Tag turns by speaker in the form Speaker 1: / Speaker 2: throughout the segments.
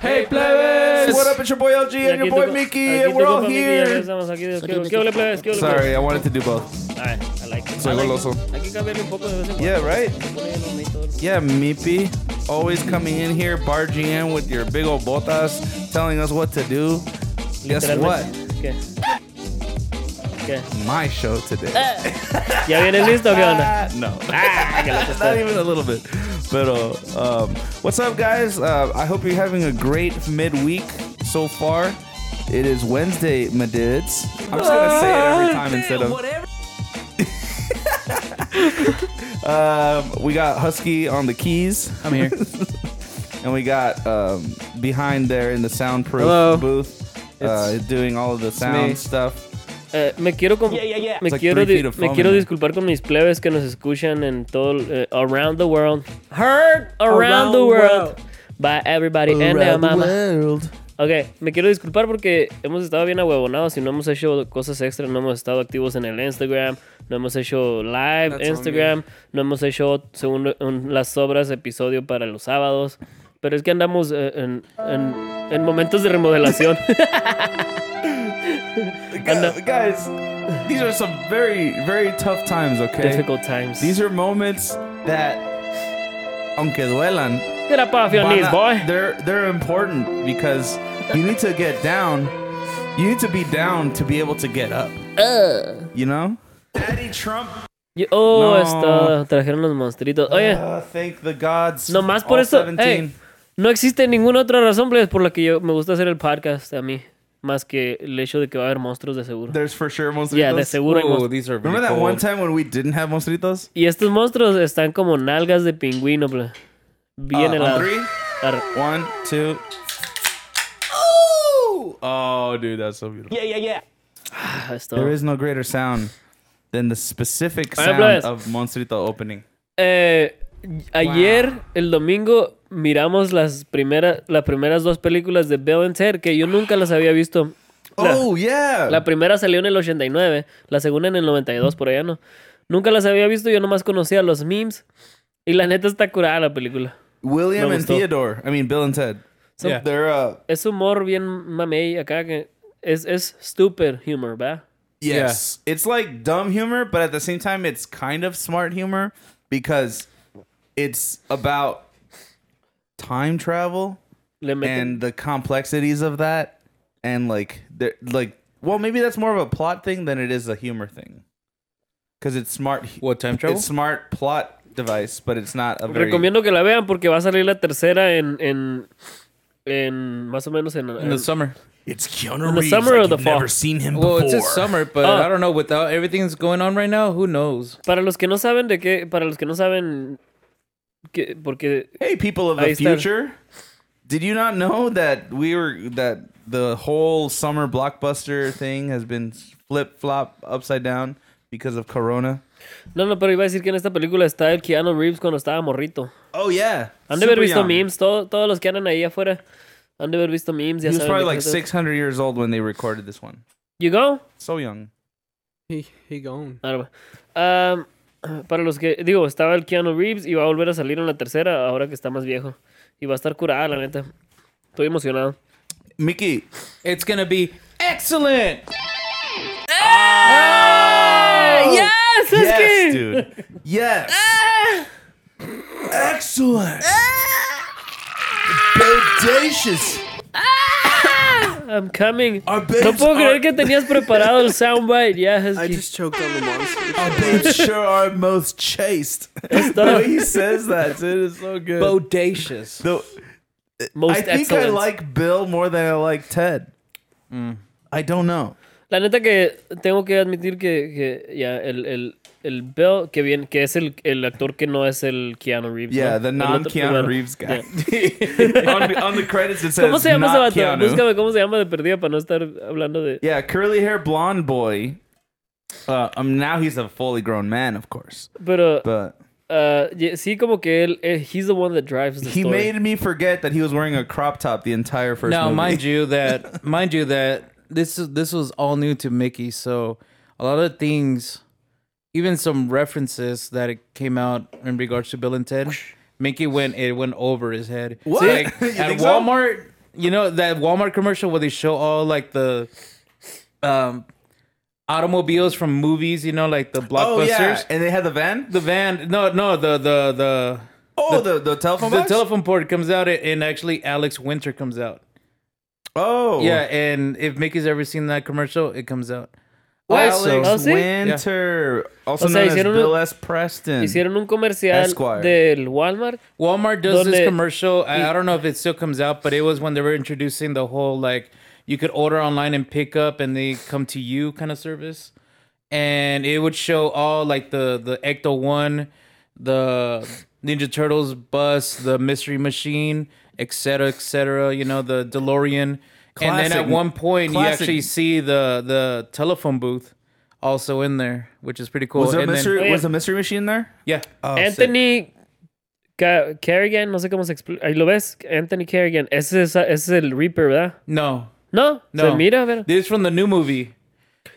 Speaker 1: Hey plebes!
Speaker 2: What up? It's your boy LG
Speaker 3: Y
Speaker 2: and your
Speaker 3: aquí
Speaker 2: boy
Speaker 3: tocó-
Speaker 2: Mickey,
Speaker 3: aquí
Speaker 2: and we're
Speaker 3: tocó
Speaker 2: all
Speaker 3: pa' Mickey, ya
Speaker 2: here.
Speaker 3: estamos aquí. ¿Qué- ¿Qué ole, plebes? ¿Qué ole,
Speaker 2: Sorry, I wanted to do both.
Speaker 3: plebes? All right, I like it.
Speaker 2: Soy
Speaker 3: I like
Speaker 2: goloso.
Speaker 3: it. Hay que cambiarle un poco de vez en cuando.
Speaker 2: Yeah, right?
Speaker 3: Poner un momento.
Speaker 2: Yeah, Mippy, always coming in here, barging in with your big old botas, telling us what to do. Guess what?
Speaker 3: Literalmente. ¿Qué? ¿Qué?
Speaker 2: My show today.
Speaker 3: ¿Ya vienes listo o qué onda?
Speaker 2: No.
Speaker 3: Eh. Ah, que la tostada.
Speaker 2: Not even a little bit. But uh, um, what's up, guys? Uh, I hope you're having a great midweek so far. It is Wednesday, my dudes. I'm just gonna say it every
Speaker 3: Ah,
Speaker 2: time instead of Um, we got Husky on the keys,
Speaker 1: I'm here.
Speaker 2: and we got um, behind there in the soundproof
Speaker 1: Hello.
Speaker 2: booth, uh,
Speaker 1: It's-
Speaker 2: doing all of the
Speaker 1: me.
Speaker 2: sound stuff.
Speaker 3: Eh, me quiero, com- me
Speaker 2: It's like
Speaker 3: quiero,
Speaker 2: three
Speaker 3: di-
Speaker 2: feet of
Speaker 3: me
Speaker 2: foam
Speaker 3: quiero
Speaker 2: in there.
Speaker 3: disculpar con mis plebes que nos escuchan en todo el- eh, around the world. Heard around,
Speaker 1: Around
Speaker 3: the world,
Speaker 1: world.
Speaker 3: by everybody and their mama. Ok, me quiero disculpar porque hemos estado bien ahuevonados y no hemos hecho cosas extras, no hemos estado activos en el Instagram, no hemos hecho live
Speaker 1: That's on
Speaker 3: Instagram, no hemos hecho según un- las obras episodio para los sábados, pero es que andamos eh, en, en- en momentos de remodelación.
Speaker 2: Gu- Guys, these are some very, very tough times. Okay,
Speaker 3: Difficult times.
Speaker 2: These are moments that, aunque duelan,
Speaker 3: Get up off your knees,
Speaker 2: Why
Speaker 3: boy.
Speaker 2: not? They're they're important because you need to get down. You need to be down to be able to get up. You know? Daddy Trump.
Speaker 3: Y- Oh,
Speaker 2: No.
Speaker 3: está. Trajeron los monstruitos. Oye,
Speaker 2: Uh, thank the gods.
Speaker 3: nomás por
Speaker 2: All
Speaker 3: eso.
Speaker 2: 17.
Speaker 3: Ey, no existe ninguna otra razón plebes, por la que yo me gusta hacer el podcast a mí. Más que el hecho de que va a haber monstruos de seguro.
Speaker 2: There's for sure monstruitos.
Speaker 3: Yeah, de seguro
Speaker 4: Uh,
Speaker 3: hay
Speaker 1: Ooh,
Speaker 3: monstruos.
Speaker 1: these are
Speaker 2: Remember
Speaker 1: really
Speaker 2: that one
Speaker 1: cold.
Speaker 2: time when we didn't have monstruitos?
Speaker 3: Y estos monstruos están como nalgas de pingüino, ple. Bien
Speaker 2: Uh, on
Speaker 3: heladas.
Speaker 2: three,
Speaker 3: Arre.
Speaker 2: one, two. Ooh! Oh, dude, that's so beautiful.
Speaker 3: Ah, esto.
Speaker 2: There is no greater sound than the specific
Speaker 3: Alright,
Speaker 2: sound
Speaker 3: bless.
Speaker 2: of monstruito opening.
Speaker 3: Eh, ayer, el domingo, miramos las, primeras las primeras dos películas de Bill and Ted que yo nunca las había visto. La-
Speaker 2: Oh yeah.
Speaker 3: La primera salió en el 89, la segunda en el 92, por allá no. Nunca las había visto, yo nomás conocía los memes. Y la neta está curada la película.
Speaker 2: William
Speaker 3: Me
Speaker 2: and
Speaker 3: gustó.
Speaker 2: Theodore. I mean, Bill and Ted.
Speaker 3: So-
Speaker 2: yeah. They're uh
Speaker 3: Es humor bien mamey acá, que es, es stupid humor, ¿va?
Speaker 2: yes. It's like dumb humor, but at the same time it's kind of smart humor because it's about time travel
Speaker 3: Le meten-
Speaker 2: and the complexities of that and like they're like well, maybe that's more of a plot thing than it is a humor thing. Cuz it's smart
Speaker 1: What time travel?
Speaker 2: It's smart plot device, but it's not a very
Speaker 3: Recomiendo que la vean porque va a salir la tercera en... en, en más o menos en...
Speaker 1: in
Speaker 3: en-
Speaker 1: the summer.
Speaker 2: It's Keanu
Speaker 3: the Reeves, summer like or the you've fall? never
Speaker 2: seen him
Speaker 1: Well, it's just summer, but
Speaker 3: Oh.
Speaker 1: I don't know. Without everything that's going on right now, who knows?
Speaker 3: para los que no saben de qué... Para los que no saben... Que, porque...
Speaker 2: Hey, people of
Speaker 3: Ahí
Speaker 2: the
Speaker 3: está.
Speaker 2: future. Did you not know that we were that the whole summer blockbuster thing has been flip flop upside down because of Corona?
Speaker 3: No, no, pero iba a decir que en esta película está el Keanu Reeves cuando estaba morrito.
Speaker 2: Oh yeah,
Speaker 3: Han de haber
Speaker 2: Super
Speaker 3: visto
Speaker 2: young.
Speaker 3: memes, todo- todos los que andan ahí afuera han de haber visto memes.
Speaker 2: He
Speaker 3: Ya
Speaker 2: was
Speaker 3: saben
Speaker 2: probably
Speaker 3: de
Speaker 2: like
Speaker 3: qué se-
Speaker 2: 600 years old when they recorded this one.
Speaker 3: You go?
Speaker 2: So young.
Speaker 1: He he gone.
Speaker 3: Arba. Ah, para los que, digo, estaba el Keanu Reeves y va a volver a salir en la tercera ahora que está más viejo. Y va a estar curada, la neta. Estoy emocionado.
Speaker 2: Mickey,
Speaker 1: It's gonna be excellent.
Speaker 3: Ah, ¡Yes! Es
Speaker 2: Oh, yes,
Speaker 3: que-
Speaker 2: dude, yes,
Speaker 3: Ah!
Speaker 2: excellent, bodacious.
Speaker 3: I'm coming.
Speaker 2: Our
Speaker 3: No
Speaker 2: babes
Speaker 3: puedo
Speaker 2: are-
Speaker 3: creer que tenías preparado el soundbite. Ya, es que-
Speaker 1: choked on the monster.
Speaker 2: Our babes Oh, sure are most chaste. the
Speaker 3: todo.
Speaker 2: way he says that, dude, is so good.
Speaker 1: Bodacious.
Speaker 2: The-
Speaker 3: most
Speaker 2: I think I
Speaker 3: excellent.
Speaker 2: like Bill more than I like Ted. Mm. I don't know.
Speaker 3: La neta que tengo que admitir que, que ya el, el, el Bill, que bien, que es el, el actor que no es el Keanu Reeves.
Speaker 2: Yeah,
Speaker 3: ¿no?
Speaker 2: the
Speaker 3: El
Speaker 2: non
Speaker 3: otro-
Speaker 2: Keanu
Speaker 3: bueno,
Speaker 2: Reeves guy.
Speaker 3: yeah.
Speaker 2: on, on the credits, it says
Speaker 3: ¿Cómo se llama ese
Speaker 2: not
Speaker 3: vato?
Speaker 2: Keanu.
Speaker 3: Búscame cómo se llama de perdida para no estar hablando de.
Speaker 2: Yeah, curly hair blonde boy. Uh, um, now he's a fully grown man, of course.
Speaker 3: Pero
Speaker 2: But
Speaker 3: ah, ye- sí, como que él. eh, he's the one that drives the
Speaker 2: he
Speaker 3: story.
Speaker 2: made me forget that he was wearing a crop top the entire first
Speaker 1: Now,
Speaker 2: movie.
Speaker 1: mind you that mind you that this is this was all new to Mickey, so a lot of things, even some references that it came out in regards to Bill and Ted, Mickey went it went over his head.
Speaker 2: What?
Speaker 1: Like,
Speaker 2: You
Speaker 1: at
Speaker 2: think so?
Speaker 1: Walmart, you know that Walmart commercial where they show all like the um automobiles from movies, you know, like the
Speaker 2: Oh,
Speaker 1: blockbusters.
Speaker 2: and they had the van.
Speaker 1: The van, no, no, the the the
Speaker 2: Oh, the the, telephone
Speaker 1: the
Speaker 2: box.
Speaker 1: telephone port comes out, and actually Alex Winter comes out.
Speaker 2: oh,
Speaker 1: Yeah, and if Mickey's ever seen that commercial, it comes out.
Speaker 2: Alex
Speaker 1: Also-
Speaker 3: Oh, sí?
Speaker 2: Winter, also
Speaker 3: O sea,
Speaker 2: known as
Speaker 3: hicieron un-
Speaker 2: Bill S. Preston.
Speaker 3: Hicieron un comercial
Speaker 2: Esquire.
Speaker 3: del Walmart.
Speaker 1: Walmart does
Speaker 3: Donde-
Speaker 1: this commercial. I, I don't know if it still comes out, but it was when they were introducing the whole like you could order online and pick up and they come to you kind of service. And it would show all like the the Ecto One, the Ninja Turtles bus, the Mystery Machine, et cetera, et cetera. You know the DeLorean. and then
Speaker 2: Classic-
Speaker 1: at one
Speaker 2: classic.
Speaker 1: point you actually see the the telephone booth also in there, which is pretty cool.
Speaker 2: Was there a
Speaker 1: And then-
Speaker 2: mystery?
Speaker 3: Oye.
Speaker 2: was a mystery machine there?
Speaker 1: yeah.
Speaker 2: Oh,
Speaker 3: Anthony Ca- Kerrigan, no sé cómo se explica. Ahí lo ves, Anthony Kerrigan. Ese es, ese es el Reaper, ¿verdad?
Speaker 1: No,
Speaker 3: No,
Speaker 1: No.
Speaker 3: se mira, a ver.
Speaker 1: This is from the new movie.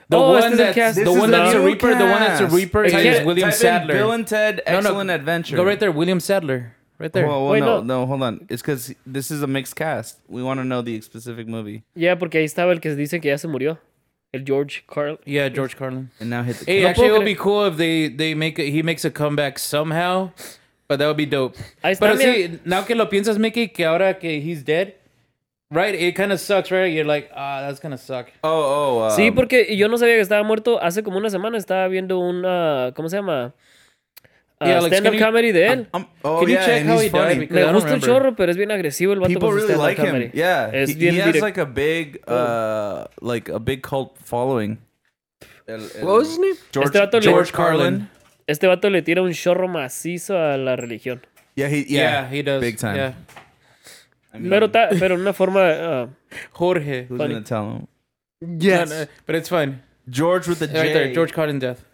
Speaker 1: The
Speaker 3: Oh,
Speaker 1: one
Speaker 3: este es el que
Speaker 1: that's,
Speaker 3: hace-
Speaker 1: the
Speaker 2: This
Speaker 1: one
Speaker 2: is
Speaker 1: that's
Speaker 2: the
Speaker 1: a
Speaker 2: new
Speaker 1: Reaper, the one that's a
Speaker 2: cast.
Speaker 1: Reaper
Speaker 3: Hey,
Speaker 1: is
Speaker 3: can't-
Speaker 1: William
Speaker 2: Type in Bill
Speaker 1: Sadler.
Speaker 2: and Ted,
Speaker 1: no.
Speaker 2: Excellent Adventure.
Speaker 1: Go right there, William Sadler. Right there.
Speaker 2: Well, well,
Speaker 3: Wait,
Speaker 2: no,
Speaker 3: no.
Speaker 2: no, hold on. It's because this is a mixed cast. We want to know the specific movie.
Speaker 3: Ya, porque ahí estaba el que dice que ya se murió. El George Carl.
Speaker 1: yeah, George Carlin.
Speaker 2: And now hit the.
Speaker 1: Hey,
Speaker 3: No
Speaker 1: actually, it
Speaker 3: puedo
Speaker 1: would be cool if they they make a, he makes a comeback somehow, but that would be dope.
Speaker 3: Ahí está,
Speaker 1: But
Speaker 3: mira.
Speaker 1: see, now que lo piensas, Mickey, que ahora que he's dead, right? It kind of sucks, right? You're like, ah, that's gonna suck.
Speaker 2: Oh, oh. Um,
Speaker 3: Sí, porque yo no sabía que estaba muerto. Hace como una semana estaba viendo una. ¿Cómo se llama? Ah,
Speaker 1: Yeah, Alex,
Speaker 3: stand-up
Speaker 1: can you-
Speaker 3: comedy de él.
Speaker 2: I'm, oh,
Speaker 1: Can you
Speaker 2: yeah,
Speaker 1: check
Speaker 2: and
Speaker 1: how
Speaker 2: he's
Speaker 1: he died?
Speaker 2: funny.
Speaker 1: Because-
Speaker 3: Me
Speaker 1: I don't
Speaker 3: gusta el
Speaker 1: remember.
Speaker 3: chorro, pero es bien agresivo el vato
Speaker 2: People
Speaker 3: con su
Speaker 2: really
Speaker 3: stand-up
Speaker 2: like
Speaker 3: comedy.
Speaker 2: him. Yeah,
Speaker 3: Es
Speaker 2: he,
Speaker 3: bien
Speaker 2: he has
Speaker 3: direct-
Speaker 2: like a big,
Speaker 1: Oh.
Speaker 2: uh, like a big cult following. El- el-
Speaker 1: What was his name?
Speaker 2: George,
Speaker 3: Este vato le-
Speaker 2: George Carlin.
Speaker 3: Este vato le tira un chorro macizo a la religión.
Speaker 2: Yeah, he
Speaker 1: Yeah,
Speaker 2: yeah,
Speaker 1: he does.
Speaker 2: big time.
Speaker 1: Yeah,
Speaker 2: I mean,
Speaker 3: Pero, ta- pero en una forma. ah,
Speaker 1: Jorge.
Speaker 2: who's
Speaker 3: funny.
Speaker 2: gonna tell him?
Speaker 1: No,
Speaker 4: Yes.
Speaker 1: no, but it's fine.
Speaker 2: George with the J.
Speaker 1: Right there, George Carlin death.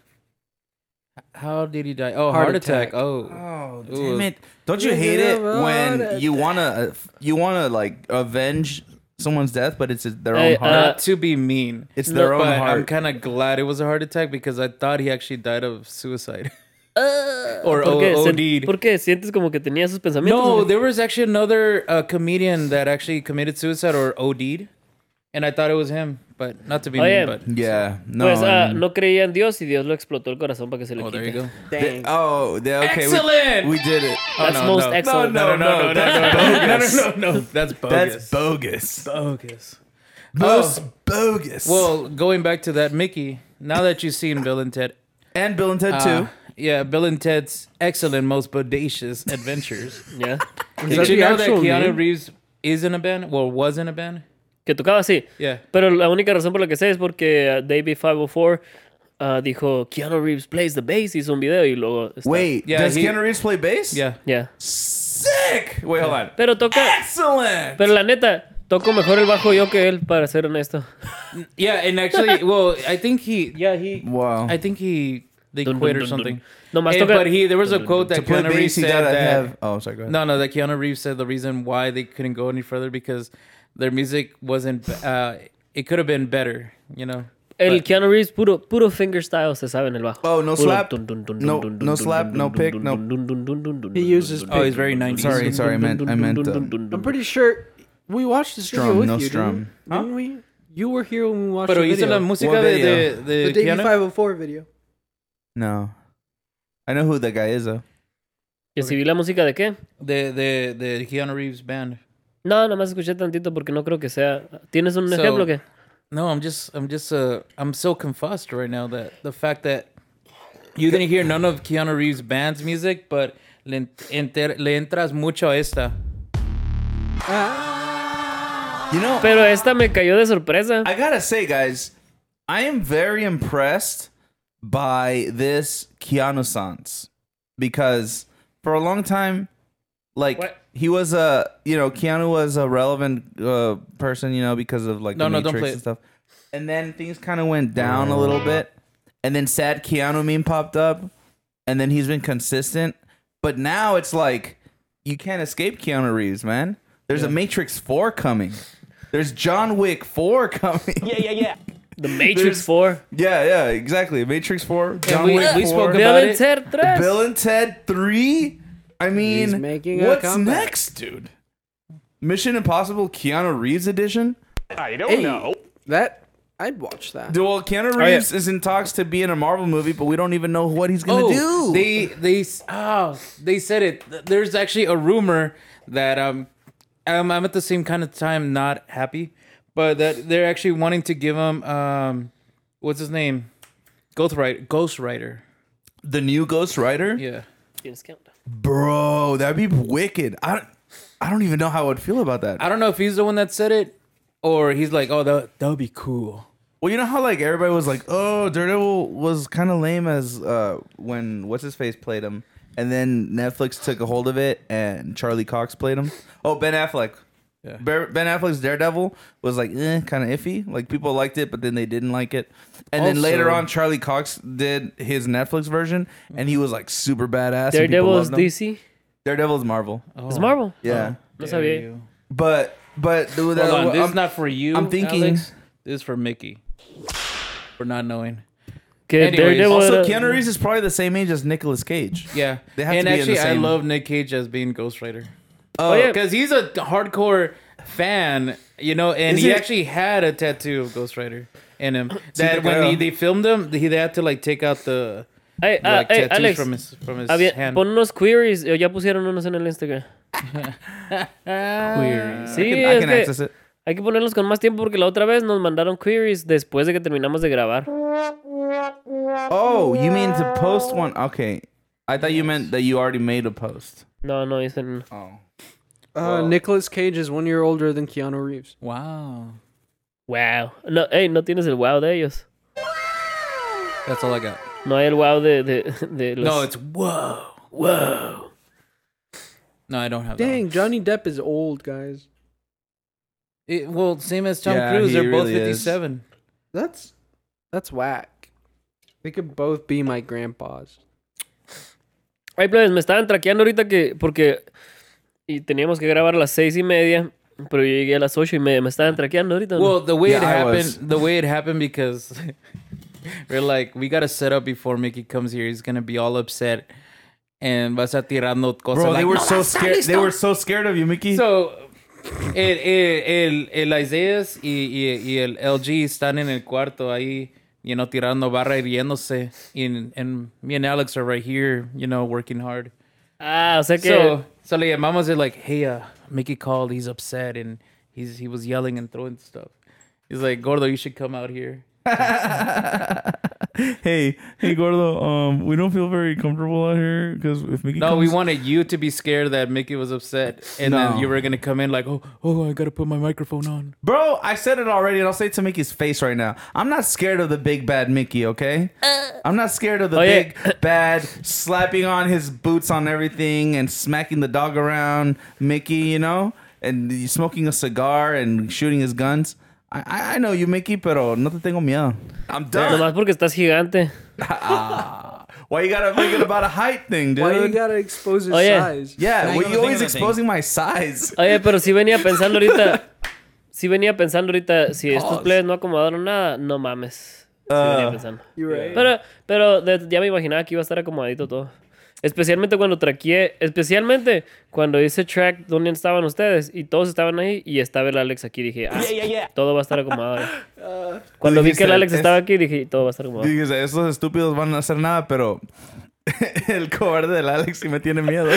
Speaker 1: How did he die? Oh, heart, attack.
Speaker 4: attack.
Speaker 1: Oh.
Speaker 2: Oh
Speaker 1: Ooh.
Speaker 2: damn it! Don't you hate it when you wanna uh, you wanna like avenge someone's death, but it's their own
Speaker 3: Hey,
Speaker 2: heart.
Speaker 3: uh,
Speaker 1: Not to be mean.
Speaker 2: it's their
Speaker 1: but
Speaker 2: own heart.
Speaker 1: I'm kind of glad it was a heart attack because I thought he actually died of suicide. or o-
Speaker 3: porque,
Speaker 1: OD'd.
Speaker 3: ¿Por qué? ¿Sientes como que tenía esos pensamientos?
Speaker 1: No,
Speaker 3: güey?
Speaker 1: there was actually another uh, comedian that actually committed suicide or OD'd. And I thought it was him, but not to be
Speaker 3: Oh,
Speaker 1: mean,
Speaker 3: yeah.
Speaker 1: but.
Speaker 2: yeah, no.
Speaker 3: Pues
Speaker 1: uh,
Speaker 3: ah,
Speaker 2: and-
Speaker 3: no creía en Dios y Dios lo explotó el corazón para que se le
Speaker 1: Oh,
Speaker 3: quite.
Speaker 1: there you go.
Speaker 4: Dang.
Speaker 2: oh, yeah, okay. we-
Speaker 1: Excellent!
Speaker 2: We, did it.
Speaker 3: That's
Speaker 1: Ah, no,
Speaker 3: most
Speaker 1: no.
Speaker 3: excellent.
Speaker 2: No, no, no, that's bogus.
Speaker 1: No, no, no, that's bogus.
Speaker 2: That's bogus. Oh.
Speaker 1: bogus.
Speaker 2: Most bogus.
Speaker 1: Well, going back to that, Mickey, now that you've seen Bill and Ted,
Speaker 2: and Bill and Ted
Speaker 1: Uh,
Speaker 2: too.
Speaker 1: yeah, Bill and Ted's excellent, most bodacious adventures.
Speaker 3: Ya.
Speaker 1: Did you know that Keanu Reeves is in a band? Well, was in a band?
Speaker 3: Que tocaba así.
Speaker 1: Yeah.
Speaker 3: Pero la única razón por la que sé es porque ah, David 504 ah, dijo Keanu Reeves plays the bass, hizo un video y luego. está-
Speaker 2: Wait,
Speaker 1: yeah,
Speaker 2: does
Speaker 1: he-
Speaker 2: Keanu Reeves play bass?
Speaker 1: Yeah.
Speaker 3: Ya.
Speaker 2: Sick. Wait, hold on.
Speaker 3: Pero toca.
Speaker 2: Excellent.
Speaker 3: Pero la neta, toco mejor el bajo yo que él, para ser honesto.
Speaker 1: Yeah, and actually, well, I think he, yeah, he,
Speaker 2: Wow.
Speaker 1: I think he, they
Speaker 3: Dun, dun,
Speaker 1: quit
Speaker 3: dun,
Speaker 1: or
Speaker 3: dun.
Speaker 1: something.
Speaker 3: Nomás
Speaker 1: Eh,
Speaker 3: toca-
Speaker 1: but he, there was a quote that
Speaker 2: play
Speaker 1: Keanu Reeves
Speaker 2: bass, you
Speaker 1: said
Speaker 2: gotta
Speaker 1: that,
Speaker 2: have. Oh, sorry. Go ahead.
Speaker 1: no, no, that Keanu Reeves said the reason why they couldn't go any further because their music wasn't, uh, it could have been better, you know?
Speaker 3: El Keanu Reeves, puro, puro fingerstyle se sabe en el bajo.
Speaker 2: Oh, no
Speaker 3: Puro
Speaker 2: slap.
Speaker 3: dun, dun, dun,
Speaker 2: No-
Speaker 3: dun,
Speaker 2: no
Speaker 3: dun,
Speaker 2: slap,
Speaker 3: dun,
Speaker 2: no
Speaker 3: dun,
Speaker 2: pick,
Speaker 3: dun,
Speaker 2: no-
Speaker 3: dun, dun, dun, dun, dun, dun,
Speaker 4: He
Speaker 3: dun,
Speaker 4: uses
Speaker 3: dun,
Speaker 4: pick.
Speaker 1: Oh, he's very 90s.
Speaker 2: Sorry,
Speaker 3: dun,
Speaker 2: sorry. I
Speaker 3: dun,
Speaker 2: meant,
Speaker 3: dun,
Speaker 2: I
Speaker 3: dun,
Speaker 2: meant.
Speaker 3: dun,
Speaker 2: Uh,
Speaker 3: dun, dun, dun.
Speaker 4: I'm pretty sure we watched this video
Speaker 2: Strum,
Speaker 4: with
Speaker 2: no
Speaker 4: you,
Speaker 2: strum.
Speaker 4: Didn't, we? didn't we? You were here when we watched
Speaker 1: Pero
Speaker 4: the
Speaker 1: hizo
Speaker 4: video.
Speaker 1: la música
Speaker 2: What
Speaker 1: de, de,
Speaker 2: video?
Speaker 1: de
Speaker 4: the Davey
Speaker 1: Keanu?
Speaker 4: 504 video.
Speaker 2: no, I know who that guy is though.
Speaker 3: ¿Y si vi la música de qué?
Speaker 1: the the the Keanu Reeves band.
Speaker 3: No, nomás escuché tantito porque no creo que sea. ¿Tienes un
Speaker 1: So-
Speaker 3: ejemplo que?
Speaker 1: No, I'm just I'm just uh I'm so confused right now that the fact that you didn't hear none of Keanu Reeves band's music, but le, enter, le entras mucho a esta.
Speaker 2: You know,
Speaker 3: Pero esta me cayó de sorpresa.
Speaker 2: I gotta say, guys, I am very impressed by this Keanu Sans because for a long time, like
Speaker 3: What?
Speaker 2: he was a you know Keanu was a relevant uh, person, you know, because of like
Speaker 1: No,
Speaker 2: the
Speaker 1: no, don't
Speaker 2: Matrix
Speaker 1: play it.
Speaker 2: and stuff. And then things kind of went down a little bit, and then sad Keanu meme popped up, and then he's been consistent. But now it's like you can't escape Keanu Reeves, man. There's a Matrix Four coming. There's John Wick Four coming. Yeah, yeah,
Speaker 3: The Matrix
Speaker 2: there's-
Speaker 3: 4.
Speaker 2: yeah, yeah. Exactly. Matrix Four. John
Speaker 1: we-
Speaker 2: Wick
Speaker 1: we
Speaker 2: 4,
Speaker 1: spoke about-
Speaker 3: Bill and
Speaker 1: it.
Speaker 3: Ted 3.
Speaker 2: Bill and Ted Three. I mean,
Speaker 4: making a
Speaker 2: what's
Speaker 4: comeback.
Speaker 2: next, dude? Mission Impossible Keanu Reeves edition.
Speaker 5: I don't
Speaker 4: Hey,
Speaker 5: know.
Speaker 4: that I'd watch that.
Speaker 2: Well, Keanu
Speaker 1: Oh, yeah.
Speaker 2: Reeves is in talks to be in a Marvel movie, but we don't even know what he's gonna do.
Speaker 1: Oh, They they s- oh they said it. Th- There's actually a rumor that um I'm, I'm at the same kind of time not happy, but that they're actually wanting to give him um what's his name Ghost Rider Ghost Rider
Speaker 2: the new Ghost Rider,
Speaker 1: yeah.
Speaker 3: James Cameron.
Speaker 2: bro, that'd be wicked. I don't, I don't even know how I would feel about that.
Speaker 1: I don't know if he's the one that said it or he's like oh that that would be cool.
Speaker 2: Well, you know how like everybody was like, "Oh, Daredevil was kind of lame as uh, when what's his face played him," and then Netflix took a hold of it and Charlie Cox played him. Oh, Ben Affleck.
Speaker 1: Yeah.
Speaker 2: Ber- Ben Affleck's Daredevil was like eh, kind of iffy. Like people liked it, but then they didn't like it. And then
Speaker 1: Also-
Speaker 2: later on, Charlie Cox did his Netflix version, and he was like super badass. and people
Speaker 3: Daredevil is
Speaker 2: loved him.
Speaker 3: DC.
Speaker 2: Daredevil's Marvel.
Speaker 3: Es Marvel.
Speaker 2: Yeah,
Speaker 3: No
Speaker 1: Dare
Speaker 3: sabía.
Speaker 1: you.
Speaker 2: but but hold
Speaker 1: Uh-huh. Hold on, this is not for you.
Speaker 2: I'm thinking-
Speaker 1: Alex. This is for Mickey for not knowing.
Speaker 3: Que
Speaker 1: Anyways,
Speaker 3: Daredevil
Speaker 2: also
Speaker 3: era-
Speaker 1: uh,
Speaker 2: Keanu Reeves is probably the same age as Nicolas Cage.
Speaker 1: Yeah,
Speaker 2: They have
Speaker 1: and
Speaker 2: to be in the
Speaker 1: actually, I
Speaker 2: same-
Speaker 1: love Nick Cage as being Ghost Rider.
Speaker 3: Oh, yeah.
Speaker 1: because he's a hardcore fan, you know, and
Speaker 2: Is
Speaker 1: he
Speaker 2: it-
Speaker 1: actually had a tattoo of Ghost Rider in him.
Speaker 2: the
Speaker 1: That when
Speaker 2: girl.
Speaker 1: he, they filmed him, he they had to like take out the
Speaker 3: Ay, ah,
Speaker 1: like,
Speaker 3: ay,
Speaker 1: tattoos
Speaker 3: Alex,
Speaker 1: from his from his
Speaker 3: había-
Speaker 1: hand.
Speaker 3: pon unos queries. eh, Ya pusieron unos en el Instagram.
Speaker 2: I
Speaker 3: Sí,
Speaker 2: can, I
Speaker 3: es
Speaker 2: can
Speaker 3: que
Speaker 2: access it.
Speaker 3: hay que ponerlos con más tiempo porque la otra vez nos mandaron queries después de que terminamos de grabar.
Speaker 2: Oh, you mean to post one? Okay. I thought you meant that you already made a post.
Speaker 3: No, no, dicen.
Speaker 2: Oh.
Speaker 4: Uh, Nicholas Cage is one year older than Keanu Reeves.
Speaker 1: Wow,
Speaker 3: Wow. No, hey, no tienes el wow de ellos.
Speaker 1: that's all I got.
Speaker 3: No hay el wow de, de, de los.
Speaker 1: No, it's whoa, whoa. No, I don't have. that one.
Speaker 4: Dang, Johnny Depp is old, guys.
Speaker 1: It- well, same as Tom
Speaker 2: Yeah,
Speaker 1: Cruise,
Speaker 2: he
Speaker 1: they're both
Speaker 2: really is.
Speaker 1: fifty-seven.
Speaker 4: That's that's whack. They could both be my grandpas.
Speaker 3: Ay, plebes, me estaban traqueando ahorita que. Porque. Y teníamos que grabar a las seis y media. Pero yo llegué a las ocho y media. Me estaban traqueando ahorita. ¿no?
Speaker 1: Well, the way
Speaker 2: Yeah,
Speaker 1: it
Speaker 2: I
Speaker 1: happened,
Speaker 2: was.
Speaker 1: the way it happened, because we're like, we gotta set up before Mickey comes here. He's gonna be all upset, and vas a tirando cosas.
Speaker 2: Bro, they
Speaker 1: like,
Speaker 2: were
Speaker 1: "No
Speaker 2: so
Speaker 1: vas a
Speaker 2: scared. They
Speaker 1: listo."
Speaker 2: were so scared of you, Mickey.
Speaker 1: So, el, el, el, el Isaías y, y, y el LG están en el cuarto ahí, you know, tirando barra y riéndose. And, and me and Alex are right here, you know, working hard.
Speaker 3: ah, o sea que.
Speaker 1: So, so le llamamos and like, hey, uh, Mickey called. He's upset and he's he was yelling and throwing stuff. He's like, Gordo, you should come out here.
Speaker 2: hey, hey, Gordo. Um, we don't feel very comfortable out here because if Mickey.
Speaker 1: No,
Speaker 2: comes-
Speaker 1: we wanted you to be scared that Mickey was upset, and
Speaker 2: No.
Speaker 1: then you were gonna come in like, oh, oh, I gotta put my microphone on.
Speaker 2: Bro, I said it already, and I'll say it to Mickey's face right now. I'm not scared of the big bad Mickey. Okay. I'm not scared of the
Speaker 3: Oh, yeah.
Speaker 2: big bad slapping on his boots on everything and smacking the dog around, Mickey. You know, and smoking a cigar and shooting his guns. I- I, I know you, Mickey, pero no te tengo miedo. I'm done.
Speaker 3: Nomás porque estás gigante.
Speaker 2: Why you gotta make it about a height thing, dude?
Speaker 4: Why you gotta expose his
Speaker 3: Oh, yeah.
Speaker 4: size?
Speaker 2: yeah,
Speaker 5: Now
Speaker 2: why
Speaker 5: you
Speaker 2: you always
Speaker 5: gotta think of the thing.
Speaker 2: exposing my size?
Speaker 3: Oye, pero sí venía pensando ahorita. Sí venía pensando ahorita. Si estos plebes no acomodaron nada, no mames. Sí venía pensando.
Speaker 4: You right?
Speaker 3: Pero, pero de- ya me imaginaba que iba a estar acomodadito todo. Especialmente cuando traqueé, especialmente cuando hice track donde estaban ustedes y todos estaban ahí y estaba el Alex aquí. Dije, ah,
Speaker 5: yeah, yeah. Uh,
Speaker 3: todo va a estar acomodado. ahora. cuando vi que el Alex
Speaker 2: es-
Speaker 3: estaba aquí, dije, todo va a estar acomodado.
Speaker 2: Dices, estos estúpidos van a hacer nada, pero el cobarde del Alex sí me tiene miedo.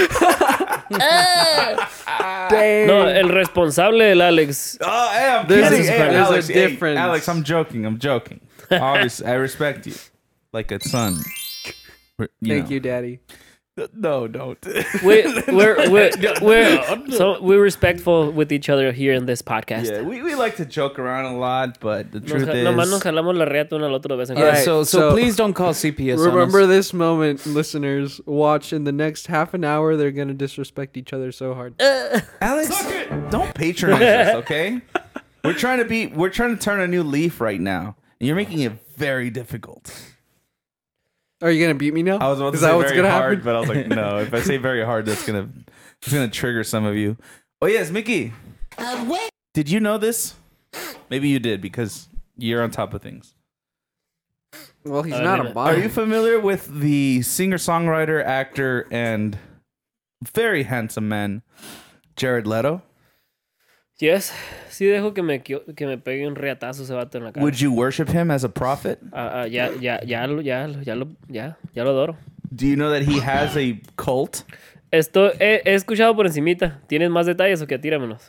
Speaker 4: Dang.
Speaker 3: No, el responsable del Alex.
Speaker 2: oh, hey, I'm
Speaker 4: There's
Speaker 2: kidding.
Speaker 4: a-
Speaker 2: Hey,
Speaker 4: there's a
Speaker 2: Alex, hey,
Speaker 4: difference.
Speaker 2: Alex, I'm joking. I'm joking. Obviously, I respect you like a son. You
Speaker 4: Thank
Speaker 2: know.
Speaker 4: you, Daddy.
Speaker 2: No, don't.
Speaker 3: We, we're, we're, we're, so we're respectful with each other here in this podcast.
Speaker 2: yeah, we, we like to joke around a lot, but the
Speaker 3: Nos,
Speaker 2: truth
Speaker 3: ja-
Speaker 2: is,
Speaker 3: nomás nos jalamos la reata uno al otro de vez en
Speaker 1: Yeah,
Speaker 3: cuando.
Speaker 4: Alright,
Speaker 1: so, so
Speaker 4: so-
Speaker 1: please don't call CPS. on us.
Speaker 4: Remember this moment, listeners. Watch in the next half an hour, they're gonna disrespect each other so hard.
Speaker 2: Alex, don't patronize us, okay? We're trying to be we're trying to turn a new leaf right now. And you're making it very difficult.
Speaker 4: Are you gonna beat me now?
Speaker 2: I was about to
Speaker 4: Is
Speaker 2: say
Speaker 4: that
Speaker 2: very
Speaker 4: what's gonna
Speaker 2: hard,
Speaker 4: happen?
Speaker 2: but I was like, no, if I say very hard, that's gonna it's gonna trigger some of you. Oh yes, Mickey.
Speaker 3: Uh,
Speaker 2: Did you know this? Maybe you did because you're on top of things.
Speaker 4: Well, he's
Speaker 3: Uh,
Speaker 4: not
Speaker 3: wait
Speaker 4: a
Speaker 3: a
Speaker 2: Are
Speaker 4: bot.
Speaker 2: you familiar with the singer, songwriter, actor, and very handsome man, Jared Leto?
Speaker 3: Yes, sí dejo que me, quio- que me pegue un reatazo ese vato en la cara.
Speaker 2: Would you worship him as a prophet?
Speaker 3: Ah, ah, ya, ya, ya, lo- ya, lo- ya, lo, ya, ya lo adoro.
Speaker 2: Do you know that he has a cult?
Speaker 3: Esto he, he escuchado por encimita. ¿Tienes más detalles o qué? Tíramelos.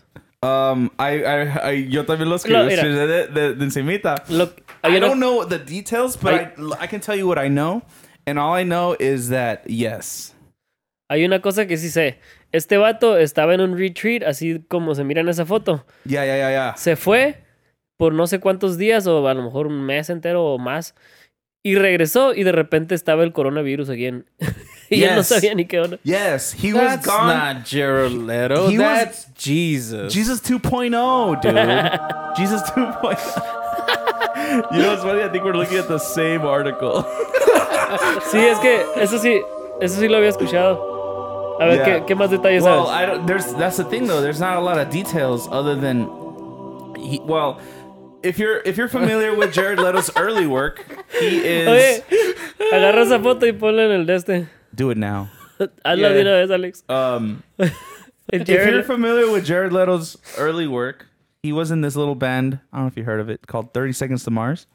Speaker 2: Um, I, I, I, yo también lo escribí
Speaker 3: Lo- mira.
Speaker 2: de, de, de, de encimita.
Speaker 3: Lo- ah,
Speaker 2: I
Speaker 3: yo no-
Speaker 2: don't know the details, but
Speaker 3: Ay-
Speaker 2: I, I can tell you what I know. And all I know is that, yes.
Speaker 3: Hay una cosa que sí sé. Este vato estaba en un retreat, así como se mira en esa foto.
Speaker 2: Yeah, yeah, yeah, yeah.
Speaker 3: Se fue por no sé cuántos días o a lo mejor un mes entero o más. Y regresó y de repente estaba el coronavirus aquí en... y él no
Speaker 2: Yes.
Speaker 3: sabía ni qué onda.
Speaker 2: Yes, he
Speaker 1: That's
Speaker 2: was gone.
Speaker 1: not Jared Leto.
Speaker 2: He was-
Speaker 1: That's Jesus.
Speaker 2: Jesus 2.0, dude. Jesus 2.0. you know what's funny? I think we're looking at the same article.
Speaker 3: Sí, es que eso sí, eso sí lo había escuchado. A ver,
Speaker 2: Yeah.
Speaker 3: ¿qué, qué más detalles
Speaker 2: Well,
Speaker 3: sabes?
Speaker 2: I don't, there's that's the thing though. There's not a lot of details other than, he, well, if you're if you're familiar with Jared Leto's early work, he is.
Speaker 3: Oye, agarra esa foto y ponla en el de este.
Speaker 2: Do it now.
Speaker 3: Hazla de
Speaker 1: Yeah.
Speaker 3: una vez, Alex.
Speaker 2: Um,
Speaker 3: El
Speaker 2: If you're
Speaker 3: Jared-
Speaker 2: familiar with Jared Leto's early work, he was in this little band. I don't know if you heard of it called Thirty Seconds to Mars.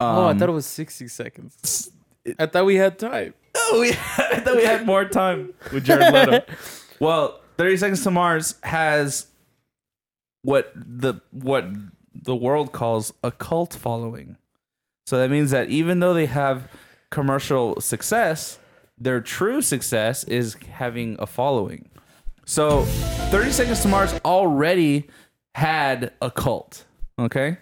Speaker 1: oh, I
Speaker 2: Um,
Speaker 1: thought it was 60 seconds. I thought we had time.
Speaker 2: Oh, we, I thought we had more time with Jared Leto. well, Thirty Seconds to Mars has what the what the world calls a cult following. So that means that even though they have commercial success, their true success is having a following. So, Thirty Seconds to Mars already had a cult. Okay.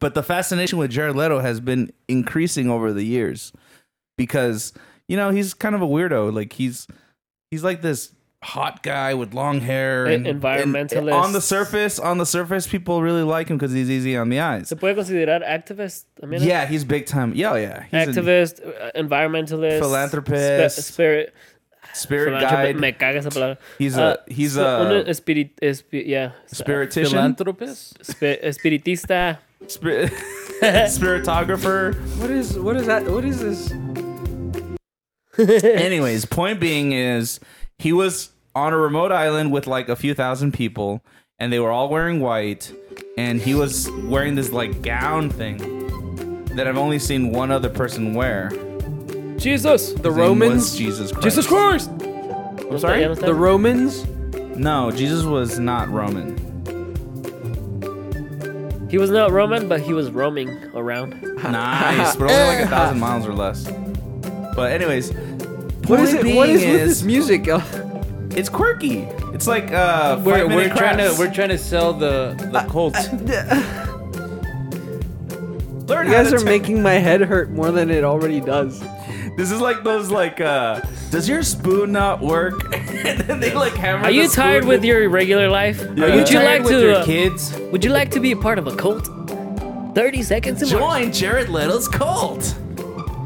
Speaker 2: But the fascination with Jared Leto has been increasing over the years because you know he's kind of a weirdo. Like he's he's like this hot guy with long hair
Speaker 3: E-
Speaker 2: and and-
Speaker 3: environmentalist.
Speaker 2: on the surface, on the surface, people really like him because he's easy on the eyes.
Speaker 3: ¿Se puede considerar activist también?
Speaker 2: Yeah, he's big time. Yeah, yeah. He's a
Speaker 3: Activist, uh, environmentalist,
Speaker 2: Philanthropist.
Speaker 3: spe- spirit,
Speaker 2: spirit
Speaker 3: philanthropist,
Speaker 2: guide.
Speaker 3: me caga esa palabra.
Speaker 2: He's
Speaker 3: Ah,
Speaker 2: a he's
Speaker 3: sp- un
Speaker 2: a
Speaker 3: espirit, espi- yeah, s-
Speaker 2: spiritician,
Speaker 1: Philanthropist?
Speaker 3: espe- espiritista.
Speaker 2: Spir- spiritographer.
Speaker 4: What is what is that? What is this?
Speaker 2: Anyways, point being is he was on a remote island with like a few thousand people, and they were all wearing white, and he was wearing this like gown thing that I've only seen one other person wear.
Speaker 4: Jesus,
Speaker 2: His
Speaker 4: the
Speaker 2: name was
Speaker 4: Romans.
Speaker 2: Jesus Christ.
Speaker 4: Jesus Christ,
Speaker 3: No está-
Speaker 2: sorry?
Speaker 3: ya no está.
Speaker 4: the Romans.
Speaker 2: No, Jesus was not Roman.
Speaker 3: He was not Roman, but he was roaming around.
Speaker 2: Nice, but only like a thousand miles or less. But anyways,
Speaker 4: What is
Speaker 2: point
Speaker 4: it? What
Speaker 2: being
Speaker 4: is with this music? Uh,
Speaker 2: It's quirky. It's like uh,
Speaker 1: We're,
Speaker 2: Five Minute
Speaker 1: we're trying to
Speaker 2: Crafts.
Speaker 1: we're trying to sell the the cult.
Speaker 2: Learn
Speaker 4: You
Speaker 2: how
Speaker 4: guys
Speaker 2: to
Speaker 4: are
Speaker 2: turn-
Speaker 4: making my head hurt more than it already does.
Speaker 2: This is like those like uh, does your spoon not work? and then they like hammer.
Speaker 3: Are
Speaker 2: the
Speaker 3: you
Speaker 2: spoon
Speaker 3: tired with your regular life?
Speaker 2: Yeah.
Speaker 3: Would you
Speaker 1: Tired
Speaker 3: like
Speaker 1: with
Speaker 3: to?
Speaker 1: your
Speaker 3: uh,
Speaker 1: kids?
Speaker 3: would you like to be a part of a cult? Thirty seconds. in Mars.
Speaker 2: Join Jared Leto's cult.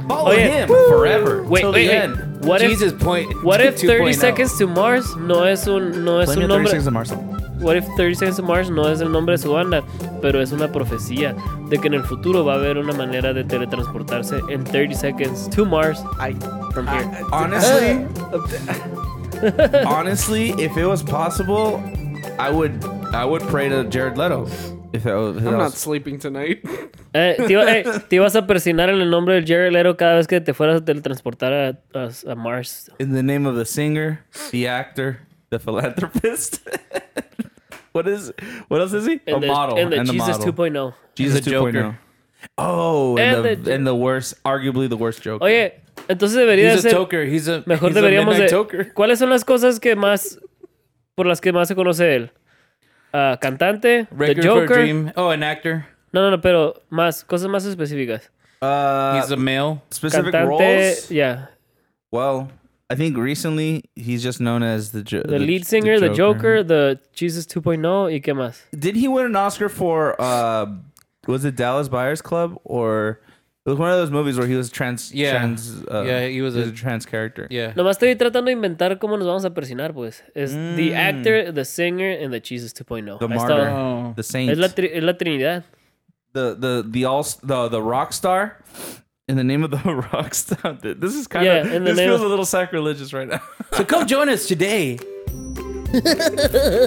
Speaker 2: Follow
Speaker 1: Oh,
Speaker 3: Oye.
Speaker 2: him forever
Speaker 3: Oh, Wait,
Speaker 2: till
Speaker 3: wait,
Speaker 2: the
Speaker 3: wait.
Speaker 2: end.
Speaker 3: What if?
Speaker 1: Jesus point.
Speaker 3: What if
Speaker 2: oh.
Speaker 3: 30
Speaker 1: 2.0.
Speaker 3: Seconds to Mars no es un no es
Speaker 2: Play me
Speaker 3: un
Speaker 2: a 30
Speaker 3: nombre?
Speaker 2: seconds of Marcel.
Speaker 3: What if 30 Seconds to Mars no es el nombre de su banda, pero es una profecía de que en el futuro va a haber una manera de teletransportarse en 30 Seconds to Mars
Speaker 4: I
Speaker 3: from here.
Speaker 2: Honestly, honestly, if it was possible, I would I would pray to Jared Leto. If that was, if that
Speaker 4: I'm not
Speaker 2: was-
Speaker 4: sleeping tonight. Uh,
Speaker 3: Eh, te, iba- eh, te ibas a persinar en el nombre del Jerry Lero cada vez que te fueras a teletransportar a, a- a Mars.
Speaker 2: in the name of the singer, the actor, the philanthropist. what is what else is he? a
Speaker 3: the-
Speaker 2: model
Speaker 3: and the
Speaker 2: a
Speaker 3: Jesus oh.
Speaker 2: model.
Speaker 3: 2.0.
Speaker 2: Jesus
Speaker 1: And the Joker.
Speaker 2: 2.0. Oh, and,
Speaker 3: And
Speaker 2: the,
Speaker 3: the-
Speaker 2: and the worst, arguably the worst joke.
Speaker 3: Oye, entonces debería
Speaker 1: He's a
Speaker 3: ser
Speaker 1: toker. He's a
Speaker 3: mejor
Speaker 1: he's a
Speaker 3: deberíamos de
Speaker 1: midnight toker.
Speaker 3: ¿Cuáles son las cosas que más por las que más se conoce él? Ah, cantante, The
Speaker 1: Record for a
Speaker 3: Joker.
Speaker 1: dream. Oh, an actor.
Speaker 3: No, no, no, pero más cosas más específicas.
Speaker 2: Uh,
Speaker 1: He's a male.
Speaker 2: specific
Speaker 3: cantante,
Speaker 2: roles.
Speaker 3: ya.
Speaker 2: Well, I think recently he's just known as the jo-
Speaker 3: The lead singer, the Joker, the Jesus 2.0 y qué más.
Speaker 2: Did he win an Oscar for uh, was it Dallas Buyers Club or it was one of those movies where he was trans?
Speaker 1: Yeah.
Speaker 2: trans, uh,
Speaker 1: Yeah, he was a-
Speaker 2: trans character.
Speaker 1: Yeah.
Speaker 3: Nomás estoy tratando de inventar cómo nos vamos a persinar, pues. Es
Speaker 1: Mm.
Speaker 3: the actor, the singer and the Jesus 2.0.
Speaker 2: The
Speaker 3: Ahí está.
Speaker 2: martyr.
Speaker 1: Oh.
Speaker 2: The saint.
Speaker 3: Es la, tri- es la Trinidad.
Speaker 2: the the the all the the rock star in the name of the rock star. This is kind
Speaker 3: Yeah, in
Speaker 2: of
Speaker 3: the
Speaker 2: this
Speaker 3: name
Speaker 2: feels
Speaker 3: of-
Speaker 2: a little sacrilegious right now.
Speaker 1: So come join us today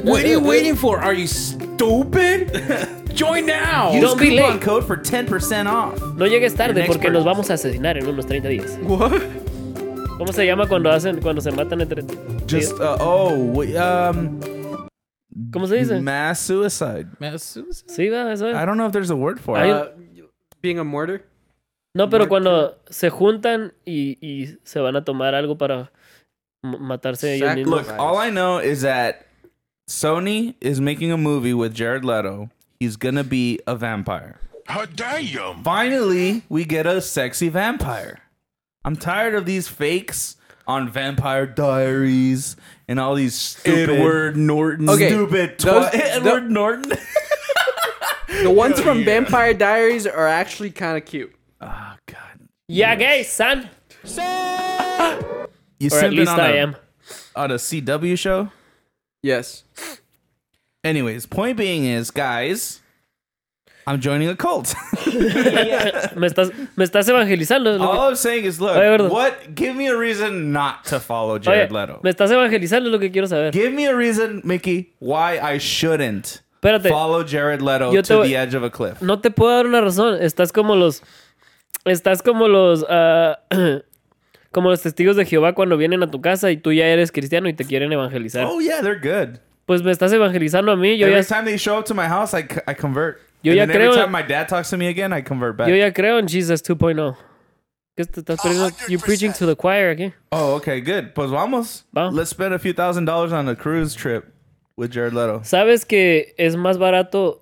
Speaker 1: What are you waiting for? Are you stupid? Join now.
Speaker 2: Use
Speaker 3: Don't be
Speaker 2: coupon
Speaker 3: late.
Speaker 2: code for 10% off.
Speaker 3: No llegues tarde
Speaker 2: An
Speaker 3: porque
Speaker 2: expert.
Speaker 3: nos vamos a asesinar en unos 30 días.
Speaker 4: What?
Speaker 3: ¿Cómo se llama cuando hacen cuando se matan entre
Speaker 2: Just, uh, oh, we- um,
Speaker 3: ¿Cómo se dice?
Speaker 2: mass suicide.
Speaker 1: Man, suicide.
Speaker 3: Sí, va, eso es.
Speaker 2: I don't know if there's a word for
Speaker 3: Ay,
Speaker 2: it.
Speaker 4: Uh, being a martyr?
Speaker 3: No, pero cuando se juntan y, y se van a tomar algo para m- matarse ellos
Speaker 4: Sac-
Speaker 3: mismos.
Speaker 2: Look, all I know is that Sony is making a movie with Jared Leto. He's gonna be a vampire.
Speaker 5: How dare you?
Speaker 2: Finally, we get a sexy vampire. I'm tired of these fakes on Vampire Diaries and all these stupid
Speaker 5: Edward Norton.
Speaker 4: Okay.
Speaker 2: stupid
Speaker 4: Those-
Speaker 2: twi- Edward Norton.
Speaker 4: The ones from Vampire Diaries are actually kind of cute.
Speaker 3: Ah,
Speaker 2: oh God,
Speaker 3: Yeah, gay, son.
Speaker 2: you
Speaker 3: Or at
Speaker 2: simping
Speaker 3: least
Speaker 2: on
Speaker 3: I
Speaker 2: a-
Speaker 3: am.
Speaker 2: on a CW show.
Speaker 4: Yes.
Speaker 2: Anyways, point being is, guys, I'm joining a cult.
Speaker 3: Me estás, me estás evangelizando. es lo que-
Speaker 2: All I'm saying is, look,
Speaker 3: Oye, gordo.
Speaker 2: what? Give me a reason not to follow
Speaker 3: Oye,
Speaker 2: Jared Leto.
Speaker 3: me estás evangelizando, es lo que quiero saber.
Speaker 2: Give me a reason, Mickey, why I shouldn't
Speaker 3: Espérate.
Speaker 2: follow Jared Leto
Speaker 3: Yo
Speaker 2: to
Speaker 3: te voy-
Speaker 2: the edge of a cliff.
Speaker 3: No te puedo dar una razón. Estás como los. Estás como los. ah, como los testigos de Jehová cuando vienen a tu casa y tú ya eres cristiano y te quieren evangelizar.
Speaker 2: Oh yeah, they're good.
Speaker 3: Pues me estás evangelizando a mí. Yo
Speaker 2: every
Speaker 3: ya,
Speaker 2: time they show up to my house, I, c- I convert.
Speaker 3: Yo
Speaker 2: and
Speaker 3: ya
Speaker 2: then every
Speaker 3: creo-
Speaker 2: time my dad talks to me again, I convert back.
Speaker 3: yo ya creo en Jesus 2.0. ¿Qué te estás perdiendo? You're preaching to the choir aquí.
Speaker 2: Oh, okay, good. Pues vamos.
Speaker 3: Va.
Speaker 2: Let's spend a few thousand dollars on a cruise trip with Jared Leto.
Speaker 3: ¿Sabes que es más barato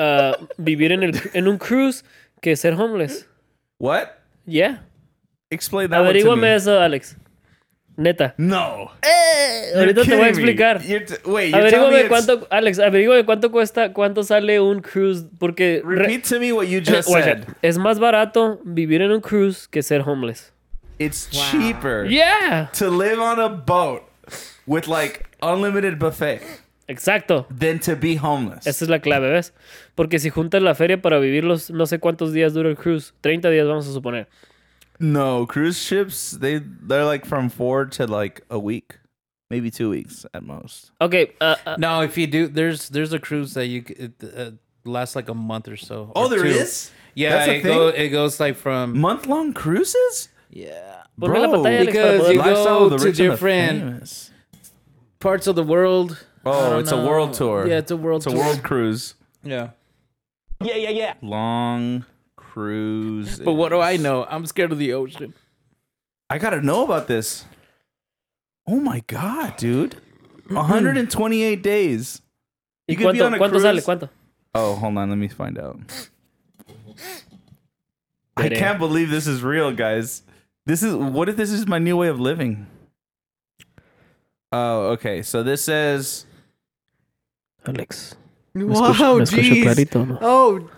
Speaker 3: ah, vivir en, el, en un cruise que ser homeless?
Speaker 2: What?
Speaker 3: Yeah.
Speaker 2: Explain that one to me.
Speaker 3: Averígame eso, Alex. Neta.
Speaker 2: No. You're
Speaker 3: Ahorita te voy a
Speaker 2: kidding me.
Speaker 3: explicar.
Speaker 2: You're t- wait, you're telling me
Speaker 3: Averígame
Speaker 2: it's-
Speaker 3: cuánto, Alex, averígame cuánto cuesta, cuánto sale un cruise, porque re-
Speaker 2: Repeat to me what you just
Speaker 3: Watch
Speaker 2: said.
Speaker 3: it. es más barato vivir en un cruise que ser homeless.
Speaker 2: It's cheaper
Speaker 3: Yeah,
Speaker 2: to live on a boat with like unlimited buffet
Speaker 3: exacto.
Speaker 2: than to be homeless.
Speaker 3: Esa es la clave, ¿ves? Porque si juntas la feria para vivir los no sé cuántos días dura el cruise, 30 días vamos a suponer.
Speaker 2: No, cruise ships they they're like from four to like a week, maybe two weeks at most.
Speaker 3: Ok, ah, ah,
Speaker 1: No, if you do, there's there's a cruise that you c- it, uh, lasts like a month or so.
Speaker 2: Oh,
Speaker 1: there
Speaker 2: there
Speaker 1: is.
Speaker 2: is?
Speaker 1: Yeah,
Speaker 2: That's a
Speaker 1: it, go,
Speaker 2: thing?
Speaker 1: it goes like from
Speaker 2: Month long cruises?
Speaker 1: yeah
Speaker 3: ponme la
Speaker 2: Bro,
Speaker 3: pantalla, Alex, para
Speaker 1: because
Speaker 3: poder-
Speaker 1: you-
Speaker 2: Lifestyle of
Speaker 1: go
Speaker 2: the
Speaker 1: to
Speaker 2: rich and the
Speaker 1: different-
Speaker 2: famous.
Speaker 1: parts of the world. I
Speaker 2: Oh,
Speaker 1: don't
Speaker 2: it's a
Speaker 1: know.
Speaker 2: world tour.
Speaker 1: Yeah, it's a world
Speaker 2: it's a
Speaker 1: tour.
Speaker 2: world cruise.
Speaker 1: Yeah.
Speaker 2: Long cruise.
Speaker 1: But what do I know? I'm scared of the ocean.
Speaker 2: I gotta know about this. Oh my god, dude!
Speaker 1: Mm-hmm.
Speaker 2: 128 days.
Speaker 3: ¿Y
Speaker 2: You could be
Speaker 3: cuánto,
Speaker 2: on a
Speaker 3: cuánto
Speaker 2: cruise.
Speaker 3: sale? ¿Cuánto?
Speaker 2: Oh, hold on, let me find out. I
Speaker 3: Did it.
Speaker 2: can't believe this is real, guys. This is what if this is my new way of living? Oh, okay. So this says
Speaker 3: Alex,
Speaker 4: Wow, jeez.
Speaker 3: ¿no?
Speaker 4: Oh,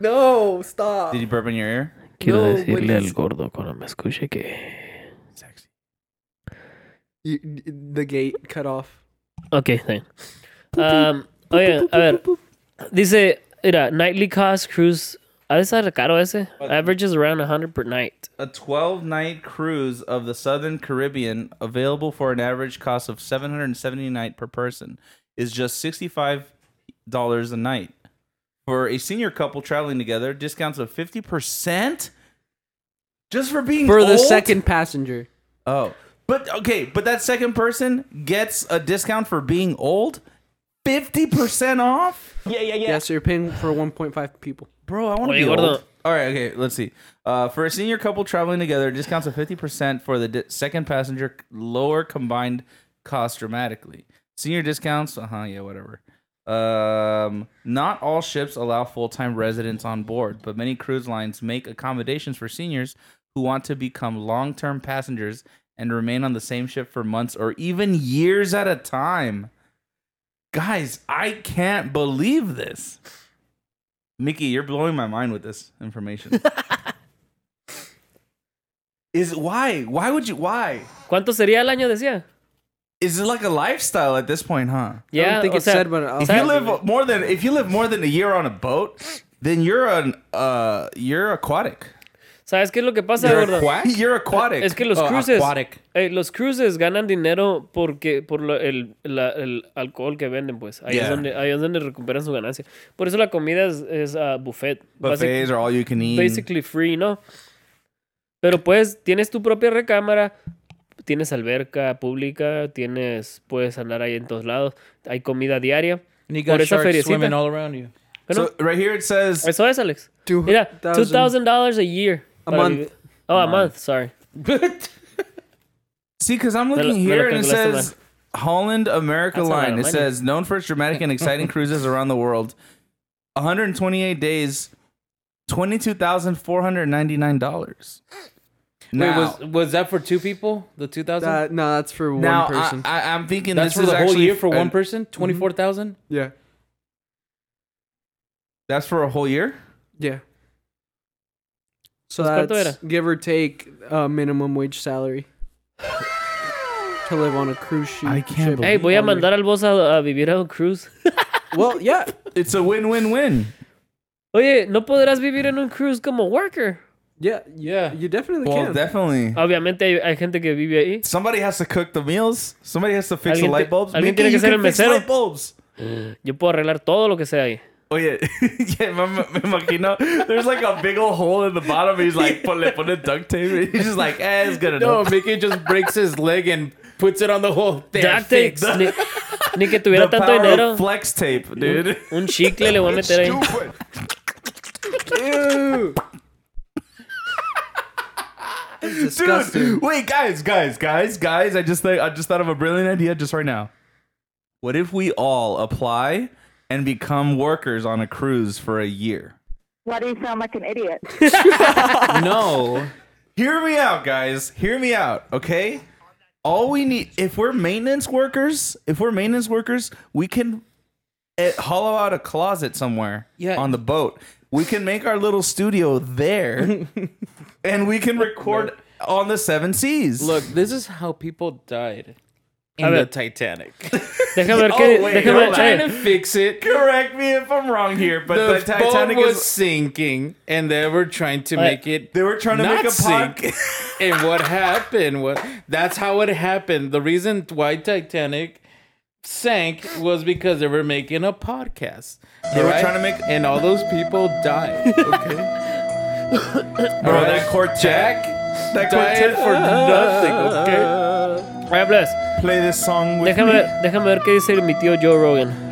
Speaker 4: no, stop.
Speaker 2: Did you burp in your ear?
Speaker 4: Quiero No, decirle güey, al es-
Speaker 3: gordo cuando me escuche que...
Speaker 2: Sexy.
Speaker 4: You, the gate cut off.
Speaker 3: Ok, está bien. Um, oye, a ver. Dice, mira, nightly cost cruise. Ha de estar caro ese. Averages around 100 per night.
Speaker 2: A 12 night cruise of the Southern Caribbean, available for an average cost of 779 per person, is just $65 a night. For a senior couple traveling together, discounts of 50% just for being
Speaker 4: For the
Speaker 2: old?
Speaker 4: second passenger.
Speaker 2: Oh. But okay, but that second person gets a discount for being old? 50% off?
Speaker 4: Yes, you're paying for 1.5 people.
Speaker 2: Bro, I want to
Speaker 3: Oye,
Speaker 2: be
Speaker 3: gordo.
Speaker 2: old. All right, okay, let's see. Uh, for a senior couple traveling together, discounts of 50% for the di- second passenger, lower combined cost dramatically. Senior discounts, uh huh, yeah, whatever. Um, not all ships allow full time residents on board, but many cruise lines make accommodations for seniors who want to become long term passengers and remain on the same ship for months or even years at a time. Guys, I can't believe this. Mickey, you're blowing my mind with this information. Is why? Why would you? Why?
Speaker 3: ¿Cuánto sería el año, decía?
Speaker 2: Is it like a lifestyle at this point, huh?
Speaker 3: Ya,
Speaker 4: I don't think
Speaker 3: o
Speaker 4: it's
Speaker 3: sea,
Speaker 4: said, but uh, I'll
Speaker 2: If you live more than if you live more than a year on a boat, then you're an uh you're aquatic.
Speaker 3: ¿Sabes qué es lo que pasa,
Speaker 1: You're
Speaker 3: gordo?
Speaker 1: aquatic?
Speaker 2: You're aquatic.
Speaker 3: Es que los
Speaker 1: Oh,
Speaker 3: cruces.
Speaker 1: aquatic.
Speaker 3: eh, los cruces ganan dinero porque por lo- el, la- el alcohol que venden, pues. Ahí, es
Speaker 2: Yeah.
Speaker 3: donde, ahí es donde recuperan su ganancia. Por eso la comida es, es, ah, buffet. Basic-
Speaker 2: buffets are all you can eat.
Speaker 3: basically free, ¿no? Pero pues tienes tu propia recámara, tienes alberca pública, tienes puedes andar ahí en todos lados, hay comida diaria.
Speaker 1: And you
Speaker 3: Por
Speaker 1: got
Speaker 3: esa
Speaker 1: sharks
Speaker 3: feriecita.
Speaker 1: swimming all around you.
Speaker 3: Bueno,
Speaker 2: so right here it says
Speaker 3: eso es Alex.
Speaker 4: Two
Speaker 3: Mira, two
Speaker 4: thousand.
Speaker 3: thousand dollars a year.
Speaker 4: A
Speaker 3: para
Speaker 4: month.
Speaker 3: vivir. Oh, a month. Sorry.
Speaker 2: See, because I'm
Speaker 3: lo-
Speaker 2: looking
Speaker 3: me lo
Speaker 2: here and it
Speaker 3: calculaste
Speaker 2: says Holland America
Speaker 3: That's a lot
Speaker 2: Line.
Speaker 3: of
Speaker 2: It
Speaker 3: money.
Speaker 2: says known for its dramatic and exciting cruises around the world. 128 days, twenty-two thousand four hundred ninety-nine dollars.
Speaker 1: Wait,
Speaker 2: Now,
Speaker 1: was was that for two people? The two thousand.
Speaker 4: That, Uh, no, that's for one
Speaker 2: now I,
Speaker 4: person.
Speaker 2: I, am thinking
Speaker 1: That's
Speaker 2: this
Speaker 1: for
Speaker 2: is
Speaker 1: the whole
Speaker 2: actually
Speaker 1: year for one
Speaker 2: an-
Speaker 1: person. Twenty four thousand.
Speaker 4: yeah,
Speaker 2: That's for a whole year.
Speaker 4: yeah. So
Speaker 3: Pues, ¿cuánto
Speaker 4: that's give or take uh, minimum wage salary to live on a cruise ship.
Speaker 2: I can't
Speaker 4: ship.
Speaker 2: believe-
Speaker 3: Hey, voy a mandar al boss a, a vivir a un cruise.
Speaker 4: Well, yeah.
Speaker 2: It's a win-win-win.
Speaker 3: Oye, no podrás vivir en un cruise como worker.
Speaker 4: Yeah,
Speaker 1: Yeah.
Speaker 4: you definitely
Speaker 2: Well,
Speaker 4: can.
Speaker 2: definitely.
Speaker 3: Obviamente hay, hay gente que vive ahí.
Speaker 2: Somebody has to cook the meals. Somebody has to fix
Speaker 3: Alguien
Speaker 2: the
Speaker 3: te-
Speaker 2: light bulbs.
Speaker 3: alguien
Speaker 2: Maybe
Speaker 3: tiene que
Speaker 2: you
Speaker 3: ser
Speaker 2: can
Speaker 3: el
Speaker 2: fix
Speaker 3: mesero.
Speaker 2: light bulbs.
Speaker 3: Yo puedo arreglar todo lo que sea ahí.
Speaker 2: Oh yeah, yeah. Me, me imagino there's like a big old hole in the bottom. He's like, put it, put it duct tape. it." He's just like, eh, it's good
Speaker 1: No,
Speaker 2: enough.
Speaker 1: Mickey just breaks his leg and puts it on the whole thing.
Speaker 3: Duct tape. Ni, ni que tuviera
Speaker 2: the
Speaker 3: tanto
Speaker 2: power
Speaker 3: dinero.
Speaker 2: of flex tape, dude.
Speaker 3: Un chicle le voy a meter ahí.
Speaker 5: Stupid.
Speaker 4: Disgusting.
Speaker 2: Dude, wait, guys, guys, guys, guys. I just think I just thought of a brilliant idea just right now. What if we all apply and become workers on a cruise for a year?
Speaker 6: Why do you sound like an idiot?
Speaker 1: No,
Speaker 2: Hear me out, guys. Hear me out, okay? All we need, if we're maintenance workers, if we're maintenance workers, we can eh, hollow out a closet somewhere
Speaker 1: Yeah.
Speaker 2: on the boat. We can make our little studio there, and we can record on the seven seas.
Speaker 1: look, this is how people died
Speaker 3: A
Speaker 1: in
Speaker 3: ver.
Speaker 1: the Titanic.
Speaker 3: Déjame ver qué.
Speaker 2: Oh, wait, hold
Speaker 3: déjame ver-
Speaker 2: on.
Speaker 1: Trying
Speaker 3: eh,
Speaker 1: to fix it.
Speaker 2: correct me if I'm wrong here, but
Speaker 1: The,
Speaker 2: the, Titanic
Speaker 1: boat was
Speaker 2: is.
Speaker 1: sinking, and they were trying to
Speaker 3: Ay.
Speaker 1: make it.
Speaker 2: They were trying to
Speaker 1: not
Speaker 2: make a
Speaker 1: sink.
Speaker 2: podcast.
Speaker 1: and what happened was that's how it happened. The reason why Titanic sank was because they were making a podcast.
Speaker 2: They were
Speaker 1: Right?
Speaker 2: trying to make-
Speaker 1: and all those people died.
Speaker 2: Bro, that quartet,
Speaker 1: Jack
Speaker 2: that
Speaker 1: died
Speaker 2: quartet
Speaker 1: for
Speaker 2: for
Speaker 1: nothing. Okay.
Speaker 3: Ryan Bless,
Speaker 2: play this song with
Speaker 3: Déjame,
Speaker 2: me.
Speaker 3: ver- déjame ver qué dice mi tío Joe Rogan.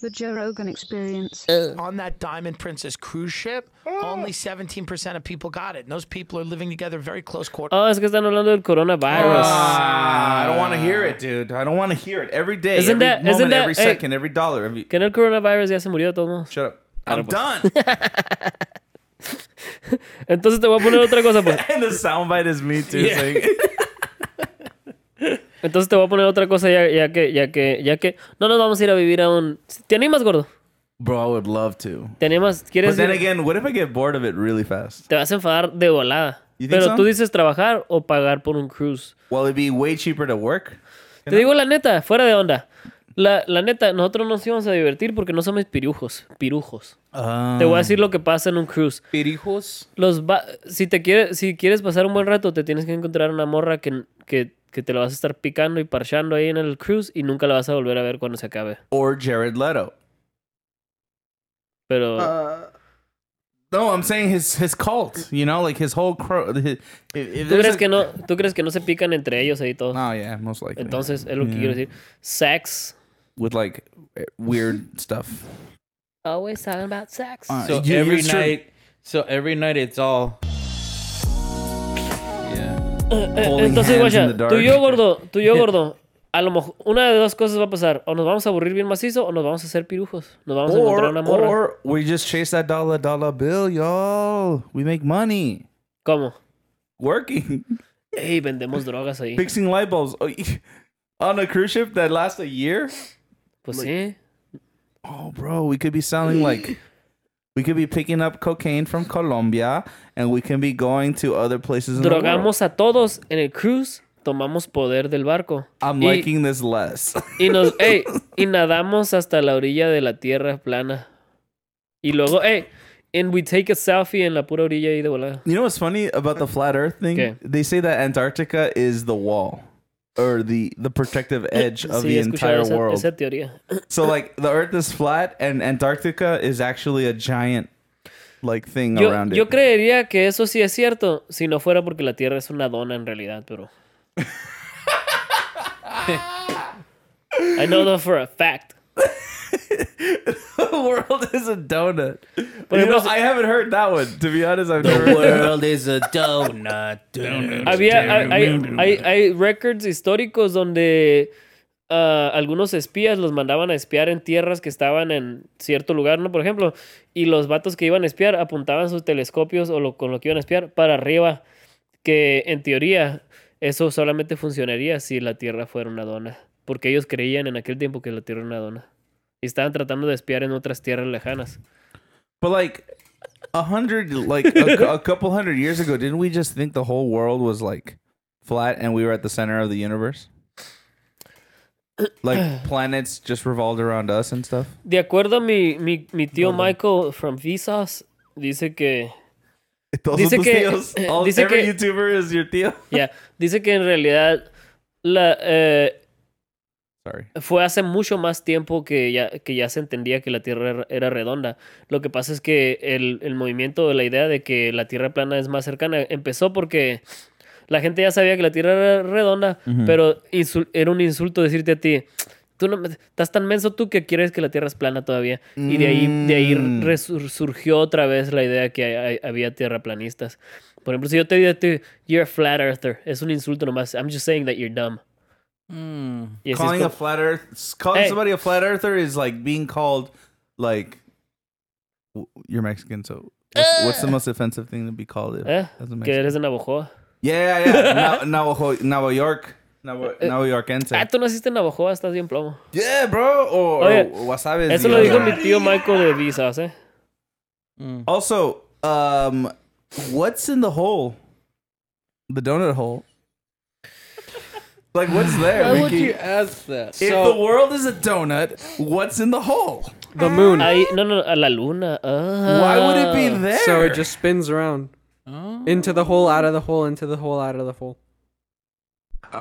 Speaker 6: The Joe Rogan Experience.
Speaker 7: on that Diamond Princess cruise ship, only 17% of people got it. And those people are living together very close quarters.
Speaker 3: Oh, es que están hablando del coronavirus.
Speaker 2: Ah, I don't want to hear it, dude. I don't want to hear it every day,
Speaker 3: Isn't
Speaker 2: every
Speaker 3: that-
Speaker 2: moment,
Speaker 3: isn't that-
Speaker 2: every
Speaker 3: hey.
Speaker 2: second, every dollar. Every,
Speaker 3: que en el coronavirus ya se murió de todos modos.
Speaker 2: shut up. I'm done.
Speaker 3: Entonces te voy a poner otra cosa, pues.
Speaker 2: and the soundbite is me too.
Speaker 1: Yeah.
Speaker 2: saying-
Speaker 3: Entonces te voy a poner otra cosa ya, ya que, ya que, ya que. No nos vamos a ir a vivir a un. ¿Te animas, gordo?
Speaker 2: Bro, I would love to.
Speaker 3: ¿Te animas?
Speaker 2: But
Speaker 3: ¿Quieres?
Speaker 2: then
Speaker 3: ir-
Speaker 2: again, what if I get bored of it really fast?
Speaker 3: Te vas a enfadar de volada.
Speaker 2: You think
Speaker 3: Pero
Speaker 2: so?
Speaker 3: tú dices trabajar o pagar por un cruise.
Speaker 2: Well, it'd be way cheaper to work.
Speaker 3: Te digo la neta, fuera de onda. La, la neta, nosotros nos íbamos a divertir porque no somos pirujos. Pirujos.
Speaker 2: Uh, Ah.
Speaker 3: Te voy a decir lo que pasa en un cruise.
Speaker 1: Pirijos.
Speaker 3: Los va- si, te quieres, si quieres pasar un buen rato, te tienes que encontrar una morra que, que, que te la vas a estar picando y parchando ahí en el cruise y nunca la vas a volver a ver cuando se acabe.
Speaker 2: Or Jared Leto.
Speaker 3: Pero
Speaker 2: Ah, No, I'm saying his his cult. You know, like his whole crow. If, if
Speaker 3: ¿tú
Speaker 2: there's
Speaker 3: crees,
Speaker 2: a-
Speaker 3: que no, tú crees que no se pican entre ellos ahí todos.
Speaker 2: Oh yeah, most likely.
Speaker 3: Entonces, es lo que
Speaker 2: Yeah.
Speaker 3: quiero decir. Sex.
Speaker 2: With like eh, weird stuff.
Speaker 3: Always talking about sex.
Speaker 2: Uh,
Speaker 1: So
Speaker 2: yeah,
Speaker 1: every
Speaker 2: it's true.
Speaker 1: night, so every night it's all.
Speaker 2: Yeah.
Speaker 3: Eh, Entonces, guacha, tú y yo, gordo, tú y yo, gordo, a lo mejor una de dos cosas va a pasar. O nos vamos a aburrir bien macizo o nos vamos a hacer pirujos. Nos vamos a encontrar una morra.
Speaker 2: or we just chase that dollar dollar bill, y'all. We make money
Speaker 3: ¿Cómo?
Speaker 2: working,
Speaker 3: Ey, vendemos drogas ahí.
Speaker 2: fixing light bulbs Oh, on a cruise ship that lasts a year.
Speaker 3: Pues sí.
Speaker 2: Oh, bro, we could be selling like we could be picking up cocaine from Colombia, and we can be going to other places. In the world.
Speaker 3: Drogamos a todos en el cruise, tomamos poder del barco.
Speaker 2: I'm
Speaker 3: y,
Speaker 2: liking this less.
Speaker 3: y nos, ey, y nadamos hasta la orilla de la tierra plana. Y luego, ey, and we take a selfie en la pura orilla ahí de volada.
Speaker 2: You know what's funny about the flat Earth thing?
Speaker 3: Okay.
Speaker 2: They say that Antarctica is the wall or the the protective edge of
Speaker 3: Sí,
Speaker 2: the
Speaker 3: he escuchado
Speaker 2: entire
Speaker 3: esa,
Speaker 2: world.
Speaker 3: esa teoría.
Speaker 2: So like the Earth is flat and Antarctica is actually a giant like thing
Speaker 3: Yo,
Speaker 2: around
Speaker 3: yo
Speaker 2: it.
Speaker 3: creería que eso sí es cierto, si no fuera porque la Tierra es una dona en realidad, pero... I know that for a fact.
Speaker 2: the world is a donut.
Speaker 3: But
Speaker 2: you
Speaker 3: it
Speaker 2: know,
Speaker 3: was-
Speaker 2: I haven't heard that one. To be honest, I've never heard that.
Speaker 1: world is a donut. donut.
Speaker 3: Había, hay, hay, hay, hay records históricos donde ah, algunos espías los mandaban a espiar en tierras que estaban en cierto lugar, ¿no? Por ejemplo, y los vatos que iban a espiar apuntaban sus telescopios o lo, con lo que iban a espiar para arriba, que en teoría eso solamente funcionaría si la tierra fuera una dona, porque ellos creían en aquel tiempo que la tierra era una dona. Y estaban tratando de espiar en otras tierras lejanas.
Speaker 2: But like a hundred, like a, cou- a couple hundred years ago, didn't we just think the whole world was like flat and we were at the center of the universe? Like planets just revolved around us and stuff.
Speaker 3: De acuerdo a mi, mi, mi tío Michael from Visas, dice que
Speaker 2: Todos
Speaker 3: Dice
Speaker 2: tus
Speaker 3: que-
Speaker 2: tíos. All,
Speaker 3: dice
Speaker 2: every
Speaker 3: que-
Speaker 2: YouTuber is your tío.
Speaker 3: Ya, dice que en realidad la, eh,
Speaker 2: Sorry.
Speaker 3: fue hace mucho más tiempo que ya, que ya se entendía que la Tierra era- era redonda. Lo que pasa es que el, el movimiento de la idea de que la Tierra plana es más cercana empezó porque la gente ya sabía que la Tierra era redonda, pero insul- era un insulto decirte a ti. Tú no me- estás tan menso tú que quieres que la Tierra es plana todavía. Y de ahí, de ahí
Speaker 2: Mm.
Speaker 3: resur- surgió otra vez la idea que hay- hay- había tierraplanistas. Por ejemplo, si yo te digo a ti, you're a flat earther, es un insulto nomás. I'm just saying that you're dumb. Y así es
Speaker 2: calling a
Speaker 3: como-
Speaker 2: flat earth, calling
Speaker 3: Hey.
Speaker 2: somebody a flat earther is like being called like w- you're Mexican. So
Speaker 4: Uh.
Speaker 2: what's, what's the most offensive thing to be called if,
Speaker 3: Eh,
Speaker 2: as a
Speaker 3: que
Speaker 2: Mexican?
Speaker 3: eres de Navajoa.
Speaker 2: Yeah, yeah, yeah. Na- Navajo, Navajo York, Navajo,
Speaker 4: Uh,
Speaker 2: Navajo
Speaker 3: Ah,
Speaker 2: Yorkense.
Speaker 3: tú naciste en Navajoa, estás bien plomo.
Speaker 2: Yeah, bro.
Speaker 4: Oh,
Speaker 2: Or,
Speaker 3: Oye,
Speaker 2: or wasabi. is
Speaker 3: Eso
Speaker 2: the
Speaker 3: lo
Speaker 2: other
Speaker 3: dijo
Speaker 2: one.
Speaker 3: mi tío Michael de Visas, ¿eh?
Speaker 2: Mm. Also, um, what's in the hole? The donut hole. Like, what's there?
Speaker 4: Why would
Speaker 2: Ricky?
Speaker 4: you ask that?
Speaker 2: If
Speaker 4: So-
Speaker 2: the world is a donut, what's in the hole?
Speaker 4: the moon.
Speaker 2: Ah,
Speaker 3: Ahí, no, no, a la luna. Ah.
Speaker 2: Why would it be there?
Speaker 4: Uh,
Speaker 2: Oh.
Speaker 4: So it just spins around. Into the hole, out of the hole, into the hole, out of the hole.
Speaker 2: I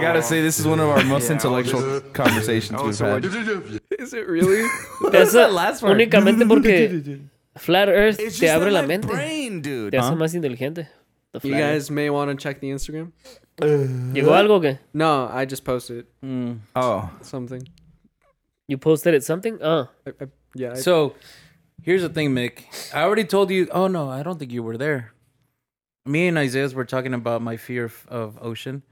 Speaker 2: gotta say, this is one of our most intellectual conversations we've had.
Speaker 4: Is it really?
Speaker 3: Te hace- Únicamente porque Flat Earth te abre la mente.
Speaker 2: brain, dude.
Speaker 3: Te hace más inteligente. The
Speaker 4: you
Speaker 3: Flat Earth.
Speaker 4: guys may want to check the Instagram.
Speaker 3: ¿Llegó algo o qué?
Speaker 4: No, I just posted
Speaker 2: Oh,
Speaker 4: something.
Speaker 3: You posted it something? Ah.
Speaker 4: I, I, yeah. I,
Speaker 1: So here's the thing, Mick. I already told you. Oh no, I don't think you were there. Me and Isaiah were talking about my fear of, of ocean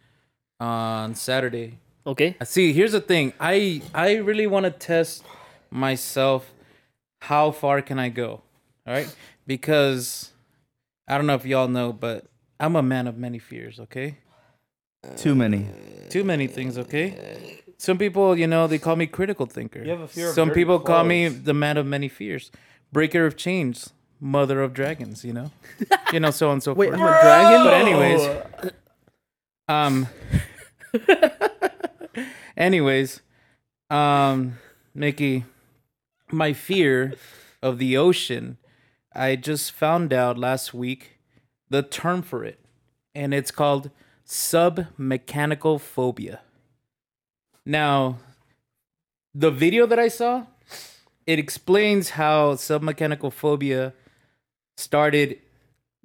Speaker 1: on Saturday.
Speaker 3: ok.
Speaker 1: See, here's the thing. I I really want to test myself. How far can I go? All right, because I don't know if y'all know, but I'm a man of many fears. Okay,
Speaker 2: too many.
Speaker 1: too many things. Okay, some people, you know, they call me critical thinker. You have
Speaker 2: a fear of
Speaker 1: some
Speaker 2: dirty
Speaker 1: people call me
Speaker 2: clothes.
Speaker 1: the man of many fears, breaker of chains, mother of dragons. You know, you know, so on and so
Speaker 4: wait,
Speaker 1: forth.
Speaker 4: I'm a dragon.
Speaker 1: But anyways, um,
Speaker 4: Oh.
Speaker 1: anyways, um, Mickey, my fear of the ocean. I just found out last week the term for it, and it's called submechanical phobia. Now, the video that I saw, it explains how submechanical phobia started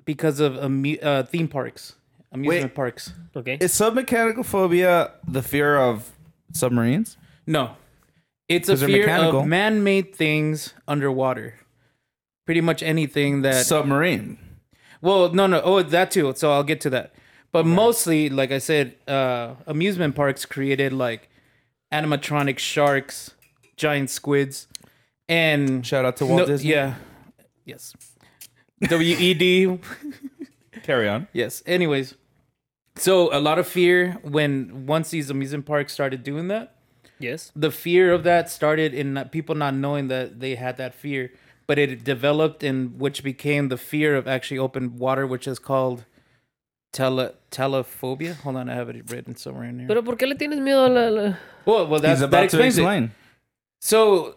Speaker 1: because of amu- uh, theme parks, amusement
Speaker 2: Wait.
Speaker 1: parks.
Speaker 3: Ok.
Speaker 2: Is submechanical phobia the fear of submarines?
Speaker 1: No, it's a
Speaker 2: 'Cause they're
Speaker 1: fear
Speaker 2: mechanical.
Speaker 1: of man-made things underwater. Pretty much anything that.
Speaker 2: Submarine.
Speaker 1: well, no, no. Oh, that too. So I'll get to that. But mostly, like I said, uh, amusement parks created like animatronic sharks, giant squids, and
Speaker 2: Shout out to Walt
Speaker 1: No,
Speaker 2: Disney.
Speaker 1: Yeah. Yes. W E D.
Speaker 2: Carry on.
Speaker 1: Yes. Anyways, so a lot of fear when once these amusement parks started doing that,
Speaker 3: Yes.
Speaker 1: the fear of that started in not- people not knowing that they had that fear, but it developed in which became the fear of actually open water, which is called tele telephobia. Hold on, I have it written somewhere in here.
Speaker 3: Pero ¿por qué le tienes miedo a la... la-
Speaker 1: Well, well, that's,
Speaker 2: He's about
Speaker 1: that
Speaker 2: to
Speaker 1: explains it.
Speaker 2: explain.
Speaker 1: So,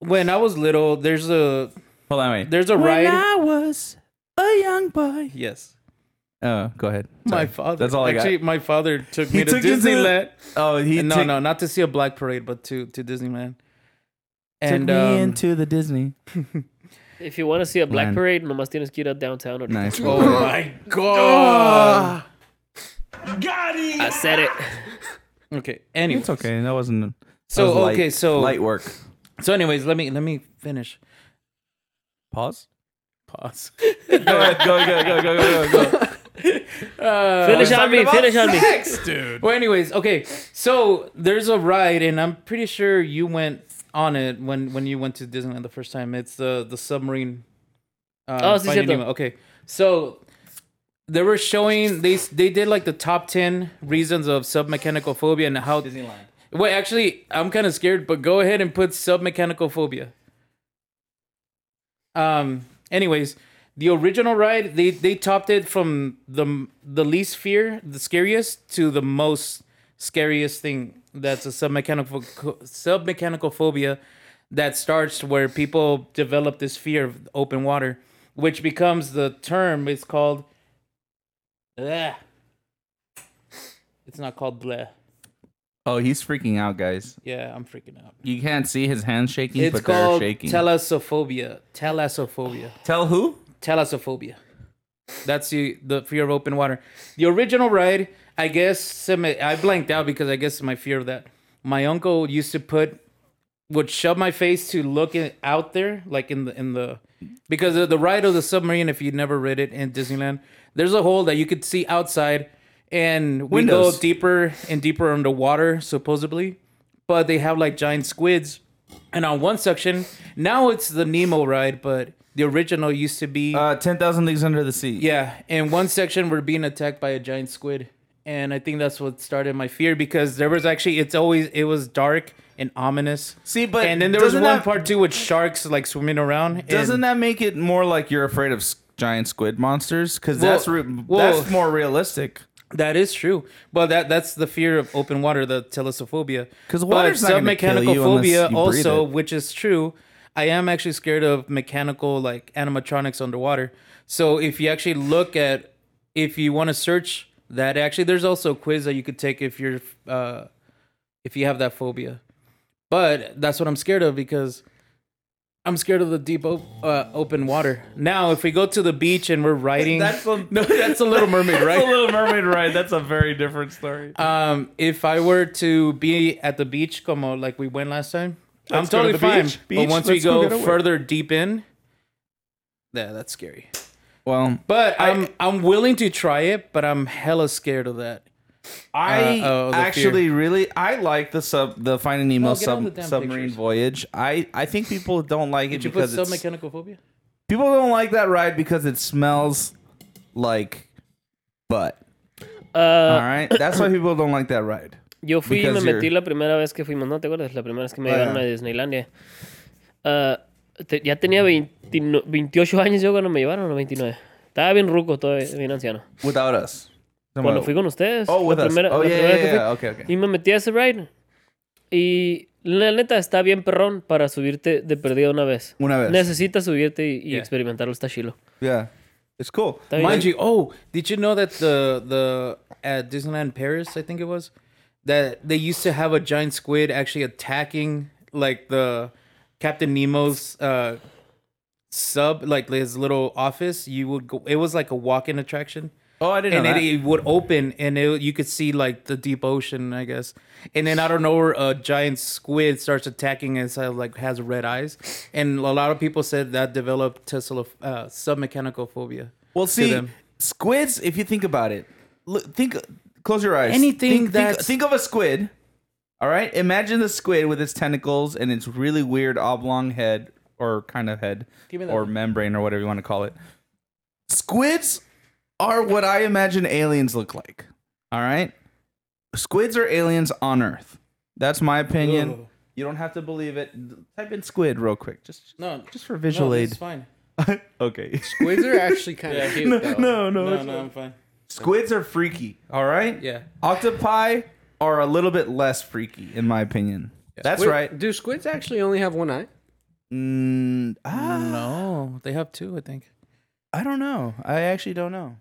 Speaker 1: when I was little, there's a
Speaker 2: Hold on, wait.
Speaker 1: there's a
Speaker 2: When
Speaker 1: ride.
Speaker 2: I was a young boy. Yes. Oh, go ahead.
Speaker 1: My
Speaker 2: Sorry.
Speaker 1: father.
Speaker 2: That's all I
Speaker 1: Actually,
Speaker 2: got.
Speaker 1: my father took
Speaker 2: He
Speaker 1: me
Speaker 2: took
Speaker 1: to
Speaker 2: you to the-
Speaker 1: Disneyland.
Speaker 2: Oh, he
Speaker 1: no,
Speaker 2: took-
Speaker 1: no, not to see a black parade, but to to Disneyland.
Speaker 2: took
Speaker 1: And
Speaker 2: me
Speaker 1: um,
Speaker 2: into the Disney.
Speaker 3: If you want to see a black
Speaker 2: Man.
Speaker 3: parade, nomás tienes que ir a downtown. Or
Speaker 2: Nice.
Speaker 1: oh my god.
Speaker 3: I said it.
Speaker 1: Okay. Anyway,
Speaker 2: it's okay. That wasn't. that
Speaker 1: So,
Speaker 2: was light-
Speaker 1: okay, so-
Speaker 2: light work.
Speaker 1: So, anyways, let me let me finish.
Speaker 2: Pause.
Speaker 1: Pause.
Speaker 2: go ahead. Go go go go go go. go. Uh,
Speaker 3: Finish on me. Finish on me.
Speaker 1: Well, anyways, okay. So there's a ride, and I'm pretty sure you went on it when when you went to Disneyland the first time. It's the the submarine. Uh,
Speaker 3: Oh, sí,
Speaker 1: Finding
Speaker 3: cierto.
Speaker 1: Nemo. Okay, so they were showing they they did like the top ten reasons of submechanical phobia and how Disneyland. Wait, actually, I'm kind of scared, but go ahead and put submechanical phobia. Um. Anyways, the original ride they they topped it from the the least fear, the scariest, to the most scariest thing. That's a submechanical submechanical phobia that starts where people develop this fear of open water, which becomes the term. It's called. Bleh. It's not called bleh.
Speaker 2: Oh, he's freaking out, guys.
Speaker 1: Yeah, I'm freaking out.
Speaker 2: You can't see his hands shaking,
Speaker 1: It's
Speaker 2: but they're
Speaker 1: called
Speaker 2: shaking.
Speaker 1: telasophobia. Telasophobia.
Speaker 2: Tell who?
Speaker 1: Thalassophobia. That's the, the fear of open water. The original ride, I guess, semi- I blanked out because I guess my fear of that. My uncle used to put, would shove my face to look in, out there, like in the, in the, because of the ride of the submarine, if you'd never read it in Disneyland, there's a hole that you could see outside and we
Speaker 2: Windows.
Speaker 1: go deeper and deeper underwater, supposedly. But they have like giant squids. And on one section, now it's the Nemo ride, but the original used to be.
Speaker 2: Uh, Ten Thousand Leagues Under the Sea.
Speaker 1: Yeah, in one section we're being attacked by a giant squid, and I think that's what started my fear because there was actually it's always it was dark and ominous.
Speaker 2: See, but
Speaker 1: and then there was
Speaker 2: doesn't
Speaker 1: one
Speaker 2: that-
Speaker 1: part too with sharks like swimming around.
Speaker 2: Doesn't
Speaker 1: and,
Speaker 2: that make it more like you're afraid of s- giant squid monsters? Because that's re-
Speaker 1: well-
Speaker 2: that's more realistic.
Speaker 1: that is true, but that that's the fear of open water, the telesophobia.
Speaker 2: 'Cause
Speaker 1: But
Speaker 2: water's not gonna kill
Speaker 1: submechanical
Speaker 2: you unless
Speaker 1: phobia
Speaker 2: you breathe
Speaker 1: also,
Speaker 2: it.
Speaker 1: which is true. I am actually scared of mechanical like animatronics underwater. So if you actually look at if you want to search that actually there's also a quiz that you could take if you're uh if you have that phobia but that's what i'm scared of because i'm scared of the deep op- uh, open water now if we go to the beach and we're riding
Speaker 2: That's a-
Speaker 1: no that's a little mermaid right
Speaker 2: Little Mermaid ride. That's a very different story.
Speaker 1: um if i were to be at the beach como like we went last time i'm
Speaker 2: Let's go to
Speaker 1: totally
Speaker 2: the
Speaker 1: fine
Speaker 2: beach.
Speaker 1: but
Speaker 2: Beach,
Speaker 1: once we
Speaker 2: let's go
Speaker 1: go,
Speaker 2: get away.
Speaker 1: further deep in yeah that's scary
Speaker 2: well, uh,
Speaker 1: but
Speaker 2: I-
Speaker 1: i'm i'm willing to try it but i'm hella scared of that
Speaker 2: I
Speaker 1: Uh, oh, the
Speaker 2: actually really I like the sub the Finding Nemo
Speaker 1: Oh, get on the
Speaker 2: sub,
Speaker 1: damn
Speaker 2: submarine
Speaker 1: pictures.
Speaker 2: voyage. I I think people don't like it
Speaker 1: did you put
Speaker 2: because
Speaker 1: some
Speaker 2: it's,
Speaker 1: mechanical phobia
Speaker 2: people don't like that ride because it smells like butt. All
Speaker 3: Uh,
Speaker 2: right, that's why people don't like that ride.
Speaker 3: yo fui y me
Speaker 2: because you're-
Speaker 3: metí la primera vez que fuimos. ¿No te acuerdas? La primera vez que me
Speaker 2: Ah,
Speaker 3: llevaron
Speaker 2: ya.
Speaker 3: a Disneylandia. Ah, te- ya tenía 29 28 años yo cuando me llevaron, o 29. Estaba bien ruco todavía, bien anciano.
Speaker 2: Without us,
Speaker 3: Cuando fui con ustedes.
Speaker 2: Oh,
Speaker 3: la
Speaker 2: with us.
Speaker 3: primera-
Speaker 2: Oh,
Speaker 3: la
Speaker 2: yeah,
Speaker 3: primera
Speaker 2: yeah,
Speaker 3: que fui.
Speaker 2: yeah. Okay, okay.
Speaker 3: Y me metí a ese ride. Y la neta está bien perrón para subirte de perdida una vez.
Speaker 2: Una vez.
Speaker 3: Necesitas subirte y, y experimentarlo, está chilo.
Speaker 2: yeah, it's cool.
Speaker 3: Está bien.
Speaker 1: Mind you, oh, did you know that the the at Disneyland Paris, I think it was, that they used to have a giant squid actually attacking like the Captain Nemo's uh sub, like his little office. You would go. It was like a walk-in attraction.
Speaker 2: Oh, I didn't
Speaker 1: And
Speaker 2: know
Speaker 1: it,
Speaker 2: that.
Speaker 1: it would open, and it, you could see like the deep ocean, I guess. And then I don't know where a giant squid starts attacking and so, like has red eyes. And a lot of people said that developed tesla uh, submechanical phobia.
Speaker 2: Well, see,
Speaker 1: them.
Speaker 2: squids. If you think about it, look, think. Close your eyes.
Speaker 1: Anything
Speaker 2: Think, think,
Speaker 1: that's-
Speaker 2: think of a squid. All right. Imagine the squid with its tentacles and its really weird oblong head or kind of head
Speaker 1: me that
Speaker 2: or
Speaker 1: one.
Speaker 2: membrane or whatever you want to call it. Squids are what I imagine aliens look like. All right. Squids are aliens on Earth. That's my opinion.
Speaker 1: Ugh.
Speaker 2: You don't have to believe it. Type in squid real quick, just
Speaker 1: No,
Speaker 2: just for visual
Speaker 1: no,
Speaker 2: aid.
Speaker 1: It's fine.
Speaker 2: okay.
Speaker 4: Squids are actually kind of cute, though.
Speaker 2: no, no,
Speaker 1: No,
Speaker 2: it's-
Speaker 1: no, I'm fine.
Speaker 2: Squids are freaky, all right?
Speaker 1: Yeah.
Speaker 2: Octopi are a little bit less freaky, in my opinion. That's
Speaker 4: Wait,
Speaker 2: right.
Speaker 4: Do squids actually only have one eye?
Speaker 2: Mm, ah,
Speaker 1: No, Oh, they have two, I think.
Speaker 2: I don't know. I actually don't know.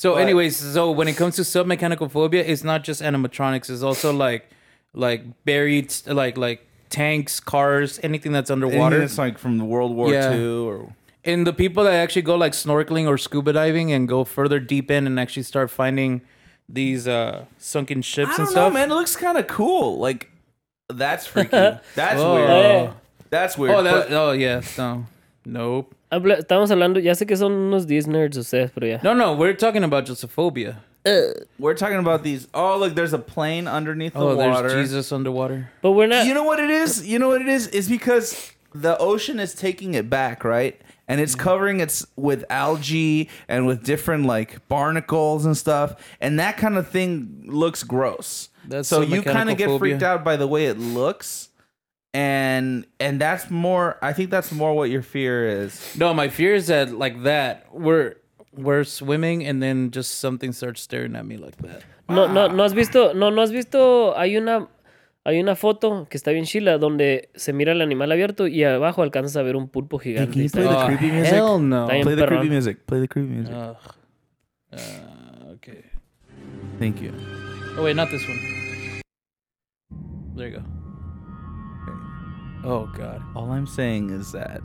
Speaker 1: So,
Speaker 2: But-
Speaker 1: anyways, so when it comes to submechanical phobia, it's not just animatronics. It's also like, like buried, like like tanks, cars, anything that's underwater.
Speaker 2: Water. It's like from the World War
Speaker 1: Yeah.
Speaker 2: II or
Speaker 1: and the people that actually go like snorkeling or scuba diving and go further deep in and actually start finding these uh sunken
Speaker 2: I
Speaker 1: ships and
Speaker 2: don't know,
Speaker 1: stuff.
Speaker 2: man. It looks kind of cool. Like that's freaky. That's
Speaker 1: Oh.
Speaker 2: weird.
Speaker 1: Yeah.
Speaker 2: That's weird.
Speaker 1: Oh, that,
Speaker 2: but-
Speaker 1: oh yeah, no, nope.
Speaker 3: Habla- Estamos hablando, ya sé que son unos 10 nerds ustedes, pero ya.
Speaker 1: No, no, we're talking about just a phobia.
Speaker 2: we're talking about these. Oh, look, there's a plane underneath
Speaker 1: oh,
Speaker 2: the water.
Speaker 1: there's Jesus underwater.
Speaker 3: But we're not.
Speaker 2: You know what it is? You know what it is? It's because the ocean is taking it back, right? And
Speaker 1: Mm.
Speaker 2: it's covering its with algae and with different like barnacles and stuff, and that kind of thing looks gross.
Speaker 1: That's
Speaker 2: so
Speaker 1: some
Speaker 2: you kind
Speaker 1: mechanical
Speaker 2: of get
Speaker 1: phobia.
Speaker 2: freaked out by the way it looks, and and that's more. I think that's more what your fear is.
Speaker 1: No, my fear is that like that we're we're swimming and then just something starts staring at me like that.
Speaker 3: No, no, no has visto, no, no has visto, hay una, hay una foto que está bien chila donde se mira el animal abierto y abajo alcanzas a ver un pulpo gigante. Está bien-
Speaker 1: Oh,
Speaker 2: creepy music?
Speaker 1: Hell no.
Speaker 3: Damn.
Speaker 2: Play the
Speaker 3: Emperor.
Speaker 2: creepy music. Play the creepy music.
Speaker 1: Ugh. Uh, okay.
Speaker 2: Thank you.
Speaker 1: Oh wait, not this one. There you go. Oh god.
Speaker 2: All I'm saying is that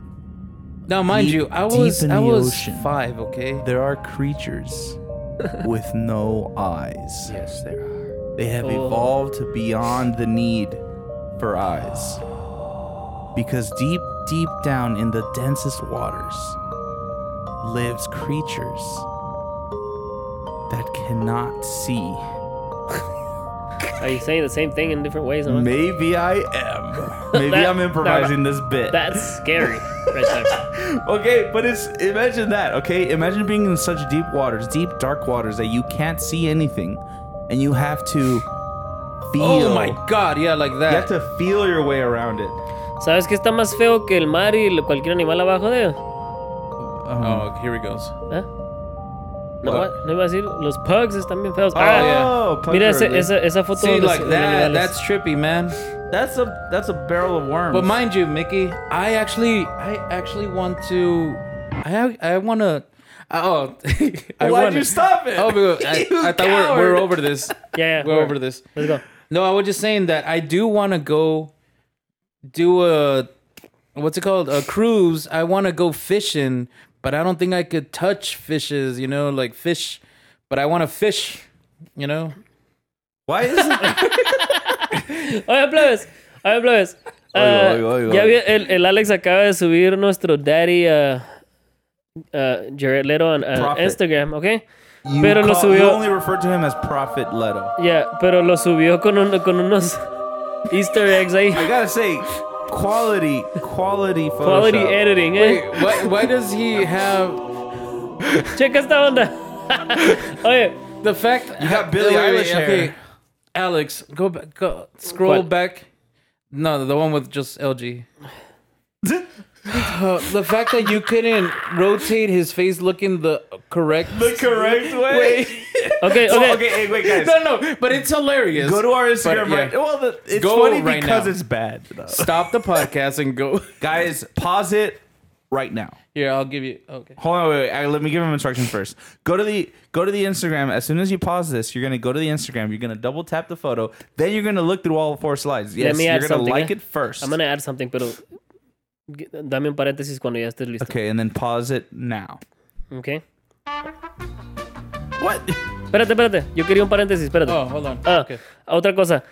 Speaker 1: Now, mind
Speaker 2: Deep-
Speaker 1: you, I
Speaker 2: deep
Speaker 1: was
Speaker 2: in
Speaker 1: I
Speaker 2: the
Speaker 1: was
Speaker 2: ocean.
Speaker 1: five. Okay.
Speaker 2: there are creatures with no eyes.
Speaker 1: Yes, there are.
Speaker 2: They have
Speaker 3: Oh.
Speaker 2: evolved to beyond the need for eyes. Because deep, deep down in the densest waters lives creatures that cannot see.
Speaker 3: Are you saying the same thing in different ways? no?
Speaker 2: Maybe I am. Maybe
Speaker 3: That-
Speaker 2: I'm improvising this bit.
Speaker 3: That's scary. Right there.
Speaker 2: okay, but it's imagine that, okay? Imagine being in such deep waters, deep dark waters that you can't see anything and you have to feel
Speaker 1: Oh my god. Yeah, like
Speaker 2: You have
Speaker 1: that.
Speaker 2: to feel your way around it.
Speaker 3: ¿Sabes qué está más feo que el mar y el- cualquier animal abajo de él?
Speaker 2: um,
Speaker 1: Oh, here he goes.
Speaker 3: ¿Eh? No,
Speaker 2: What?
Speaker 3: what? no iba a decir, los pugs están bien feos.
Speaker 1: Oh, yeah.
Speaker 3: ah,
Speaker 2: punch
Speaker 3: mira ese-
Speaker 2: card, dude.
Speaker 3: esa, esa foto
Speaker 1: See,
Speaker 3: de los-
Speaker 1: like
Speaker 3: de
Speaker 1: that.
Speaker 3: animales.
Speaker 1: That's trippy, man.
Speaker 2: That's a that's a barrel of worms.
Speaker 1: But mind you, Mickey, I actually, I actually want to, I, I want to. Oh, I
Speaker 2: Why'd
Speaker 1: wanna-
Speaker 2: you stop it?
Speaker 1: Oh, because I,
Speaker 2: You
Speaker 1: I thought we're,
Speaker 2: coward.
Speaker 1: we're over this.
Speaker 3: Yeah, yeah,
Speaker 1: we're
Speaker 3: we're-
Speaker 1: over this.
Speaker 3: Let's go.
Speaker 1: No, I was just saying that I do want to go do a what's it called a cruise. I want to go fishing, but I don't think I could touch fishes. You know, like fish, but I want to fish. You know,
Speaker 2: why is it?
Speaker 3: Oye, plebes. Oye, plebes. Ah,
Speaker 2: oigo, oigo,
Speaker 3: ya
Speaker 2: oigo.
Speaker 3: vi- el, el Alex acaba de subir nuestro daddy uh, uh, Jared Leto en uh,
Speaker 2: Prophet.
Speaker 3: Instagram, ¿ok?
Speaker 2: You
Speaker 3: Pero lo
Speaker 2: You
Speaker 3: subió-
Speaker 2: only refer to him as Prophet Leto.
Speaker 3: Ya, pero lo subió con, un- con unos Easter eggs ahí.
Speaker 2: I gotta say, quality, quality, Photoshop.
Speaker 3: Quality editing,
Speaker 1: Wait,
Speaker 3: eh.
Speaker 1: why, why does he have
Speaker 3: Checa esta onda. Oye,
Speaker 1: the fact? You
Speaker 2: got Billie Eilish hair.
Speaker 1: Alex, go back, go scroll
Speaker 3: What?
Speaker 1: back. No, the one with just LG. Uh, the fact that you couldn't rotate his face looking the correct
Speaker 2: The correct way.
Speaker 3: ok,
Speaker 2: Oh,
Speaker 3: ok.
Speaker 2: okay, hey, wait, guys.
Speaker 1: No, no, but it's hilarious.
Speaker 2: Go to our Instagram.
Speaker 1: But, yeah.
Speaker 2: right, well, the, it's
Speaker 1: Go
Speaker 2: funny
Speaker 1: right
Speaker 2: because
Speaker 1: now.
Speaker 2: it's bad. though.
Speaker 1: Stop the podcast and go.
Speaker 2: Guys, pause it right now.
Speaker 1: Here, I'll give you. Okay.
Speaker 2: Hold on, wait, wait. I, let me give him instructions first. Go to the go to the Instagram. As soon as you pause this, you're gonna go to the Instagram. You're gonna double tap the photo. Then you're gonna look through all four slides. Yes,
Speaker 3: me add
Speaker 2: you're gonna
Speaker 3: something,
Speaker 2: like
Speaker 3: eh?
Speaker 2: it first.
Speaker 3: I'm gonna add something, pero g- dame un paréntesis cuando ya estés listo.
Speaker 2: Okay, and then pause it now.
Speaker 3: ok.
Speaker 2: What?
Speaker 3: Espérate, espérate. Yo quería un paréntesis, espérate.
Speaker 1: Oh, hold on.
Speaker 3: Ah,
Speaker 1: Okay.
Speaker 3: otra cosa.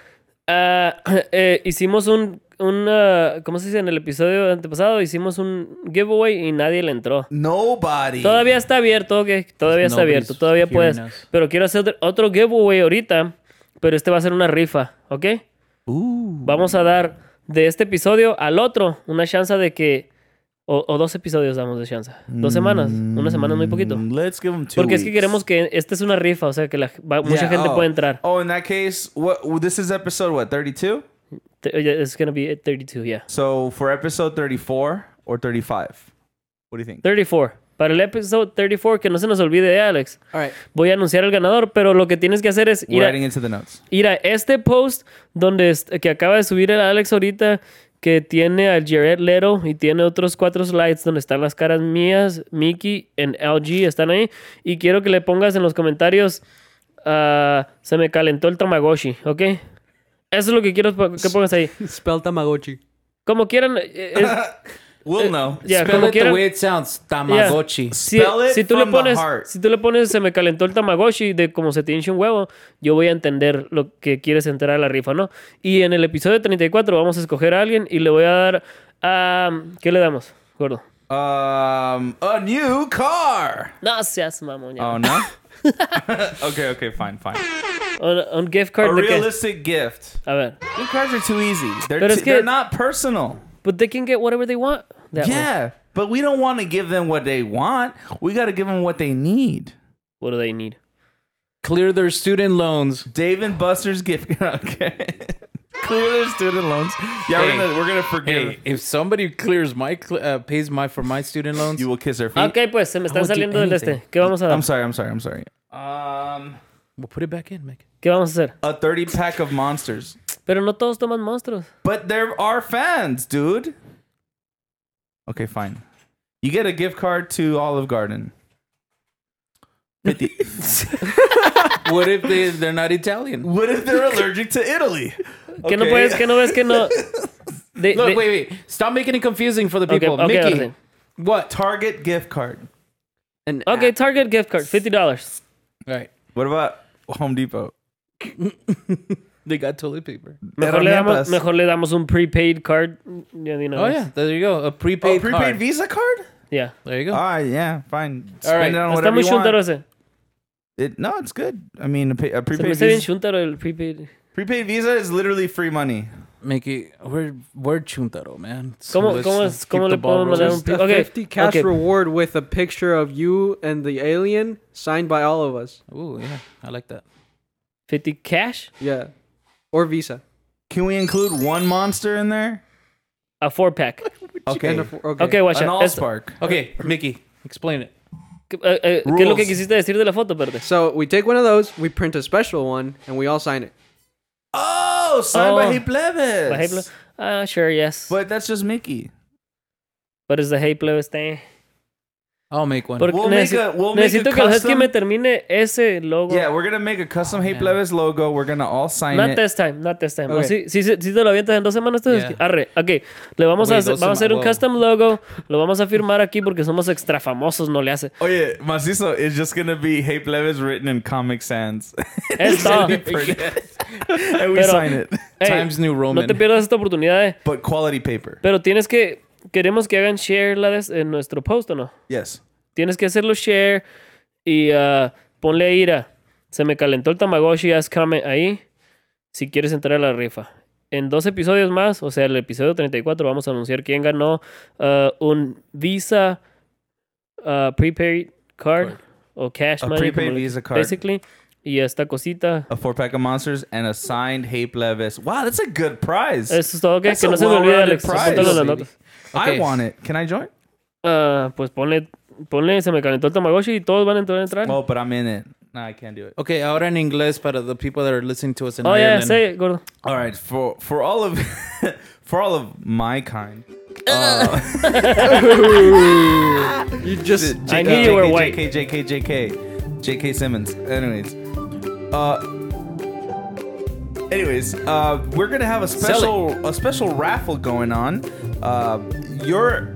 Speaker 3: Ah, eh, hicimos un, un, ah, ¿cómo se dice? En el episodio antepasado hicimos un giveaway y nadie le entró.
Speaker 2: Nobody.
Speaker 3: Todavía está abierto, ok.
Speaker 2: Pues
Speaker 3: Todavía está
Speaker 1: Nobody's
Speaker 3: abierto, todavía
Speaker 1: hearing
Speaker 3: puedes.
Speaker 1: us.
Speaker 3: Pero quiero hacer otro- otro giveaway ahorita, pero este va a ser una rifa, ¿ok?
Speaker 2: Uh.
Speaker 3: Vamos a dar de este episodio al otro una chance de que... O, o dos episodios damos de chance. Dos semanas. Una semana es muy poquito.
Speaker 2: Let's give them Mm, two.
Speaker 3: Porque es que
Speaker 2: weeks.
Speaker 3: queremos que esta es una rifa, o sea que la, va- mucha
Speaker 2: Yeah,
Speaker 3: gente
Speaker 2: oh.
Speaker 3: puede entrar.
Speaker 2: Oh, in that case, what? well, This is episode what? Thirty-two.
Speaker 3: It's gonna be at 32, yeah.
Speaker 2: So for episode thirty-four or thirty-five, what do you think?
Speaker 3: 34. Para el episodio 34, que no se nos olvide, eh, Alex.
Speaker 4: All right.
Speaker 3: Voy a anunciar al ganador, pero lo que tienes que hacer es
Speaker 2: We're
Speaker 3: ir a,
Speaker 2: adding into the notes.
Speaker 3: ir a este post donde est- que acaba de subir el Alex ahorita que tiene al Jared Leto y tiene otros cuatro slides donde están las caras mías, Mickey en LG están ahí. Y quiero que le pongas en los comentarios, ah, se me calentó el Tamagotchi, ¿ok? Eso es lo que quiero po- que pongas ahí.
Speaker 4: Spell Tamagotchi.
Speaker 3: Como quieran, eh, es-
Speaker 2: We'll know.
Speaker 3: ya,
Speaker 1: Spell
Speaker 3: como
Speaker 1: it the
Speaker 3: quieran.
Speaker 1: way it sounds. Tamagotchi.
Speaker 3: Si,
Speaker 2: Spell it
Speaker 3: si tú le
Speaker 2: from the
Speaker 3: pones,
Speaker 2: heart.
Speaker 3: si tú le pones, se me calentó el tamagotchi de como se te hincha un huevo, yo voy a entender lo que quieres entrar a la rifa, ¿no? Y en el episodio 34 vamos a escoger a alguien y le voy a dar a... ¿Qué le damos, gordo?
Speaker 2: Um, a new car.
Speaker 3: No seas mamón. ya.
Speaker 2: Oh no. okay, okay, fine, fine.
Speaker 3: Un, un gift
Speaker 2: A
Speaker 3: card de qué?
Speaker 2: realistic gift.
Speaker 3: A ver.
Speaker 2: New cars are too easy. They're,
Speaker 3: Pero
Speaker 2: too,
Speaker 3: es que-
Speaker 2: they're not personal.
Speaker 3: But they can get whatever they want. That one.
Speaker 2: Yeah, but we don't want to give them what they want. We got to give them what they need.
Speaker 3: What do they need?
Speaker 1: Clear their student loans.
Speaker 2: Dave and Buster's gift. okay. Clear their student loans. Yeah,
Speaker 1: Hey.
Speaker 2: we're gonna we're gonna forgive.
Speaker 1: Hey, if somebody clears my cl- uh, pays my for my student loans,
Speaker 2: You will kiss her feet.
Speaker 3: Ok, pues se me están
Speaker 1: would do
Speaker 3: saliendo del
Speaker 1: anything.
Speaker 3: este. ¿Qué vamos a dar?
Speaker 2: I'm sorry. I'm sorry. I'm sorry. Um,
Speaker 1: we'll put it back in, Mick.
Speaker 3: ¿Qué vamos a hacer?
Speaker 2: a 30 pack of monsters.
Speaker 3: Pero no todos toman monstruos.
Speaker 2: But there are fans, dude. Okay, fine. You get a gift card to Olive Garden. 50.
Speaker 1: What if they they're not Italian?
Speaker 2: what if they're allergic to Italy?
Speaker 3: Que no
Speaker 2: Okay.
Speaker 3: puedes, que no ves, que no... They-
Speaker 1: Look,
Speaker 3: they-
Speaker 1: wait, wait. Stop making it confusing for the
Speaker 3: Ok,
Speaker 1: people.
Speaker 3: ok, ahora
Speaker 1: Mickey,
Speaker 3: sí.
Speaker 1: what?
Speaker 2: Target gift card.
Speaker 4: An
Speaker 2: Ah.
Speaker 3: Okay, Target gift card, fifty dollars.
Speaker 1: All right.
Speaker 2: What about Home Depot?
Speaker 1: They got toilet paper.
Speaker 3: Mejor le damos, mejor le damos un prepaid card. Ya de una
Speaker 1: Oh
Speaker 3: vez.
Speaker 1: yeah, there you go. A prepaid,
Speaker 2: Oh, prepaid
Speaker 1: card.
Speaker 2: Visa card?
Speaker 3: Yeah.
Speaker 1: There you go.
Speaker 2: Ah, yeah, fine. Spend
Speaker 1: right.
Speaker 2: it on
Speaker 3: Está
Speaker 2: whatever
Speaker 3: muy
Speaker 2: you
Speaker 3: chuntaro
Speaker 2: want.
Speaker 3: ese.
Speaker 2: It, no, it's good. I mean, a, pay, a
Speaker 3: Se me
Speaker 2: prepaid
Speaker 3: hace bien
Speaker 2: visa,
Speaker 3: chuntaro el prepaid.
Speaker 2: prepaid visa is literally free money.
Speaker 1: Mickey, we're we're chuntaro, man. So
Speaker 3: ¿Cómo,
Speaker 1: let's-
Speaker 3: cómo,
Speaker 1: let's
Speaker 3: es,
Speaker 1: keep
Speaker 3: cómo
Speaker 1: the
Speaker 3: le
Speaker 1: ball
Speaker 3: podemos mandar
Speaker 1: rolling.
Speaker 3: un
Speaker 4: a
Speaker 3: prepaid? Okay,
Speaker 4: 50 cash
Speaker 3: okay.
Speaker 4: reward with a picture of you and the alien signed by all of us.
Speaker 1: Ooh, yeah, I like that.
Speaker 3: 50 cash?
Speaker 4: Yeah. Or Visa.
Speaker 2: Can we include one monster in there?
Speaker 3: A four pack.
Speaker 2: Okay.
Speaker 4: And a four- okay.
Speaker 3: Okay, watch
Speaker 2: An
Speaker 3: out.
Speaker 2: all
Speaker 3: Esto-
Speaker 2: spark.
Speaker 1: Okay, Mickey, explain it.
Speaker 3: eh, eh, ¿Qué es lo que
Speaker 2: Rules.
Speaker 3: quisiste decir de la foto, Perde?
Speaker 4: So we take one of those, we print a special one, and we all sign it.
Speaker 2: Oh, signed
Speaker 3: Oh.
Speaker 2: by Hey Plebes.
Speaker 3: Hey plebe? Ah, sure, yes.
Speaker 2: But that's just Mickey.
Speaker 3: But it's the Hey Plebes thing.
Speaker 1: I'll make one.
Speaker 3: Porque
Speaker 2: We'll make
Speaker 3: necesito,
Speaker 2: a- we'll make
Speaker 3: necesito
Speaker 2: a
Speaker 3: que el Husky
Speaker 2: custom-
Speaker 3: me termine ese logo.
Speaker 2: Yeah, we're gonna make a custom Hey Plebes logo. We're gonna all sign
Speaker 3: Not
Speaker 2: it.
Speaker 3: this time, not this time. No,
Speaker 4: Okay.
Speaker 3: Si, si, si te lo avientas en dos semanas, entonces
Speaker 1: Yeah.
Speaker 3: arre. Ok, le vamos a
Speaker 1: Güey,
Speaker 3: hacer,
Speaker 1: dos
Speaker 3: vamos a hacer un
Speaker 1: sema- wow.
Speaker 3: custom logo, lo vamos a firmar aquí porque somos extra famosos, no le hace.
Speaker 2: Oh yeah, Macizo is just gonna be Hey Plebes written in Comic Sans,
Speaker 3: Es todo.
Speaker 2: and we
Speaker 3: Pero-
Speaker 2: sign it,
Speaker 3: Ey,
Speaker 1: Times New Roman.
Speaker 3: No te pierdas esta oportunidad, eh.
Speaker 2: but quality paper.
Speaker 3: pero tienes que, queremos que hagan share la des- en nuestro post o no.
Speaker 2: Yes.
Speaker 3: Tienes que hacerlo share y ah, ponle ira. Se me calentó el Tamagotchi, haz comment ahí si quieres entrar a la rifa. En dos episodios más, o sea, el episodio 34, vamos a anunciar quién ganó ah, un Visa ah, prepaid card o cash
Speaker 2: A
Speaker 3: money.
Speaker 2: prepaid
Speaker 3: como le-
Speaker 2: Visa card.
Speaker 3: Basically. Y esta cosita.
Speaker 2: a four pack of monsters and a signed Hey Levis. Wow, that's a good prize.
Speaker 3: Eso es todo, ¿ok?
Speaker 2: That's
Speaker 3: Que
Speaker 2: a
Speaker 3: no se me olvide,
Speaker 2: well-rounded
Speaker 3: Alex.
Speaker 2: prize,
Speaker 3: Apúntalo en las
Speaker 2: baby.
Speaker 3: notas.
Speaker 2: I want it. Can I join?
Speaker 3: Ah, pues ponle, ponle, se me calentó el Tamagotchi y todos van a entrar. entrar.
Speaker 2: Oh, but I'm in it. No, I can't do it.
Speaker 1: Okay, ahora en inglés para the people that are listening to us in
Speaker 3: oh, ya,
Speaker 1: Ireland.
Speaker 3: sé, gordo.
Speaker 2: All right, for for all of for all of my kind.
Speaker 4: You just
Speaker 2: JK,
Speaker 3: knew you were
Speaker 2: JK,
Speaker 3: white.
Speaker 2: JK, JK, JK, JK Simmons. Anyways, uh, anyways, uh, we're gonna have a special a special raffle going on. Uh, your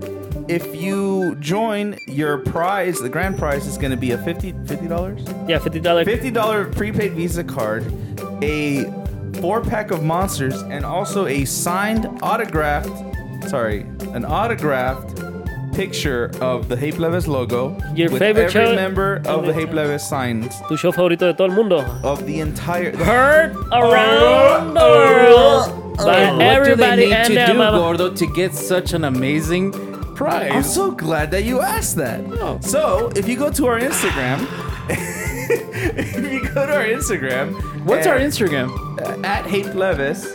Speaker 2: if you join, your prize, the grand prize is gonna be a 50 dollars,
Speaker 3: Ya, $50.
Speaker 2: fifty dollar prepaid Visa card, a four pack of monsters, and also a signed autographed, sorry, an autographed picture of the Hey Plebes logo
Speaker 3: Your
Speaker 2: with
Speaker 3: favorite
Speaker 2: every
Speaker 3: child-
Speaker 2: member of the
Speaker 3: favorite
Speaker 2: Hey
Speaker 3: child.
Speaker 2: Plebes signs
Speaker 3: Tu show favorito de todo el mundo.
Speaker 2: of the entire.
Speaker 3: Heard around the world by
Speaker 1: And what do they
Speaker 3: everybody
Speaker 1: need
Speaker 3: and
Speaker 1: to
Speaker 3: their
Speaker 1: do,
Speaker 3: mama.
Speaker 1: Gordo, to get such an amazing
Speaker 2: I'm
Speaker 1: prize?
Speaker 2: so glad that you asked that. So if you go to our Instagram. if you go to our Instagram,
Speaker 1: What's our
Speaker 2: and-
Speaker 1: Instagram?
Speaker 2: at Hey Plebes?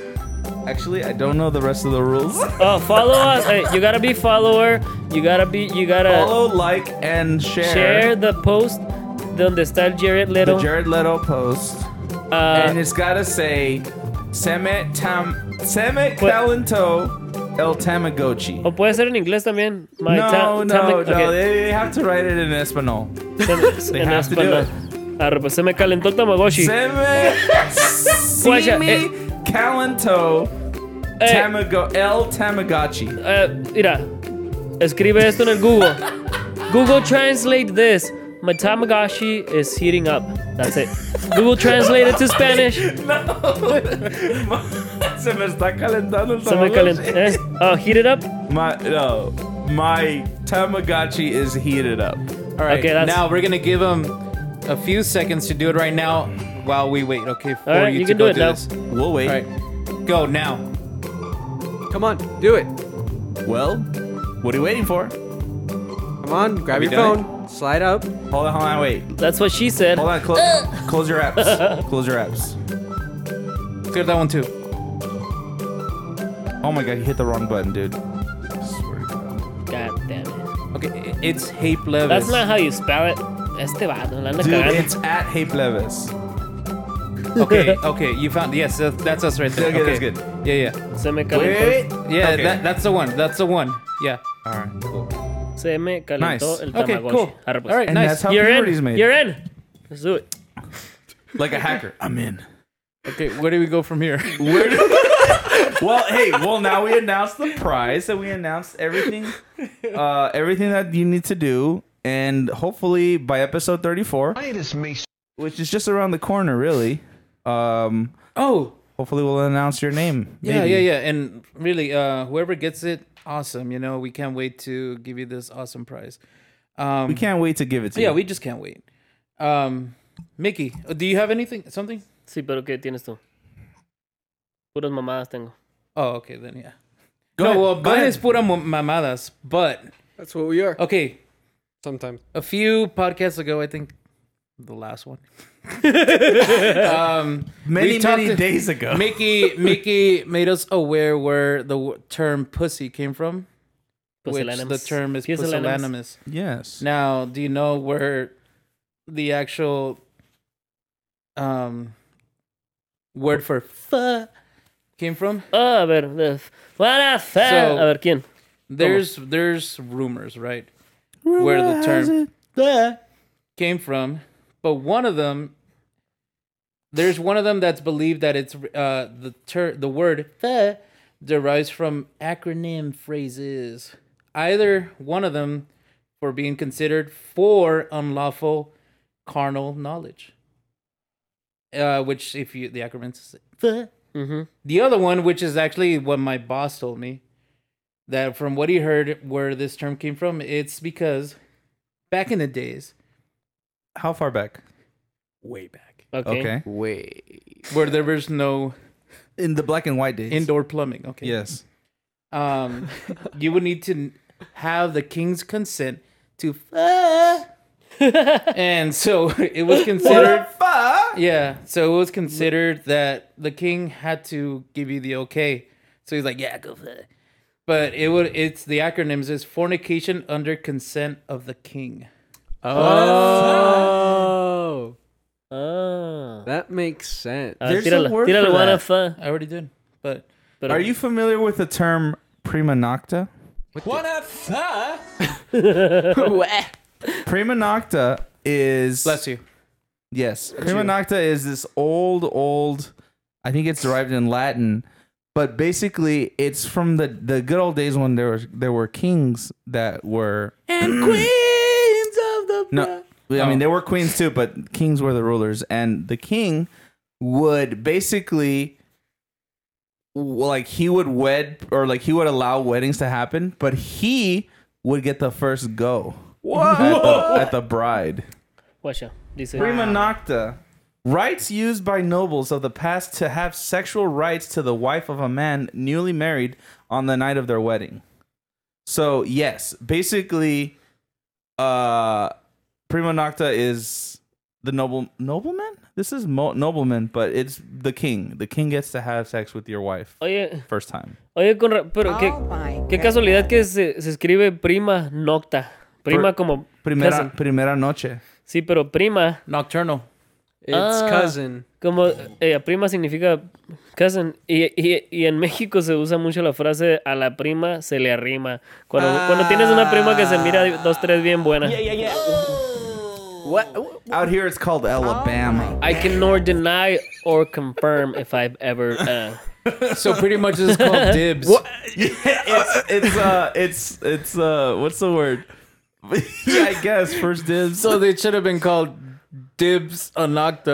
Speaker 2: Actually, I don't know the rest of the rules.
Speaker 3: Oh, follow us. Hey, you gotta be follower. You gotta be. You gotta
Speaker 2: follow, like, and share,
Speaker 3: share the post donde está el Jared Leto.
Speaker 2: the Jared Leto post,
Speaker 3: Ah,
Speaker 2: and it's gotta say Semet Tam Semet
Speaker 3: Put-
Speaker 2: Calento El Tamagotchi.
Speaker 3: O puede ser en inglés también. Oh My
Speaker 2: no,
Speaker 3: ta-
Speaker 2: no,
Speaker 3: tamic-
Speaker 2: no.
Speaker 3: okay.
Speaker 2: They, they have to write it in Espanol.
Speaker 3: Se- en
Speaker 2: have to do
Speaker 3: español. Arre, pues se me calentó el Tamagotchi.
Speaker 2: Se me, si
Speaker 3: Guacha,
Speaker 2: me
Speaker 3: eh.
Speaker 2: calentó
Speaker 3: Eh,
Speaker 2: Tamago, El Tamagotchi.
Speaker 3: eh, mira, escribe esto en el Google. Google Translate this. My Tamagotchi is heating up. That's it. Google Translate it to Spanish.
Speaker 2: Se me está calentando el
Speaker 3: Se me calentó.
Speaker 2: Tamagotchi.
Speaker 3: eh, oh, heat it up?
Speaker 2: My, no, my Tamagotchi is heated up.
Speaker 1: All right.
Speaker 3: Okay, that's-
Speaker 1: now we're gonna give him a few seconds to do it right now while we wait. Okay, for
Speaker 3: right,
Speaker 1: you,
Speaker 3: you
Speaker 1: to
Speaker 3: can
Speaker 1: go
Speaker 3: do it now.
Speaker 1: this.
Speaker 2: We'll wait.
Speaker 1: All right, go now.
Speaker 4: Come on, do it.
Speaker 2: Well, what are you waiting for?
Speaker 4: Come on, grab
Speaker 2: We
Speaker 4: your
Speaker 2: done
Speaker 4: phone, slide up.
Speaker 2: Hold on, hold on, wait.
Speaker 3: That's what she said.
Speaker 2: Hold on, close, close your apps. Close your apps.
Speaker 1: Let's get that one too.
Speaker 2: Oh my god, you hit the wrong button, dude. Swear to God.
Speaker 3: God damn it.
Speaker 1: Okay, i- it's Hape Levis.
Speaker 3: That's not how you spell it. Este vato, la anda
Speaker 2: Dude,
Speaker 3: cagando.
Speaker 2: it's at Hape Levis.
Speaker 1: okay. Okay, you found yes, that- that's us right there.
Speaker 2: Okay, that's good.
Speaker 1: Yeah, yeah,
Speaker 3: Se me calentó.
Speaker 1: yeah.
Speaker 2: Okay.
Speaker 1: That, that's the one. That's the one. Yeah.
Speaker 2: All right, cool.
Speaker 3: Se me calentó
Speaker 2: Nice.
Speaker 3: el
Speaker 1: Okay,
Speaker 3: Tamagotchi.
Speaker 1: cool.
Speaker 3: Arre, pues.
Speaker 1: All right,
Speaker 2: And
Speaker 1: nice.
Speaker 2: that's how
Speaker 3: You're
Speaker 2: puberty's
Speaker 3: in.
Speaker 2: made.
Speaker 3: You're in. Let's do it.
Speaker 2: Like a hacker. I'm in.
Speaker 1: Okay, where do we go from here?
Speaker 2: Well, hey, well now we announced the prize and we announced everything uh everything that you need to do and hopefully by episode 34, which is just around the corner really. Um
Speaker 1: oh,
Speaker 2: hopefully we'll announce your name.
Speaker 1: yeah,
Speaker 2: maybe.
Speaker 1: yeah, yeah. And really, uh, whoever gets it, awesome. You know, we can't wait to give you this awesome prize. Um,
Speaker 2: We can't wait to give it to
Speaker 1: Yeah,
Speaker 2: you.
Speaker 1: we just can't wait. Um, Mickey, do you have anything? Something?
Speaker 3: Sí, pero ¿qué tienes tú? Puras mamadas tengo.
Speaker 1: Oh, okay, then yeah.
Speaker 2: Go
Speaker 1: no,
Speaker 2: ahead,
Speaker 1: well,
Speaker 2: go
Speaker 1: mine
Speaker 2: ahead.
Speaker 1: is pura mo- mamadas, but
Speaker 4: That's what we are.
Speaker 1: okay.
Speaker 4: Sometimes.
Speaker 1: A few podcasts ago, I think the last one. um,
Speaker 2: many
Speaker 1: we talked
Speaker 2: many
Speaker 1: to-
Speaker 2: days ago.
Speaker 1: Mickey, Mickey made us aware where the w- term "pussy" came from, which the
Speaker 3: Pusillánimes.
Speaker 1: term is
Speaker 3: Pusillánimes.
Speaker 1: pusillanimous.
Speaker 2: yes.
Speaker 1: Now, do you know where the actual um word for "fuh" came from?
Speaker 3: Ah, a ver. eh, What a fa-
Speaker 1: So-
Speaker 3: a ver, ¿quién?
Speaker 1: There's there's rumors, right? where the term "fuh" came from, but one of them there's one of them that's believed that it's uh the ter- the word "fuh" derives from acronym phrases. Either one of them for being considered for unlawful carnal knowledge. Uh, which if you the acronym is "fuh."
Speaker 3: Ujú.
Speaker 1: The other one, which is actually what my boss told me, that from what he heard where this term came from, it's because back in the days,
Speaker 2: How far back?
Speaker 1: way back,
Speaker 3: Okay.
Speaker 2: Okay.
Speaker 1: where there was no
Speaker 2: In the black and white days.
Speaker 1: indoor plumbing. Okay.
Speaker 2: Yes.
Speaker 1: Um, you would need to have the king's consent to. fuck. and so it was considered. Yeah. So it was considered that the king had to give you the okay. So he's like, yeah, go for it. But it would it's the acronyms is fornication under consent of the king.
Speaker 4: Oh,
Speaker 3: Ah.
Speaker 4: that makes sense.
Speaker 3: A ver,
Speaker 2: There's a
Speaker 3: tírala.
Speaker 2: word
Speaker 3: Tírala,
Speaker 2: for
Speaker 3: what a
Speaker 2: that.
Speaker 3: fa-
Speaker 1: I already did. But
Speaker 3: pero-
Speaker 2: Are you familiar with the term prima nocta? Prima nocta is
Speaker 1: bless you.
Speaker 2: Yes. Prima nocta is this old, old, I think it's derived in Latin, but basically it's from the, the good old days when there were there were kings that were
Speaker 1: And queens of the
Speaker 2: no I mean there were queens too, but kings were the rulers and the king would basically w- like he would wed or like he would allow weddings to happen, but he would get the first go. At the, at the bride.
Speaker 3: Guacha, dice.
Speaker 2: Prima nocta. Rights used by nobles of the past to have sexual rights to the wife of a man newly married on the night of their wedding. So, yes, basically uh prima nocta is the noble nobleman? This is mo- nobleman, but it's the king. The king gets to have sex with your wife
Speaker 3: Oye,
Speaker 2: first time.
Speaker 3: oye, con ra- pero qué, qué casualidad que se, se escribe prima nocta. Prima
Speaker 2: Pr-
Speaker 3: como
Speaker 2: Primera
Speaker 3: cousin.
Speaker 2: primera noche.
Speaker 3: Sí, pero prima
Speaker 1: Nocturnal.
Speaker 4: It's
Speaker 3: Ah.
Speaker 4: cousin.
Speaker 3: como eh, prima significa cousin. Y, y- y en México se usa mucho la frase a la prima se le arrima. Cuando, cuando tienes una prima que se
Speaker 2: Ah.
Speaker 3: mira dos, tres bien buena.
Speaker 7: What?
Speaker 2: Out here, it's called Alabama.
Speaker 3: I can nor deny or confirm if I've ever. Uh,
Speaker 1: So pretty much this is called dibs.
Speaker 2: it's it's uh it's it's uh what's the word? yeah, I guess first dibs.
Speaker 1: So they should have been called dibs unlocked.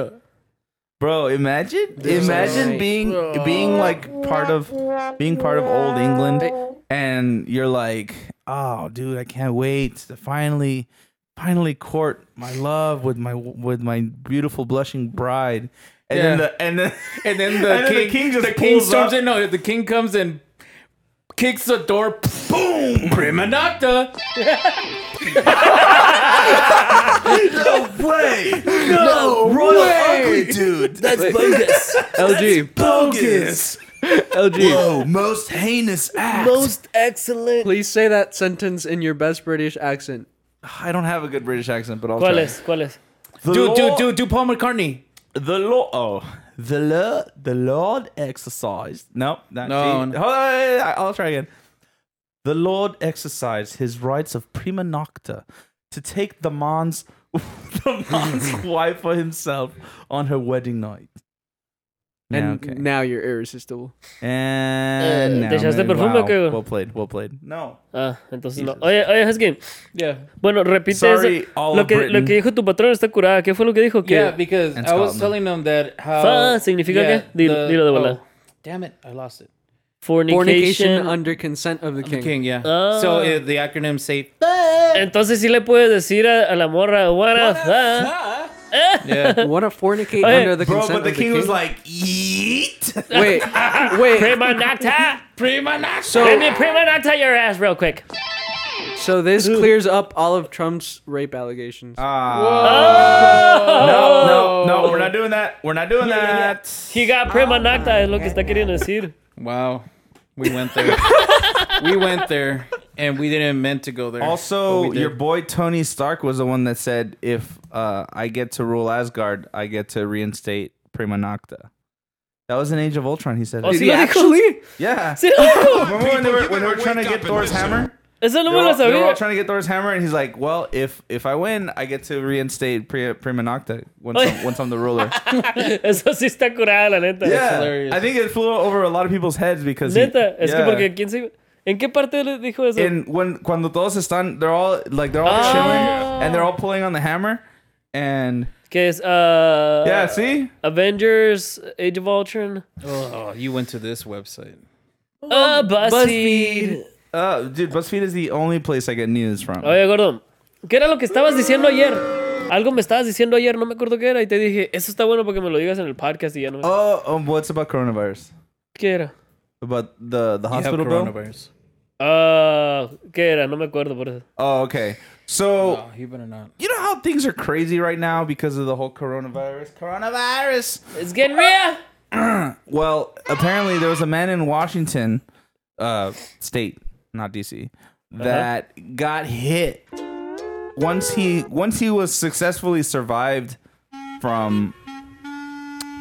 Speaker 2: Bro, imagine imagine being being like part of being part of old England and you're like, "Oh, dude, I can't wait to finally finally court my love with my with my beautiful blushing bride." And then
Speaker 1: Yeah.
Speaker 2: the and then
Speaker 1: And then the,
Speaker 2: And then
Speaker 1: king,
Speaker 2: the king just
Speaker 1: the king
Speaker 2: pulls
Speaker 1: storms
Speaker 2: up.
Speaker 1: in. No, the king comes and kicks the door. Boom! Prima nocta.
Speaker 2: way. No, royal ugly dude. That's bogus.
Speaker 4: LG,
Speaker 2: bogus.
Speaker 4: LG.
Speaker 2: Whoa, most heinous act.
Speaker 3: excellent.
Speaker 4: Please say that sentence in your best British accent.
Speaker 2: I don't have a good British accent, but I'll
Speaker 3: ¿Cuál
Speaker 2: try.
Speaker 3: es? ¿Cuál es?
Speaker 2: The
Speaker 1: Do do
Speaker 2: law-
Speaker 1: do do Paul McCartney.
Speaker 2: The Lord, oh, the Lord, the Lord exercised. No, not
Speaker 1: No,
Speaker 2: G.
Speaker 1: no.
Speaker 2: Hold on, I'll try again. The Lord exercised his rights of prima nocta to take the man's, the man's wife for himself on her wedding night.
Speaker 4: And
Speaker 2: Yeah, okay.
Speaker 4: now you're irresistible.
Speaker 2: and
Speaker 3: Eh,
Speaker 2: now,
Speaker 3: ¿dejaste
Speaker 2: man,
Speaker 3: perfume o qué?
Speaker 2: Well played, well played. No,
Speaker 3: Ah, entonces no. Oye, oye, Husky.
Speaker 1: Yeah.
Speaker 3: Bueno, repite
Speaker 2: Sorry, Oh,
Speaker 3: eso.
Speaker 2: all
Speaker 3: Lo
Speaker 2: of
Speaker 3: que, lo
Speaker 2: Britain.
Speaker 3: que dijo tu patrón está curada. ¿Qué fue lo que dijo? Que
Speaker 1: Yeah, because
Speaker 2: And
Speaker 1: I was
Speaker 2: Scotland.
Speaker 1: telling them that how. oh,
Speaker 3: Fa significa qué? Dilo- dilo de volada.
Speaker 1: damn it! I lost it.
Speaker 4: Fornication
Speaker 3: fornication.
Speaker 4: under consent of the king.
Speaker 1: King, yeah.
Speaker 3: Ah.
Speaker 1: So uh, the acronym say.
Speaker 3: Entonces sí le puedes decir a, a la morra, what a fuck.
Speaker 1: Yeah.
Speaker 4: What a fornicate
Speaker 3: Hey,
Speaker 4: under the
Speaker 2: bro,
Speaker 4: consent
Speaker 2: but the
Speaker 4: of
Speaker 2: king was
Speaker 4: the
Speaker 2: like, "Eat."
Speaker 4: king. Wait, wait.
Speaker 3: Prima nocta.
Speaker 1: Prima nocta.
Speaker 3: Let
Speaker 4: So,
Speaker 3: me prima nocta your ass real quick.
Speaker 4: so this clears up all of Trump's rape allegations.
Speaker 2: Um, no, no, no, we're not doing that. We're not doing that.
Speaker 3: He got prima nocta es lo que está queriendo decir.
Speaker 1: Wow, we went there. we went there, and we didn't meant to go there. but
Speaker 2: Also,
Speaker 1: we did.
Speaker 2: your boy Tony Stark was the one that said, "If uh, I get to rule Asgard, I get to reinstate Prima Nocta." That was in Age of Ultron. He said,
Speaker 3: O
Speaker 2: it.
Speaker 3: sí lo dijo.
Speaker 4: Actually,
Speaker 2: "Yeah."
Speaker 3: Sí lo dijo.
Speaker 2: Remember when they were,
Speaker 5: People,
Speaker 2: when they
Speaker 5: you
Speaker 2: were
Speaker 5: better
Speaker 2: trying to
Speaker 5: wake
Speaker 2: get
Speaker 5: up and
Speaker 2: Thor's
Speaker 5: listen.
Speaker 2: hammer?
Speaker 3: Eso no
Speaker 2: They
Speaker 3: me
Speaker 2: were,
Speaker 3: lo
Speaker 2: all, they were all
Speaker 3: sabía.
Speaker 2: trying to get Thor's hammer, and he's like, "Well, if if I win, I get to reinstate Pri- Prima Nocta once
Speaker 3: Oh,
Speaker 2: I'm, once I'm the ruler."
Speaker 3: Eso sí está curada, la neta.
Speaker 2: yeah,
Speaker 1: hilarious.
Speaker 2: I think it flew over a lot of people's heads because he-
Speaker 3: Neta, es que
Speaker 2: yeah.
Speaker 3: porque quién se... ¿En qué parte le dijo eso?
Speaker 2: and when cuando todos están, they're all like they're all
Speaker 3: Oh.
Speaker 2: chilling and they're all pulling on the hammer, and
Speaker 3: que es uh,
Speaker 2: yeah, see,
Speaker 3: Avengers, Age of Ultron,
Speaker 1: oh, you went to this website.
Speaker 3: uh, BuzzFeed.
Speaker 2: uh, dude, BuzzFeed is the only place I get news from.
Speaker 3: Oye, gordo, ¿qué era lo que estabas diciendo ayer? Algo me estabas diciendo ayer, no me acuerdo qué era, y te dije, eso está bueno porque me lo digas en el podcast y ya no me...
Speaker 2: Oh, um, what's about coronavirus?
Speaker 3: ¿Qué era?
Speaker 2: About the the
Speaker 1: You have
Speaker 2: hospital bill?
Speaker 1: coronavirus.
Speaker 3: Ah, ¿qué era? No me acuerdo por eso.
Speaker 2: Oh, okay. So
Speaker 1: Oh, you better not.
Speaker 2: you know how things are crazy right now because of the whole coronavirus. Coronavirus.
Speaker 3: It's getting real.
Speaker 2: Well, apparently there was a man in Washington, uh, state, not DC, that got hit. Once he once he was successfully survived from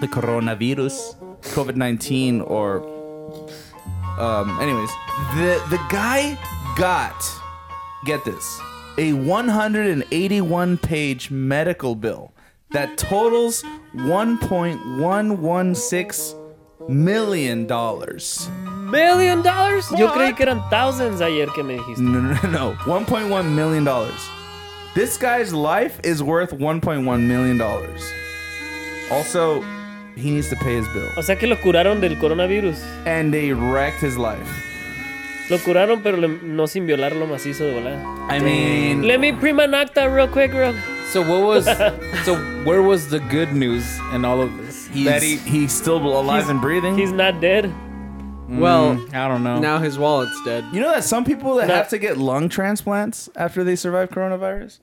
Speaker 2: the coronavirus, COVID nineteen, or um, anyways, the the guy got get this a 181 page medical bill that totals 1.116 million dollars.
Speaker 3: Million dollars. Yo creí que eran thousands ayer que me dijiste.
Speaker 2: No, no, no, no. 1.1 million dollars. This guy's life is worth 1.1 million dollars. Also, he needs to pay his bill.
Speaker 3: O sea que lo curaron del coronavirus.
Speaker 2: And they wrecked his life.
Speaker 3: Lo curaron, pero le- no sin violarlo macizo de volada.
Speaker 2: I mean,
Speaker 3: Let me prima nocta real quick, real.
Speaker 1: So what was? so where was the good news in all of this?
Speaker 2: he's,
Speaker 1: that he,
Speaker 2: he's still alive and breathing.
Speaker 3: He's not dead.
Speaker 4: well,
Speaker 1: mm, I don't know.
Speaker 4: now his wallet's dead.
Speaker 2: You know that some people that
Speaker 3: No.
Speaker 2: have to get lung transplants after they survive coronavirus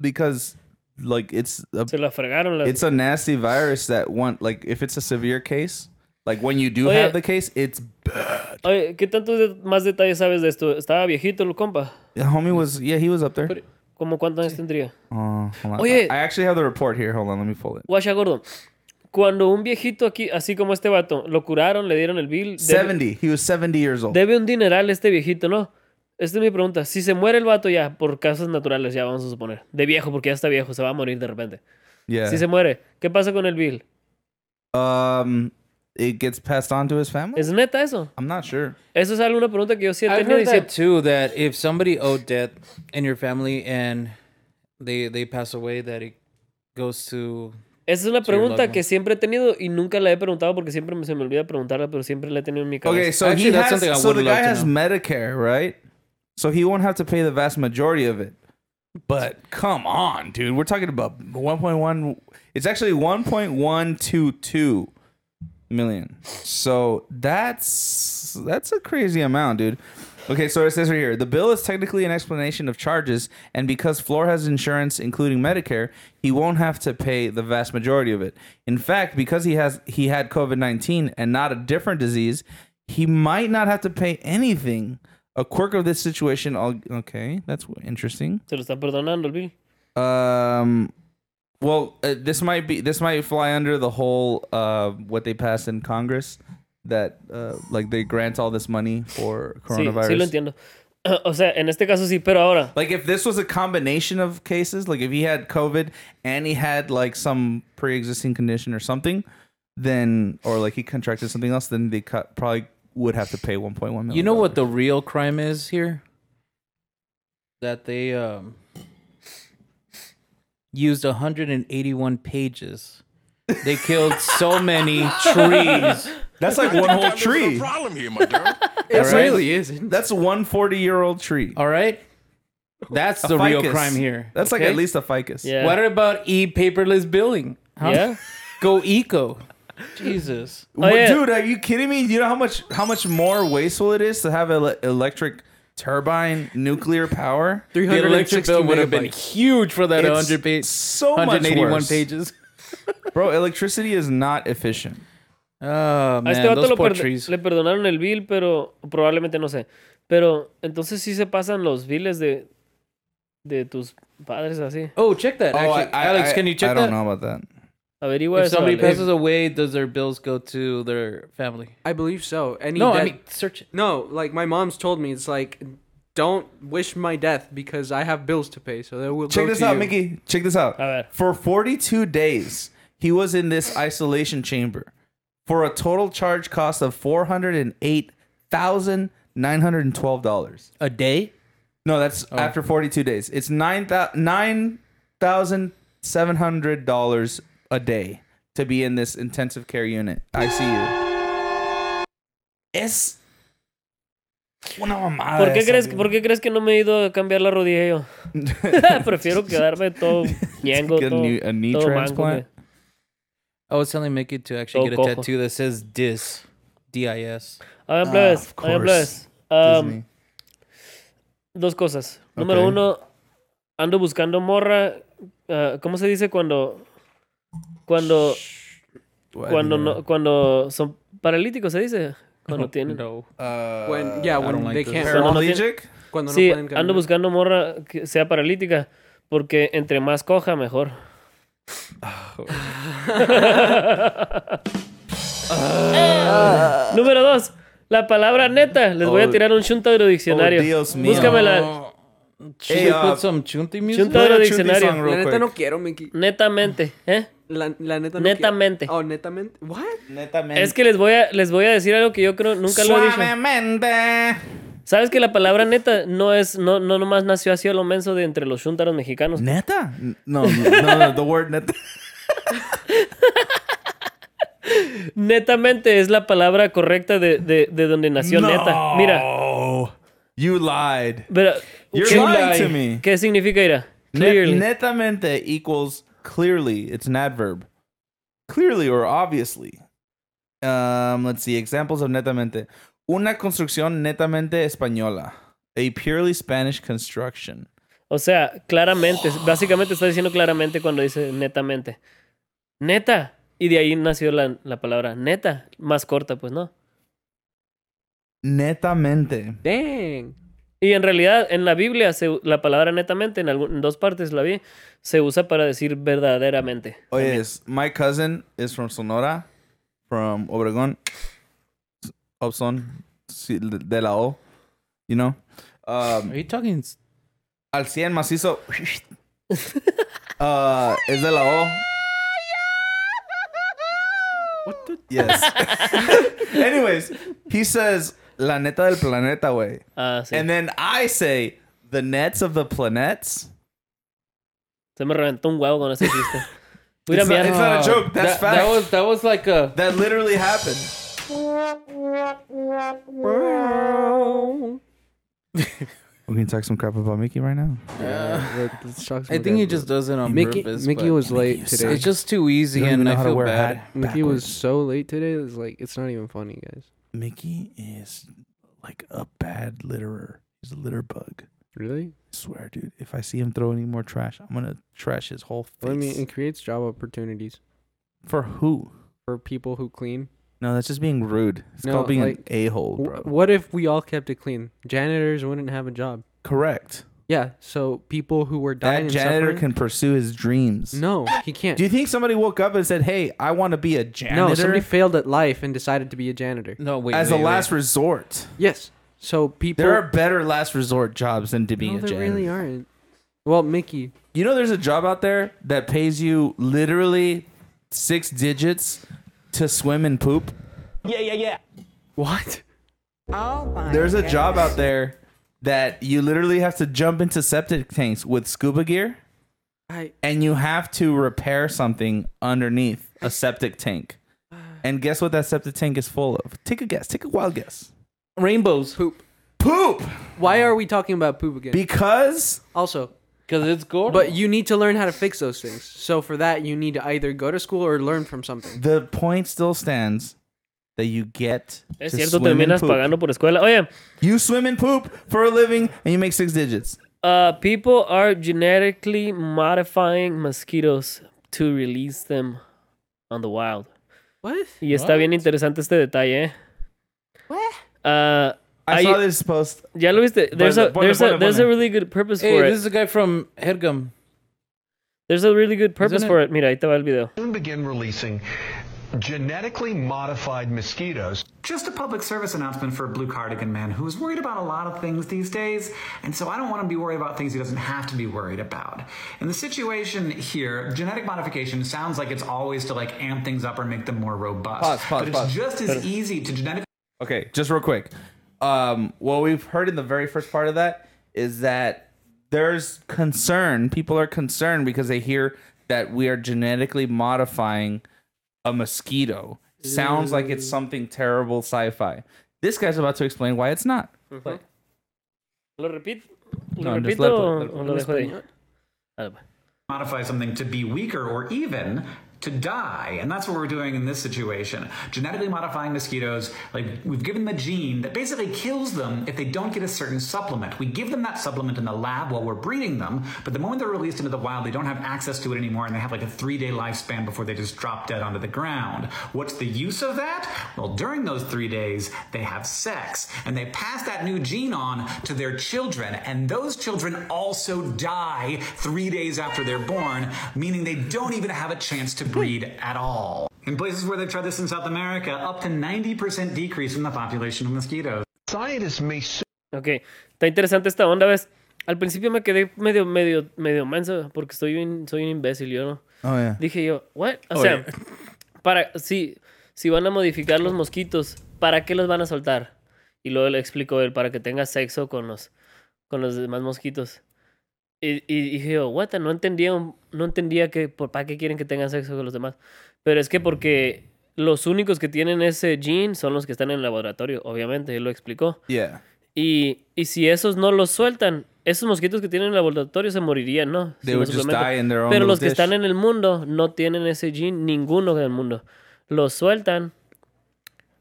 Speaker 2: because like it's a,
Speaker 3: Se lo fregaron. La...
Speaker 2: it's a nasty virus that one like if it's a severe case like when you do
Speaker 3: Oh, yeah.
Speaker 2: have the case it's
Speaker 3: Oye, ¿qué tanto de- más detalles sabes de esto? Estaba viejito el compa.
Speaker 2: the homie was yeah he was up there.
Speaker 3: ¿Cómo cuántos años tendría?
Speaker 2: Oh, hold on.
Speaker 3: Oh, yeah.
Speaker 2: I actually have the report here. Hold on, let me pull it.
Speaker 3: Guasha gordo. Cuando un viejito aquí, así como este vato, lo curaron, le dieron el bill. debe-
Speaker 2: 70. He was 70 years old.
Speaker 3: Debe un dineral este viejito, ¿no? Esta es mi pregunta. Si se muere el vato ya, por causas naturales, ya vamos a suponer. De viejo, porque ya está viejo, se va a morir de repente.
Speaker 2: yeah.
Speaker 3: Si se muere, ¿qué pasa con el bill?
Speaker 2: um, it gets passed on to his family?
Speaker 3: ¿Es neta eso?
Speaker 2: I'm not sure.
Speaker 3: Eso es alguna pregunta que yo sí he
Speaker 1: I've
Speaker 3: tenido. y
Speaker 1: heard that
Speaker 3: siempre-
Speaker 1: too. That if somebody owed debt in your family and they they pass away, that it goes to
Speaker 3: Esa es una
Speaker 1: your loved
Speaker 3: pregunta
Speaker 1: one.
Speaker 3: que siempre he tenido y nunca la he preguntado porque siempre me- se me olvida preguntarla, pero siempre la he tenido en mi cabeza.
Speaker 2: Okay, so
Speaker 1: Actually,
Speaker 2: he has,
Speaker 1: that's something I
Speaker 2: so
Speaker 1: would
Speaker 2: the
Speaker 1: love
Speaker 2: guy
Speaker 1: to
Speaker 2: has
Speaker 1: know.
Speaker 2: Medicare, right? So he won't have to pay the vast majority of it. But come on, dude, we're talking about 1.1. It's actually 1.122 million. So that's that's a crazy amount, dude. Okay, so it says right here the bill is technically an explanation of charges, and because Floor has insurance, including Medicare, he won't have to pay the vast majority of it. In fact, because he has he had COVID nineteen and not a different disease, he might not have to pay anything. A quirk of this situation. I'll, okay, that's interesting.
Speaker 3: Se lo están perdonando el bill.
Speaker 2: Um, well, uh, this might be this might fly under the whole uh what they passed in Congress that uh like they grant all this money for
Speaker 3: Sí,
Speaker 2: coronavirus.
Speaker 3: sí lo entiendo. O sea, en este caso sí, pero ahora,
Speaker 2: Like if this was a combination of cases, like if he had COVID and he had like some pre-existing condition or something, then or like he contracted something else, then they cut, probably would have to pay 1.1 million.
Speaker 1: You know what the real crime is here? That they um, used 181 pages. They killed so many trees.
Speaker 2: That's like one whole
Speaker 5: There's a
Speaker 2: tree.
Speaker 5: problem here, my girl.
Speaker 4: It
Speaker 2: right.
Speaker 4: really isn't.
Speaker 2: That's one 40-year-old tree.
Speaker 1: All right? That's
Speaker 2: A
Speaker 1: the real
Speaker 2: ficus.
Speaker 1: crime here.
Speaker 2: That's like
Speaker 1: okay?
Speaker 2: at least a ficus.
Speaker 3: ya.
Speaker 1: What about e paperless billing? Huh?
Speaker 3: ya.
Speaker 1: Go eco. Jesus.
Speaker 2: Well,
Speaker 3: yeah.
Speaker 2: Dude, are you kidding me? You know how much how much more wasteful it is to have an electric turbine nuclear power?
Speaker 1: The electric
Speaker 4: 360
Speaker 1: bill would have been
Speaker 4: megabytes.
Speaker 1: huge for that
Speaker 2: It's
Speaker 1: 100 page,
Speaker 2: so much
Speaker 1: 181
Speaker 2: worse.
Speaker 1: pages.
Speaker 2: Bro, electricity is not efficient.
Speaker 1: Oh,
Speaker 3: A
Speaker 1: man,
Speaker 3: este vato
Speaker 1: those
Speaker 3: lo
Speaker 1: poor
Speaker 3: perd-
Speaker 1: trees.
Speaker 3: le perdonaron el bill, pero probablemente no sé. Pero entonces sí se pasan los bills de, de tus padres así.
Speaker 1: Oh, check that.
Speaker 2: Oh,
Speaker 1: Actually, Alex, can you check
Speaker 2: I
Speaker 1: that?
Speaker 2: don't know about that.
Speaker 3: Averigua
Speaker 1: If
Speaker 3: eso.
Speaker 1: somebody
Speaker 3: Alex.
Speaker 1: passes away, does their bills go to their family?
Speaker 4: I believe so. Any
Speaker 1: No,
Speaker 4: death-
Speaker 1: I mean search. it.
Speaker 4: no, like my mom's told me, it's like, don't wish my death because I have bills to pay. So they will
Speaker 2: Check
Speaker 4: go
Speaker 2: this
Speaker 4: to
Speaker 2: out,
Speaker 4: you.
Speaker 2: Mickey. Check this out.
Speaker 3: A ver.
Speaker 2: For 42 days, he was in this isolation chamber for a total charge cost of $408,912.
Speaker 1: A day?
Speaker 2: No, that's
Speaker 3: Oh.
Speaker 2: after 42 days. It's nine thou- nine thousand seven hundred dollars a day to be in this intensive care unit ICU. Es una mamada.
Speaker 3: ¿Por qué,
Speaker 2: esa,
Speaker 3: crees,
Speaker 2: dude.
Speaker 3: ¿Por qué crees que no me he ido a cambiar la rodilla yo? Prefiero quedarme todo ñengo,
Speaker 2: Get a
Speaker 3: todo,
Speaker 2: knee- a knee
Speaker 3: todo mango,
Speaker 2: transplant?
Speaker 3: güey.
Speaker 1: I was telling Mickey to
Speaker 3: Oh,
Speaker 1: actually get a
Speaker 3: cojo.
Speaker 1: tattoo that says "dis," D-I-S.
Speaker 3: Oigan, plebes,
Speaker 2: Ah, of
Speaker 3: oigan, plebes. Um,
Speaker 2: Disney.
Speaker 3: dos cosas. Número
Speaker 2: Ok.
Speaker 3: uno, ando buscando morra. ah, ¿Cómo se dice cuando... Cuando...
Speaker 2: What?
Speaker 3: Cuando, no, cuando son paralíticos, se dice. Cuando tienen...
Speaker 1: No.
Speaker 2: Uh,
Speaker 4: When, yeah, when
Speaker 1: don't like
Speaker 4: they
Speaker 1: this.
Speaker 4: can't.
Speaker 3: Cuando no tiene-
Speaker 2: paraplegic.
Speaker 4: cuando no
Speaker 3: sí,
Speaker 4: pueden
Speaker 3: ando
Speaker 4: caminar.
Speaker 3: buscando morra que sea paralítica. Porque entre más coja, mejor.
Speaker 2: Ah,
Speaker 3: Número dos. La palabra neta. Les voy a
Speaker 2: Oh.
Speaker 3: tirar un chuntadro diccionario.
Speaker 2: Oh, Dios mío.
Speaker 3: Búscame la
Speaker 1: Should
Speaker 2: Hey,
Speaker 1: we
Speaker 2: uh,
Speaker 1: Oh, put some chunti music?
Speaker 3: chuntadro
Speaker 2: Play that Trudy song
Speaker 3: diccionario.
Speaker 2: real
Speaker 4: La neta
Speaker 2: quick.
Speaker 4: no quiero, Mickey.
Speaker 3: Netamente. ¿eh?
Speaker 4: La, la neta no
Speaker 3: Netamente.
Speaker 4: Quiero. Oh, netamente. What?
Speaker 3: Es que les voy, a, les voy a decir algo que yo creo nunca lo he dicho.
Speaker 2: Suavemente.
Speaker 3: ¿Sabes que la palabra neta no es, no, no nomás nació así a lo menso de entre los chuntaros mexicanos?
Speaker 2: Neta? No, no, no, the word neta.
Speaker 3: Netamente es la palabra correcta de, de, de donde nació neta. Mira,
Speaker 2: No. You lied.
Speaker 3: pero,
Speaker 2: You're
Speaker 3: ¿qué,
Speaker 2: lying to me.
Speaker 3: qué significa ira?
Speaker 2: Ne-
Speaker 3: Clearly.
Speaker 2: netamente equals clearly. It's an adverb. Clearly or obviously. Um, let's see. Examples of netamente. Una construcción netamente española. A purely Spanish construction.
Speaker 3: o sea, claramente, básicamente está diciendo claramente cuando dice netamente. Neta. Y de ahí nació la, la palabra neta, más corta, pues no.
Speaker 2: Netamente.
Speaker 4: Dang.
Speaker 3: Y en realidad, en la Biblia, se u- la palabra netamente, en, algún- en dos partes la vi, se usa para decir verdaderamente.
Speaker 2: Oh yes, my cousin is from Sonora, from Obregón, Obson, si- de la O, you know. Um,
Speaker 1: Are you talking? s-
Speaker 2: al 100 macizo. uh, es de la O. What the? Yes. Anyways, he says la neta del planeta, way,
Speaker 3: Ah, sí.
Speaker 2: and then I say the nets of the planets.
Speaker 3: Se me reventó un huevo con ese chiste. Mira,
Speaker 2: It's not,
Speaker 3: mira.
Speaker 2: it's not a joke. That's
Speaker 1: that,
Speaker 2: fact.
Speaker 1: that
Speaker 2: That,
Speaker 1: was that was like a
Speaker 2: literally happened. We're gonna talk some crap about Mickey right now.
Speaker 4: Let- let's talk some
Speaker 1: I think he
Speaker 4: about-
Speaker 1: just does it on
Speaker 4: Mickey.
Speaker 1: purpose.
Speaker 4: Mickey
Speaker 1: but
Speaker 4: was late today.
Speaker 1: It's just too easy,
Speaker 2: You don't even
Speaker 1: and
Speaker 2: know
Speaker 1: I
Speaker 2: how to
Speaker 1: feel
Speaker 2: wear a
Speaker 1: bad.
Speaker 2: hat
Speaker 4: Mickey was
Speaker 2: backwards.
Speaker 4: so late today. It's like it's not even funny, guys.
Speaker 2: Mickey is like a bad litterer. He's a litter bug.
Speaker 4: Really?
Speaker 2: I swear, dude. If I see him throw any more trash, I'm gonna trash his whole face.
Speaker 4: Well, I mean, it creates job opportunities
Speaker 2: For who?
Speaker 4: for people who clean.
Speaker 2: No, that's just being rude. It's
Speaker 4: No,
Speaker 2: called being an
Speaker 4: like-
Speaker 2: a-hole, bro.
Speaker 4: W- What if we all kept it clean? Janitors wouldn't have a job.
Speaker 2: Correct.
Speaker 4: Yeah. So people who were dying.
Speaker 2: That
Speaker 4: and
Speaker 2: janitor
Speaker 4: suffering-
Speaker 2: can pursue his dreams.
Speaker 4: No, he can't.
Speaker 2: Do you think somebody woke up and said, "Hey, I want to be a janitor"?
Speaker 4: no, somebody failed at life and decided to be a janitor.
Speaker 1: No, wait.
Speaker 2: as
Speaker 1: wait,
Speaker 2: a
Speaker 1: wait.
Speaker 2: last resort.
Speaker 4: Yes. So people.
Speaker 2: There are better last resort jobs than to be
Speaker 4: no,
Speaker 2: a
Speaker 4: there
Speaker 2: janitor.
Speaker 4: really aren't. Well, Mickey.
Speaker 2: You know, there's a job out there that pays you literally six digits to swim and poop.
Speaker 4: What?
Speaker 2: There's a job out there that you literally have to jump into septic tanks with scuba gear
Speaker 4: I.
Speaker 2: and you have to repair something underneath a septic tank. And guess what that septic tank is full of? Take a guess. Take a wild guess.
Speaker 1: rainbows
Speaker 4: Poop.
Speaker 2: Poop!
Speaker 4: Why are we talking about poop again?
Speaker 2: Because
Speaker 4: also,
Speaker 1: because it's gold.
Speaker 4: But you need to learn how to fix those things. So for that, you need to either go to school or learn from something.
Speaker 2: the point still stands that you get.
Speaker 3: Es
Speaker 2: to
Speaker 3: cierto,
Speaker 2: swim and
Speaker 3: terminas
Speaker 2: poop.
Speaker 3: pagando por escuela. Oye,
Speaker 2: You swim and poop for a living and you make six digits.
Speaker 3: uh, people are genetically modifying mosquitoes to release them on the wild.
Speaker 4: What?
Speaker 3: Y está bien interesante este detalle, eh. Uh,
Speaker 2: I
Speaker 3: hay-
Speaker 2: saw this post.
Speaker 3: Ya lo viste. There's
Speaker 2: Ponle,
Speaker 3: a
Speaker 2: ponle,
Speaker 3: there's a
Speaker 2: ponle,
Speaker 3: there's a
Speaker 2: ponle.
Speaker 3: really good purpose
Speaker 1: hey,
Speaker 3: for
Speaker 1: this
Speaker 3: it.
Speaker 1: is a guy from Headgum.
Speaker 3: There's a really good purpose
Speaker 1: it-
Speaker 3: for it. Mira, ahí te va el video.
Speaker 8: soon begin releasing genetically modified mosquitoes.
Speaker 9: Just a public service announcement for a blue cardigan man who's worried about a lot of things these days, and so I don't want him to be worried about things he doesn't have to be worried about. In the situation here, genetic modification sounds like it's always to like amp things up or make them more robust.
Speaker 2: Pause, pause,
Speaker 9: but it's
Speaker 2: pause.
Speaker 9: just as easy to genetically
Speaker 2: Okay, just real quick. Um, what we've heard in the very first part of that is that there's concern. People are concerned because they hear that we are genetically modifying a mosquito. Sounds like it's something terrible sci-fi. This guy's about to explain why it's not.
Speaker 3: Lo repito.
Speaker 2: No,
Speaker 3: Lo
Speaker 2: just
Speaker 3: repito
Speaker 2: let-
Speaker 3: o-
Speaker 2: let-
Speaker 3: o lo dejo ahí. Ah, va.
Speaker 9: modify something to be weaker or even to die. And that's what we're doing in this situation. Genetically modifying mosquitoes, like we've given them a gene that basically kills them if they don't get a certain supplement. We give them that supplement in the lab while we're breeding them, but the moment they're released into the wild, they don't have access to it anymore and they have like a three day lifespan before they just drop dead onto the ground. What's the use of that? Well, during those three days, they have sex and they pass that new gene on to their children, and those children also die three days after they're born, meaning they don't even have a chance to breed at all. In places where they've tried this in South America, up to 90% decrease in the population of mosquitoes.
Speaker 8: Scientists may soon
Speaker 3: Ok, está interesante esta onda, ¿ves? Al principio me quedé medio, medio, medio menso porque soy un, soy un imbécil, yo no.
Speaker 2: Oh yeah.
Speaker 3: Dije yo, ¿what? O sea, para, si, si van a modificar los mosquitos, ¿para qué los van a soltar? Y luego le explicó él, para que tenga sexo con los, con los demás mosquitos. Y, y dije yo, what? the-" No entendía, un- no entendía que, por, ¿para qué quieren que tengan sexo con los demás? Pero es que porque los únicos que tienen ese gene son los que están en el laboratorio, obviamente, él lo explicó.
Speaker 2: Yeah.
Speaker 3: Y, y si esos no los sueltan, esos mosquitos que tienen en el laboratorio se morirían, ¿no?
Speaker 2: They
Speaker 3: Sin
Speaker 2: would
Speaker 3: los
Speaker 2: just
Speaker 3: suplementos.
Speaker 2: die in their own
Speaker 3: Pero
Speaker 2: little
Speaker 3: los que
Speaker 2: dish.
Speaker 3: están en el mundo no tienen ese gene, ninguno en el mundo. Los sueltan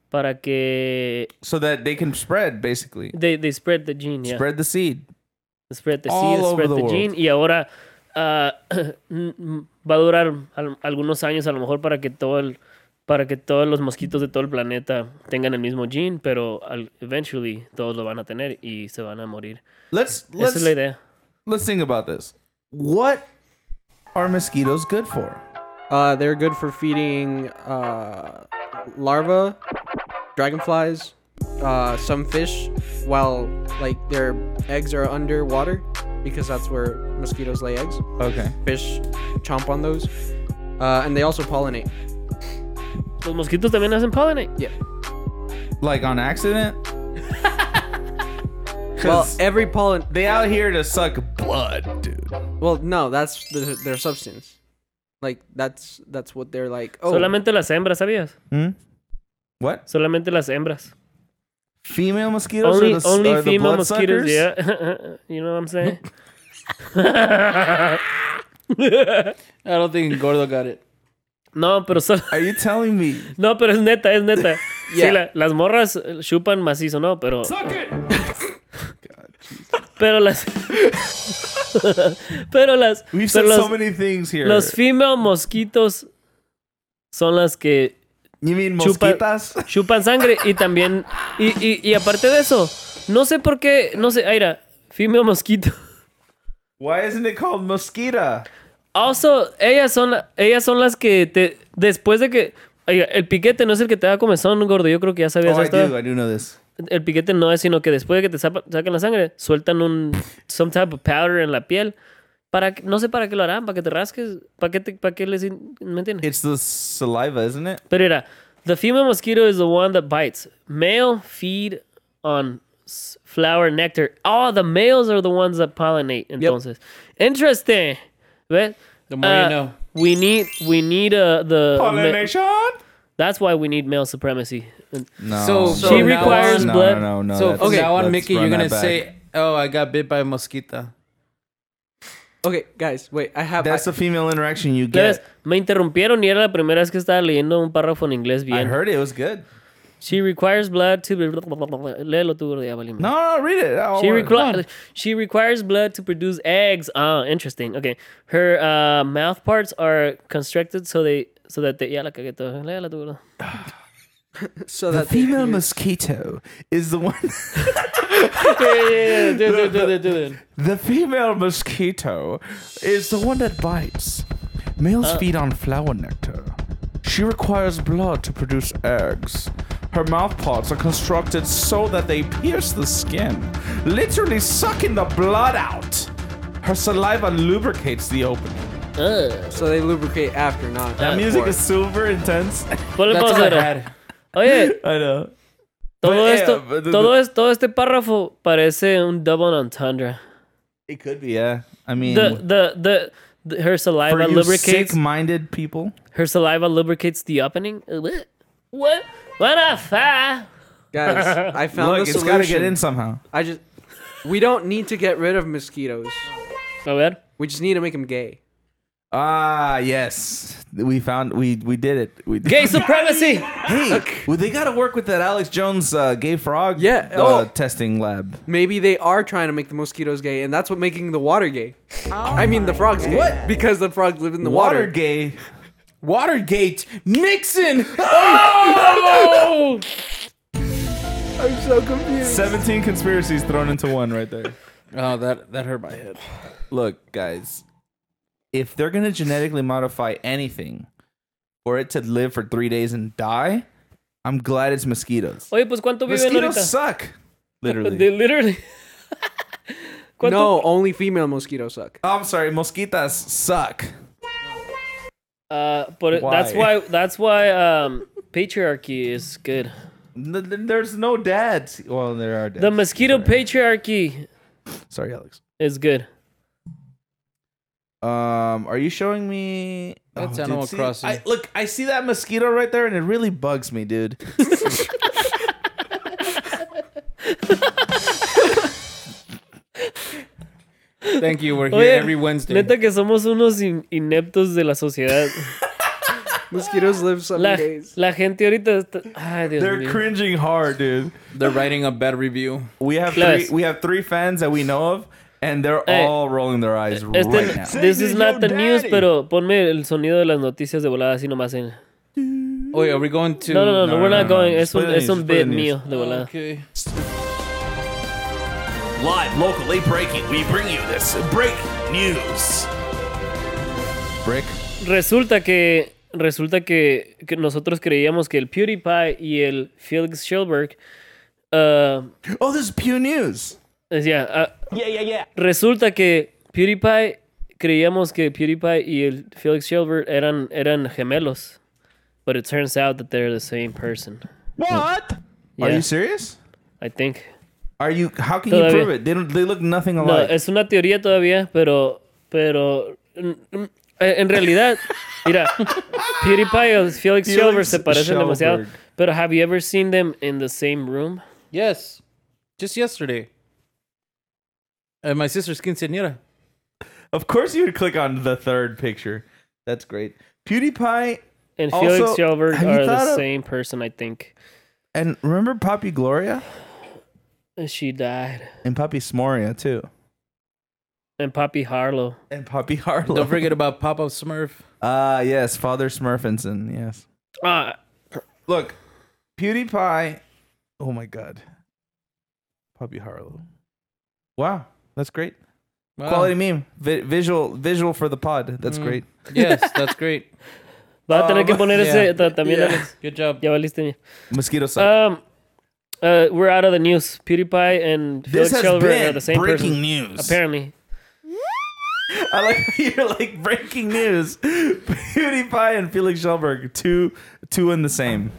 Speaker 3: para que...
Speaker 2: So that they can spread basically.
Speaker 3: They, they spread the gene, yeah.
Speaker 2: Spread the seed.
Speaker 3: Spread the
Speaker 2: all
Speaker 3: seed,
Speaker 2: over
Speaker 3: spread
Speaker 2: the
Speaker 3: the,
Speaker 2: world.
Speaker 3: gene. Y ahora ah, va a durar al- algunos años a lo mejor para que todo el, para que todos los mosquitos de todo el planeta tengan el mismo gene, pero al- eventually todos lo van a tener y se van a morir.
Speaker 2: Let's let's
Speaker 3: Esa es la idea.
Speaker 2: let's think about this. What are mosquitoes good for?
Speaker 4: Uh, they're good for feeding uh, larvae, dragonflies, uh, some fish, while like their eggs are underwater because that's where mosquitoes lay eggs.
Speaker 2: Okay.
Speaker 4: Fish chomp on those, uh, and they also pollinate.
Speaker 3: Los mosquitos también hacen pollinate.
Speaker 4: Yeah.
Speaker 2: Like on accident?
Speaker 4: Well,
Speaker 2: 'Cause
Speaker 4: every pollen.
Speaker 2: they out here to suck blood, dude.
Speaker 4: Well, no, that's the, their substance. Like that's that's what they're like. Oh,
Speaker 3: Solamente las hembras, ¿sabías?
Speaker 2: What?
Speaker 3: Solamente las hembras.
Speaker 2: Female mosquitoes
Speaker 3: Only,
Speaker 2: are the,
Speaker 3: only
Speaker 2: are the
Speaker 3: female
Speaker 2: blood suckers?
Speaker 3: mosquitoes, yeah. you know what I'm saying?
Speaker 1: I don't think Gordo got it.
Speaker 3: No, pero sol-
Speaker 2: Are you telling me?
Speaker 3: no, pero es neta, es neta.
Speaker 4: Yeah.
Speaker 3: Sí, la- las morras eh, chupan macizo, ¿no? Pero. pero las. pero las.
Speaker 2: We've said
Speaker 3: pero los,
Speaker 2: so many things here.
Speaker 3: los female mosquitos son las que
Speaker 2: you mean
Speaker 3: chupa-
Speaker 2: mosquitas?
Speaker 3: chupan sangre y también. Y, y, y aparte de eso, no sé por qué. No sé, Aira, female mosquito.
Speaker 2: Why isn't it called mosquito?
Speaker 3: Also, ellas son, la- ellas son las que te. Después de que. Oiga, el piquete no es el que te da comezón, gordo. Yo creo que ya
Speaker 2: Oh,
Speaker 3: sabías
Speaker 2: I
Speaker 3: esto.
Speaker 2: do. I do know this.
Speaker 3: El piquete no es, sino que después de que te sapa- sacan la sangre, sueltan un. Some type of powder en la piel. Para, que- no sé para qué lo harán, para que te rasques. ¿Para qué, te- para qué les. in- ¿Me entiendes?
Speaker 2: It's the saliva, isn't it?
Speaker 3: But era, the female mosquito is the one that bites. Male feed on s- flower nectar. Oh, the males are the ones that pollinate. Entonces, interesting. ¿Ves?
Speaker 1: The more
Speaker 3: Uh,
Speaker 1: you know.
Speaker 3: We need we need uh, the ma-
Speaker 2: Pollination.
Speaker 3: that's why we need male supremacy. And-
Speaker 2: No.
Speaker 1: So,
Speaker 3: So she
Speaker 1: from now
Speaker 3: requires
Speaker 1: on-
Speaker 2: no,
Speaker 3: blood.
Speaker 2: No, no, no.
Speaker 1: so
Speaker 2: that's-
Speaker 1: from now on,
Speaker 2: let's
Speaker 1: Mickey,
Speaker 2: run
Speaker 1: you're gonna
Speaker 2: that back.
Speaker 1: say, "Oh, I got bit by a mosquito."
Speaker 4: okay, guys, wait. I have.
Speaker 2: that's
Speaker 4: I,
Speaker 2: the female interaction you
Speaker 3: ¿Ves?
Speaker 2: get.
Speaker 3: Me interrumpieron y era la primera vez que estaba leyendo un párrafo en inglés
Speaker 2: I
Speaker 3: bien.
Speaker 2: heard it. It was good.
Speaker 3: She requires blood to léelo tú, gordo, ya valimos.
Speaker 2: No, no, read it. Oh, I'll
Speaker 3: She,
Speaker 2: work.
Speaker 3: requi- she requires blood to produce eggs. Ah, interesting. Okay, her uh, mouth parts are constructed so they so that they. Ya la cagué todo. Léala tú, bro.
Speaker 4: so
Speaker 2: The
Speaker 4: that they
Speaker 2: female
Speaker 4: can-
Speaker 2: mosquito is the one.
Speaker 1: Yeah, do, do, do, do, do, do.
Speaker 2: the female mosquito is the one that bites. Males feed on flower nectar. She requires blood to produce eggs. Her mouth parts are constructed so that they pierce the skin, literally sucking the blood out. Her saliva lubricates the opening.
Speaker 4: so they lubricate after, not.
Speaker 2: That music is super intense.
Speaker 3: Ponle
Speaker 1: That's
Speaker 3: pausa,
Speaker 1: all I
Speaker 3: bro.
Speaker 1: had.
Speaker 3: Oye,
Speaker 2: I know.
Speaker 3: todo
Speaker 2: eh,
Speaker 3: esto,
Speaker 2: but the-
Speaker 3: todo es- todo este párrafo parece un double entendre.
Speaker 2: It could be, yeah. I mean,
Speaker 3: The the the, the- her
Speaker 2: Mm. for
Speaker 3: saliva
Speaker 2: you
Speaker 3: lubricates.
Speaker 2: sick-minded people.
Speaker 3: her saliva lubricates the opening. Uh, What? What? What a fa?
Speaker 4: Guys, I found
Speaker 2: Look,
Speaker 4: the
Speaker 2: it's
Speaker 4: solution.
Speaker 2: got to get in somehow.
Speaker 4: I just. We don't need to get rid of mosquitoes.
Speaker 3: A ver.
Speaker 4: We just need to make them gay.
Speaker 2: Ah, yes. We found we we did it. We did.
Speaker 3: Gay supremacy.
Speaker 2: Hey, well, they got to work with that Alex Jones uh, gay frog
Speaker 4: Yeah,
Speaker 2: uh,
Speaker 4: oh.
Speaker 2: testing lab.
Speaker 4: Maybe they are trying to make the mosquitoes gay, and that's what making the water gay. I mean, the frogs gay. What? Because the frogs live in the water.
Speaker 2: gay.
Speaker 1: Watergate, Nixon.
Speaker 2: 17 conspiracies thrown into one right there.
Speaker 1: Oh, that that hurt my head.
Speaker 2: Look, guys. If they're going to genetically modify anything for it to live for 3 days and die, I'm glad it's mosquitoes.
Speaker 3: Oye, pues cuánto viven ahorita.
Speaker 2: Mosquitoes suck.
Speaker 3: They
Speaker 2: Literally.
Speaker 3: literally. ¿Cuánto-
Speaker 4: No, only female mosquitoes suck.
Speaker 2: Oh, I'm sorry, mosquitas suck.
Speaker 3: Uh, but it- that's
Speaker 2: Why?
Speaker 3: why that's why um, patriarchy is good.
Speaker 2: N- th- There's no dads. Well, there are dads.
Speaker 3: The mosquito patriarchy
Speaker 2: Sorry, Alex.
Speaker 3: is good.
Speaker 2: Um, are you showing me? Oh,
Speaker 1: That's
Speaker 2: dude,
Speaker 1: Animal
Speaker 2: see,
Speaker 1: Crossing.
Speaker 2: I, look, I see that mosquito right there, and it really bugs me, dude.
Speaker 1: Thank you. We're here
Speaker 3: Oye,
Speaker 1: every Wednesday.
Speaker 3: Neta que somos unos in- ineptos de la sociedad.
Speaker 4: Mosquitoes live seven
Speaker 3: La,
Speaker 4: days.
Speaker 3: la gente ahorita está... Ay, Dios mío.
Speaker 2: cringing hard, dude.
Speaker 1: They're writing a bad review.
Speaker 2: We have
Speaker 3: Plus-
Speaker 2: three, we have three fans that we know of, and they're
Speaker 3: Hey.
Speaker 2: all rolling their eyes
Speaker 3: Este-
Speaker 2: right now.
Speaker 3: this is not the news, pero ponme el sonido de las noticias de volada así nomás en...
Speaker 1: Wait, Oh, are we going to?
Speaker 10: No, no, no, no, we're not going. Es
Speaker 2: Spoiler
Speaker 10: un, es
Speaker 2: news,
Speaker 10: un
Speaker 2: spoiler
Speaker 10: bit
Speaker 2: news.
Speaker 10: mío, de volada.
Speaker 1: Okay.
Speaker 9: Live, locally breaking, we bring you this break news.
Speaker 2: Brick.
Speaker 10: Resulta que resulta que, que nosotros creíamos que el PewDiePie y el Felix Schilberg ah,
Speaker 3: uh,
Speaker 2: Oh, this is Pew News.
Speaker 10: decía ah, resulta que PewDiePie creíamos que PewDiePie y el Felix Schilberg eran eran gemelos, but it turns out that they're the same person.
Speaker 11: What?
Speaker 2: Are
Speaker 10: Yeah,
Speaker 2: you serious?
Speaker 10: I think.
Speaker 2: Are you? How can you
Speaker 10: Todavía.
Speaker 2: prove it? They don't. They look nothing
Speaker 10: No,
Speaker 2: alike.
Speaker 10: es una teoría todavía, pero pero mm, mm, en realidad, mira, PewDiePie y el Felix Schilberg se parecen
Speaker 2: Schilberg.
Speaker 10: demasiado. Pero have you ever seen them in the same room?
Speaker 1: Yes, just yesterday. At my sister's quinceañera.
Speaker 2: of course, you would click on the third picture. That's great. PewDiePie
Speaker 10: And
Speaker 2: Also,
Speaker 10: Felix Schilberg
Speaker 2: have you
Speaker 10: are
Speaker 2: thought
Speaker 10: the
Speaker 2: of-
Speaker 10: same person, I think.
Speaker 2: and remember Poppy Gloria
Speaker 10: She died.
Speaker 2: and Poppy Smoria too,
Speaker 10: And Poppy Harlow.
Speaker 2: and Poppy Harlow.
Speaker 1: Don't forget about Papa Smurf.
Speaker 2: Ah, yes, Father Smurfinson. Yes.
Speaker 10: Ah,
Speaker 2: Look, PewDiePie. Oh my God. Poppy Harlow. Wow, that's great.
Speaker 1: Wow.
Speaker 2: Quality meme, Vi- visual, visual for the pod.
Speaker 10: Mm.
Speaker 2: That's great.
Speaker 1: Yes, that's great.
Speaker 10: va a tener que poner
Speaker 1: yeah.
Speaker 10: ese ta- también, Alex.
Speaker 1: Good job.
Speaker 10: Ya valiste. mía.
Speaker 2: Mosquito suck.
Speaker 10: Um, uh, we're out of the news. PewDiePie and
Speaker 2: This
Speaker 10: Felix
Speaker 2: has
Speaker 10: Schilberg
Speaker 2: been
Speaker 10: are the same person.
Speaker 9: breaking news.
Speaker 10: Apparently.
Speaker 2: I like how you're like breaking news. PewDiePie and Felix Schellberg, two, two in the same.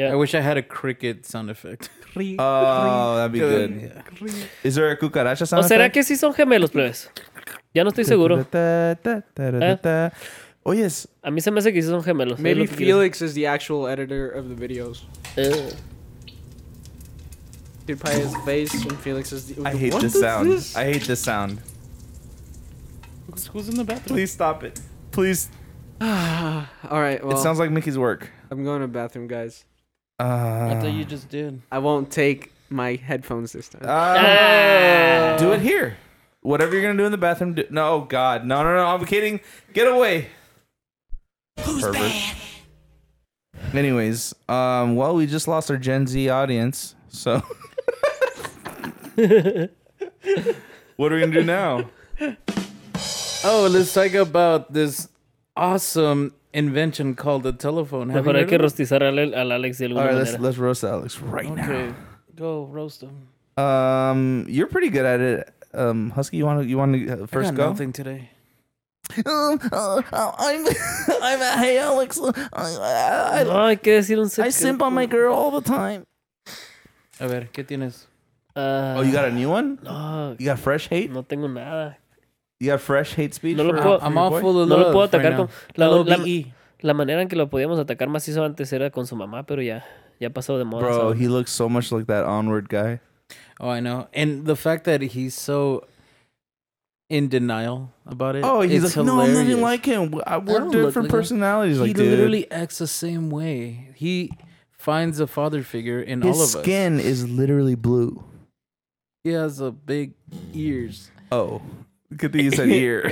Speaker 1: I wish I had a cricket sound effect.
Speaker 2: Oh, that'd be good. Is there a cucaracha
Speaker 10: ¿O
Speaker 2: sound
Speaker 10: será
Speaker 2: effect?
Speaker 10: que sí son gemelos, plebes? Ya no estoy seguro.
Speaker 2: Da, da, da, da, da, da. Oh yes,
Speaker 10: A mí se me hace que sí son gemelos.
Speaker 4: Maybe
Speaker 10: Es lo que quiero
Speaker 4: Felix is the actual editor of the videos.
Speaker 10: decir. Eh.
Speaker 4: Dude, Pie is the face, and Felix is the.
Speaker 2: I hate
Speaker 4: What
Speaker 2: this
Speaker 4: is
Speaker 2: sound.
Speaker 4: this?
Speaker 2: I hate this sound.
Speaker 1: Who's, who's in the bathroom?
Speaker 2: Please stop it. Please.
Speaker 4: All right. Well,
Speaker 2: it sounds like Mickey's work.
Speaker 4: I'm going to the bathroom, guys.
Speaker 1: I
Speaker 2: Uh,
Speaker 1: thought you just did.
Speaker 4: I won't take my headphones this
Speaker 2: Uh,
Speaker 4: time.
Speaker 1: Ah.
Speaker 2: Um, Do it here. Whatever you're gonna do in the bathroom, do- no oh God, no, no, no. I'm kidding. Get away. Pervert. Anyways, um, well, we just lost our Gen Z audience, so what are we gonna do now?
Speaker 1: Oh, let's talk about this awesome invention called the telephone. Have you
Speaker 10: Mejor hay
Speaker 1: heard
Speaker 10: que
Speaker 1: of it?
Speaker 10: rostizar al, al Alex de alguna
Speaker 2: All right, let's
Speaker 10: manera.
Speaker 2: let's roast Alex right
Speaker 1: Okay, go roast them.
Speaker 2: now. Um, you're pretty good at it. Um, Husky, you want to you want to first
Speaker 1: I got
Speaker 2: go?
Speaker 1: nothing today.
Speaker 2: Um, uh, I'm I'm at Hey Alex.
Speaker 10: No, hay que decir un set.
Speaker 2: on my girl all the time.
Speaker 1: A ver, ¿qué tienes?
Speaker 10: Ah,
Speaker 2: Oh, you got a new one?
Speaker 10: no,
Speaker 2: You got fresh hate?
Speaker 10: no tengo nada.
Speaker 2: You got fresh hate speech?
Speaker 10: No lo
Speaker 2: for-
Speaker 10: puedo-
Speaker 2: for
Speaker 1: Ah, I'm
Speaker 2: your
Speaker 1: all
Speaker 2: boy?
Speaker 1: full of
Speaker 10: No
Speaker 1: love
Speaker 10: lo puedo atacar
Speaker 1: right
Speaker 10: con.
Speaker 1: now.
Speaker 10: La, la-
Speaker 1: LOVE.
Speaker 10: la manera en que lo podíamos atacar macizo antes era con su mamá, pero ya, ya pasó de moda.
Speaker 2: Bro,
Speaker 10: ¿sabes?
Speaker 2: he looks so much like that onward guy.
Speaker 1: Oh, I know. And the fact that he's so in denial about it.
Speaker 2: Oh, he's
Speaker 1: it's
Speaker 2: like, no, I'm nothing
Speaker 1: hilarious.
Speaker 2: like him. W- I-
Speaker 1: don't
Speaker 2: We're
Speaker 1: look like
Speaker 2: different
Speaker 1: him.
Speaker 2: personalities.
Speaker 1: He
Speaker 2: Like, dude,
Speaker 1: literally acts the same way. He finds a father figure in all
Speaker 2: his
Speaker 1: of us.
Speaker 2: skin is literally blue.
Speaker 1: He has a big ears.
Speaker 2: Oh, good thing you said here.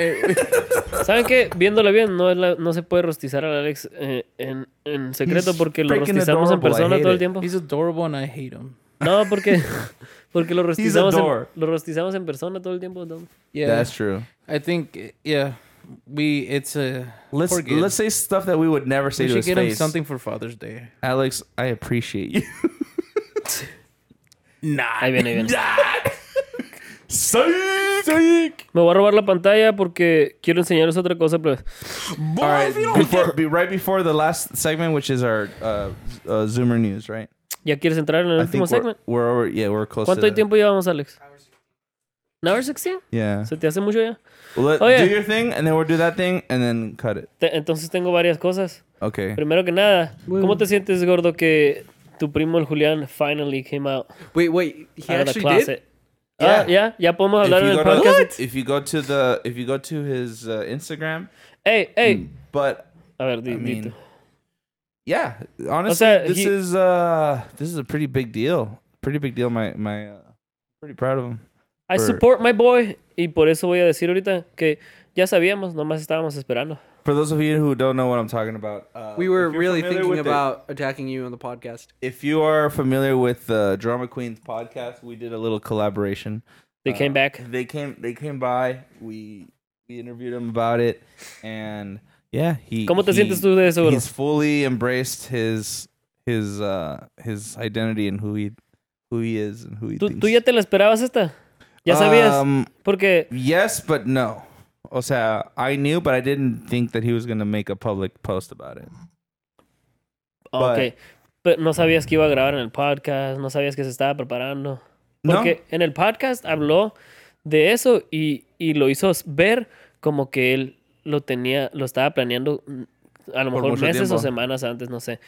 Speaker 10: ¿Saben qué? Viéndolo bien, no, es la- no se puede rostizar al Alex eh, en, en secreto
Speaker 2: He's
Speaker 10: porque lo
Speaker 2: freaking
Speaker 10: rostizamos en
Speaker 2: adorable, I
Speaker 10: persona
Speaker 2: hate
Speaker 10: todo el
Speaker 2: it.
Speaker 10: tiempo.
Speaker 1: He's adorable and I hate him.
Speaker 10: No, porque, porque lo, rostizamos en,
Speaker 2: adore.
Speaker 10: lo rostizamos en persona todo el tiempo. ¿no?
Speaker 1: Yeah,
Speaker 2: That's true.
Speaker 1: I think yeah, we it's a
Speaker 2: Let's
Speaker 1: poor kid.
Speaker 2: let's say stuff that we would never say to
Speaker 1: we should
Speaker 2: his
Speaker 1: get him
Speaker 2: face.
Speaker 1: something for Father's Day.
Speaker 2: Alex, I appreciate you.
Speaker 10: Ahí viene, ahí viene.
Speaker 2: Psych!
Speaker 10: Me voy a robar la pantalla porque quiero enseñarles otra cosa, pero
Speaker 2: All right, before, be right before the last segment, which is our uh, uh, Zoomer news, right?
Speaker 10: ya quieres entrar en el
Speaker 2: I
Speaker 10: último
Speaker 2: think we're,
Speaker 10: segmento.
Speaker 2: we're over, yeah, we're close.
Speaker 10: ¿Cuánto
Speaker 2: to the-
Speaker 10: tiempo llevamos, Alex? ¿An hour 16?
Speaker 2: Yeah.
Speaker 10: ¿Se te hace mucho ya?
Speaker 2: Well, let-
Speaker 10: Oh, yeah.
Speaker 2: Do your thing, and then we'll do that thing, and then cut it.
Speaker 10: Te- entonces tengo varias cosas.
Speaker 2: Okay.
Speaker 10: Primero que nada, ¿cómo te sientes, gordo, que tu primo el Julián finally came out
Speaker 4: Wait, wait. He
Speaker 10: out of the
Speaker 4: actually did.
Speaker 10: closet? Ah, ya, ya podemos
Speaker 2: If
Speaker 10: hablar en
Speaker 2: you, go
Speaker 10: el
Speaker 2: to,
Speaker 10: podcast.
Speaker 2: if you go to the if you go to his uh, Instagram,
Speaker 10: Ey, ey.
Speaker 2: but
Speaker 10: A ver, di,
Speaker 2: Mm, I
Speaker 10: di
Speaker 2: mean,
Speaker 10: tú.
Speaker 2: yeah, honestly,
Speaker 10: that
Speaker 2: this
Speaker 10: he-
Speaker 2: is uh this is a pretty big deal. Pretty big deal. My my, uh, pretty proud of him.
Speaker 10: I
Speaker 2: for-
Speaker 10: support my boy. Y por eso voy a decir ahorita que ya sabíamos, nomás estábamos esperando.
Speaker 2: For those of you who don't know what I'm talking about, uh,
Speaker 4: we were
Speaker 2: if you're
Speaker 4: really
Speaker 2: familiar
Speaker 4: thinking
Speaker 2: with it-
Speaker 4: about attacking you on the podcast.
Speaker 2: if you are familiar with the Drama Queens podcast, we did a little collaboration. Uh,
Speaker 4: They came back.
Speaker 2: They came. They came by. We we interviewed him about it, and yeah, he.
Speaker 3: ¿Cómo te
Speaker 2: he-
Speaker 3: sientes tú de eso, bro?
Speaker 2: He's fully embraced his his uh his identity and who he who he is and who he.
Speaker 3: ¿Tú,
Speaker 2: thinks.
Speaker 3: tú ya te la esperabas esta? ¿Ya sabías?
Speaker 2: Um,
Speaker 3: Porque
Speaker 2: Yes, but no. O sea, I knew, but I didn't think that he was gonna make a public post about it.
Speaker 3: Ok. Pero no sabías que iba a grabar en el podcast, no sabías que se estaba preparando.
Speaker 2: No.
Speaker 3: Porque en el podcast habló de eso y, y lo hizo ver como que él lo tenía, lo estaba planeando mm, a lo
Speaker 2: Por
Speaker 3: mejor
Speaker 2: mucho
Speaker 3: meses o
Speaker 2: tiempo.
Speaker 3: semanas antes, no sé.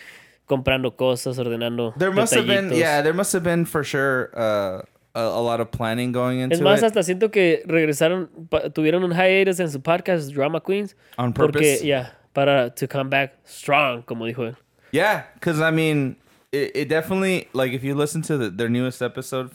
Speaker 3: Comprando cosas, ordenando.
Speaker 2: There must have been,
Speaker 3: detallitos.
Speaker 2: yeah, there must have been for sure uh, a, a lot of planning going into
Speaker 3: Es más,
Speaker 2: it.
Speaker 3: hasta siento que regresaron, pa- tuvieron un hiatus en su podcast Drama Queens.
Speaker 2: On
Speaker 3: Porque,
Speaker 2: purpose?
Speaker 3: yeah, para to come back strong, como dijo él.
Speaker 2: Yeah, because I mean, it, it definitely like if you listen to the, their newest episode,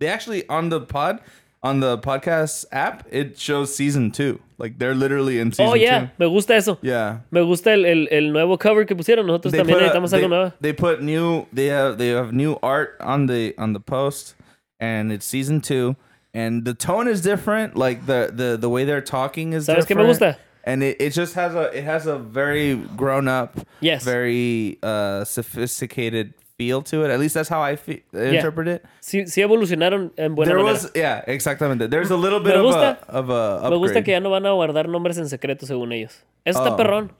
Speaker 2: they actually on the pod on the podcast app it shows season two. Like they're literally in season
Speaker 3: Oh, yeah, me gusta eso.
Speaker 2: Yeah.
Speaker 3: Me gusta el, el, el nuevo cover que pusieron.
Speaker 2: two.
Speaker 3: Nosotros
Speaker 2: They
Speaker 3: también
Speaker 2: put a-
Speaker 3: necesitamos
Speaker 2: they,
Speaker 3: algo nuevo.
Speaker 2: they put new they have they have new art on the on the post and it's season two and the tone is different like the the the way they're talking is
Speaker 3: ¿Sabes qué me
Speaker 2: different.
Speaker 3: gusta?
Speaker 2: and it, it just has a it has a very grown up
Speaker 3: Yes.
Speaker 2: very uh sophisticated feel to it at least that's how i fe- interpret it
Speaker 3: Sí, sí evolucionaron en buena
Speaker 2: there
Speaker 3: manera.
Speaker 2: was yeah exactamente there's a little
Speaker 3: Me
Speaker 2: bit
Speaker 3: gusta-
Speaker 2: of a of a
Speaker 3: Me gusta
Speaker 2: upgrade.
Speaker 3: que ya no van a guardar nombres en secreto, según ellos. Eso está
Speaker 2: Oh.
Speaker 3: perrón.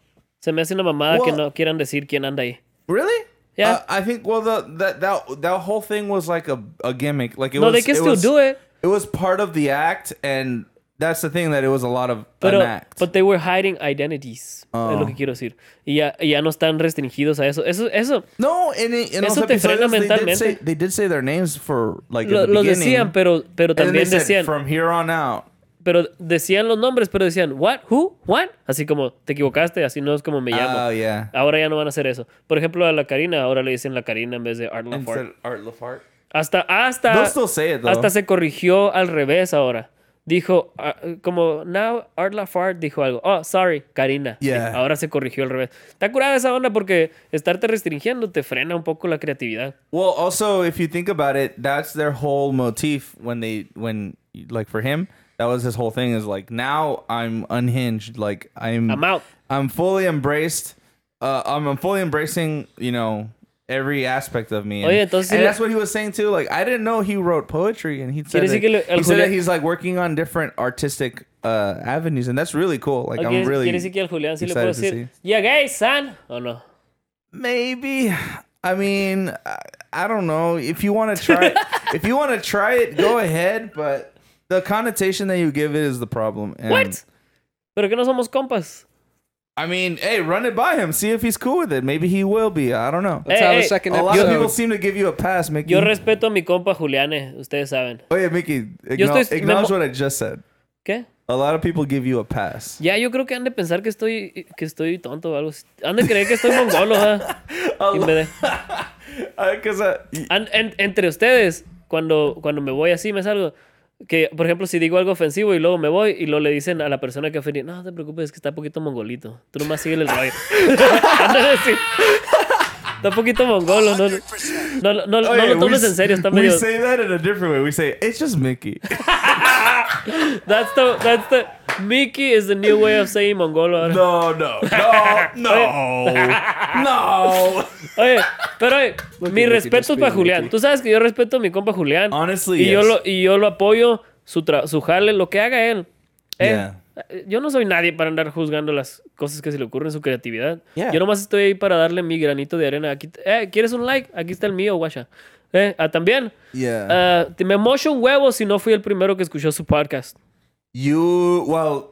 Speaker 3: Se me hace una mamada que
Speaker 2: Well-
Speaker 3: no quieran decir quién anda ahí.
Speaker 2: Really?
Speaker 3: Yeah.
Speaker 2: Uh, I think. Well, the that that that whole thing was like a, a gimmick. Like it
Speaker 3: No,
Speaker 2: was.
Speaker 3: they can still
Speaker 2: was-
Speaker 3: do it.
Speaker 2: It was part of the act, and that's the thing that it was a lot of
Speaker 3: Pero,
Speaker 2: an act.
Speaker 3: but they were hiding identities. Es
Speaker 2: Oh.
Speaker 3: lo que quiero decir. Y ya, y ya no están restringidos a eso. Eso, eso.
Speaker 2: No, en, en
Speaker 3: eso
Speaker 2: los
Speaker 3: te frena
Speaker 2: episodios, They
Speaker 3: mentalmente.
Speaker 2: did, say, they did say their names for like
Speaker 3: Lo-
Speaker 2: at the
Speaker 3: los
Speaker 2: beginning,
Speaker 3: decían, pero, pero
Speaker 2: and then they
Speaker 3: también
Speaker 2: said,
Speaker 3: decían.
Speaker 2: from here on out.
Speaker 3: Pero decían los nombres, pero decían, ¿what? ¿Who? ¿What? Así como, te equivocaste, así no es como me llamo.
Speaker 2: Oh, yeah.
Speaker 3: Ahora ya no van a hacer eso. Por ejemplo, a la Karina, ahora le dicen la Karina en vez de Art Lafort.
Speaker 2: Instead- Art Lafart.
Speaker 3: Hasta, hasta,
Speaker 2: They'll still say it, though.
Speaker 3: hasta se corrigió al revés ahora. Dijo, ah, como, now Art Lafart dijo algo. Oh, sorry, Karina.
Speaker 2: Yeah.
Speaker 3: Ahora se corrigió al revés. Está curada esa onda porque estarte restringiendo te frena un poco la creatividad.
Speaker 2: Well, also if you think about it, that's their whole motif when they when like for him, that was his whole thing is like now I'm unhinged, like I'm
Speaker 3: I'm out.
Speaker 2: I'm fully embraced. Uh, I'm, I'm fully embracing, you know, every aspect of me. And,
Speaker 3: Oye, entonces-
Speaker 2: and that's what he was saying too. Like I didn't know he wrote poetry, and he said,
Speaker 3: Quiere decir
Speaker 2: that,
Speaker 3: que le- al
Speaker 2: he said
Speaker 3: Julián-
Speaker 2: that he's like working on different artistic uh, avenues, and that's really cool. Like
Speaker 3: Ok,
Speaker 2: I'm really
Speaker 3: quiere decir que al Julián sí le puedo
Speaker 2: excited to
Speaker 3: decir,
Speaker 2: see.
Speaker 3: yeah, gay, son, o no.
Speaker 2: Maybe. I mean, I, I don't know. If you want to try it, if you want to try it, go ahead, but the connotation that you give it is the problem. And,
Speaker 3: What? Pero que no somos compas.
Speaker 2: I mean, hey, run it by him. See if he's cool with it. Maybe he will be. I don't know.
Speaker 3: Let's Hey, have a hey. second
Speaker 2: A lot of
Speaker 3: episode.
Speaker 2: people seem to give you a pass, Mickey.
Speaker 3: Eh, Yo respeto a mi compa Juliane, ustedes saben.
Speaker 2: oh, yeah, Mickey.
Speaker 3: Yo
Speaker 2: acknow-
Speaker 3: estoy-
Speaker 2: acknowledge
Speaker 3: me-
Speaker 2: what I just said.
Speaker 3: ¿Qué?
Speaker 2: A lot of people give you a pass.
Speaker 3: Ya, yo creo que han de pensar que estoy, que estoy tonto o algo. así. Han de creer que estoy mongolo, ¿ah? Y me de- Han- en- entre ustedes, cuando, cuando me voy así, me salgo. Que, por ejemplo, si digo algo ofensivo y luego me voy y luego le dicen a la persona que ofendí, no, no te preocupes, es que está poquito mongolito. Tú nomás síguele el rollo. Han de decir, Está poquito mongolo, no, no, no, no
Speaker 2: Oh, yeah,
Speaker 3: lo
Speaker 2: we
Speaker 3: tomes
Speaker 2: s-
Speaker 3: en serio, está
Speaker 2: We
Speaker 3: medio...
Speaker 2: say that in a different way. We say, it's just Mickey.
Speaker 3: That's the, that's the, Mickey is the new way of saying mongolo ahora.
Speaker 2: No, no, no, no,
Speaker 3: Oye, pero oye, mi
Speaker 2: at Mickey,
Speaker 3: respeto
Speaker 2: just
Speaker 3: para
Speaker 2: being
Speaker 3: Julián.
Speaker 2: Mickey.
Speaker 3: Tú sabes que yo respeto a mi compa Julián.
Speaker 2: Honestly,
Speaker 3: y, yo
Speaker 2: yes.
Speaker 3: lo, y yo lo apoyo, su, tra- su jale, lo que haga él. Eh,
Speaker 2: Yeah.
Speaker 3: Yo no soy nadie para andar juzgando las cosas que se le ocurren en su creatividad.
Speaker 2: Yeah.
Speaker 3: Yo nomás estoy ahí para darle mi granito de arena. Aquí, eh, ¿Quieres un like? Aquí está el mío, guacha. Eh, ah, también.
Speaker 2: Yeah.
Speaker 3: Ah, te- me mocho un huevo si no fui el primero que escuchó su podcast.
Speaker 2: You well,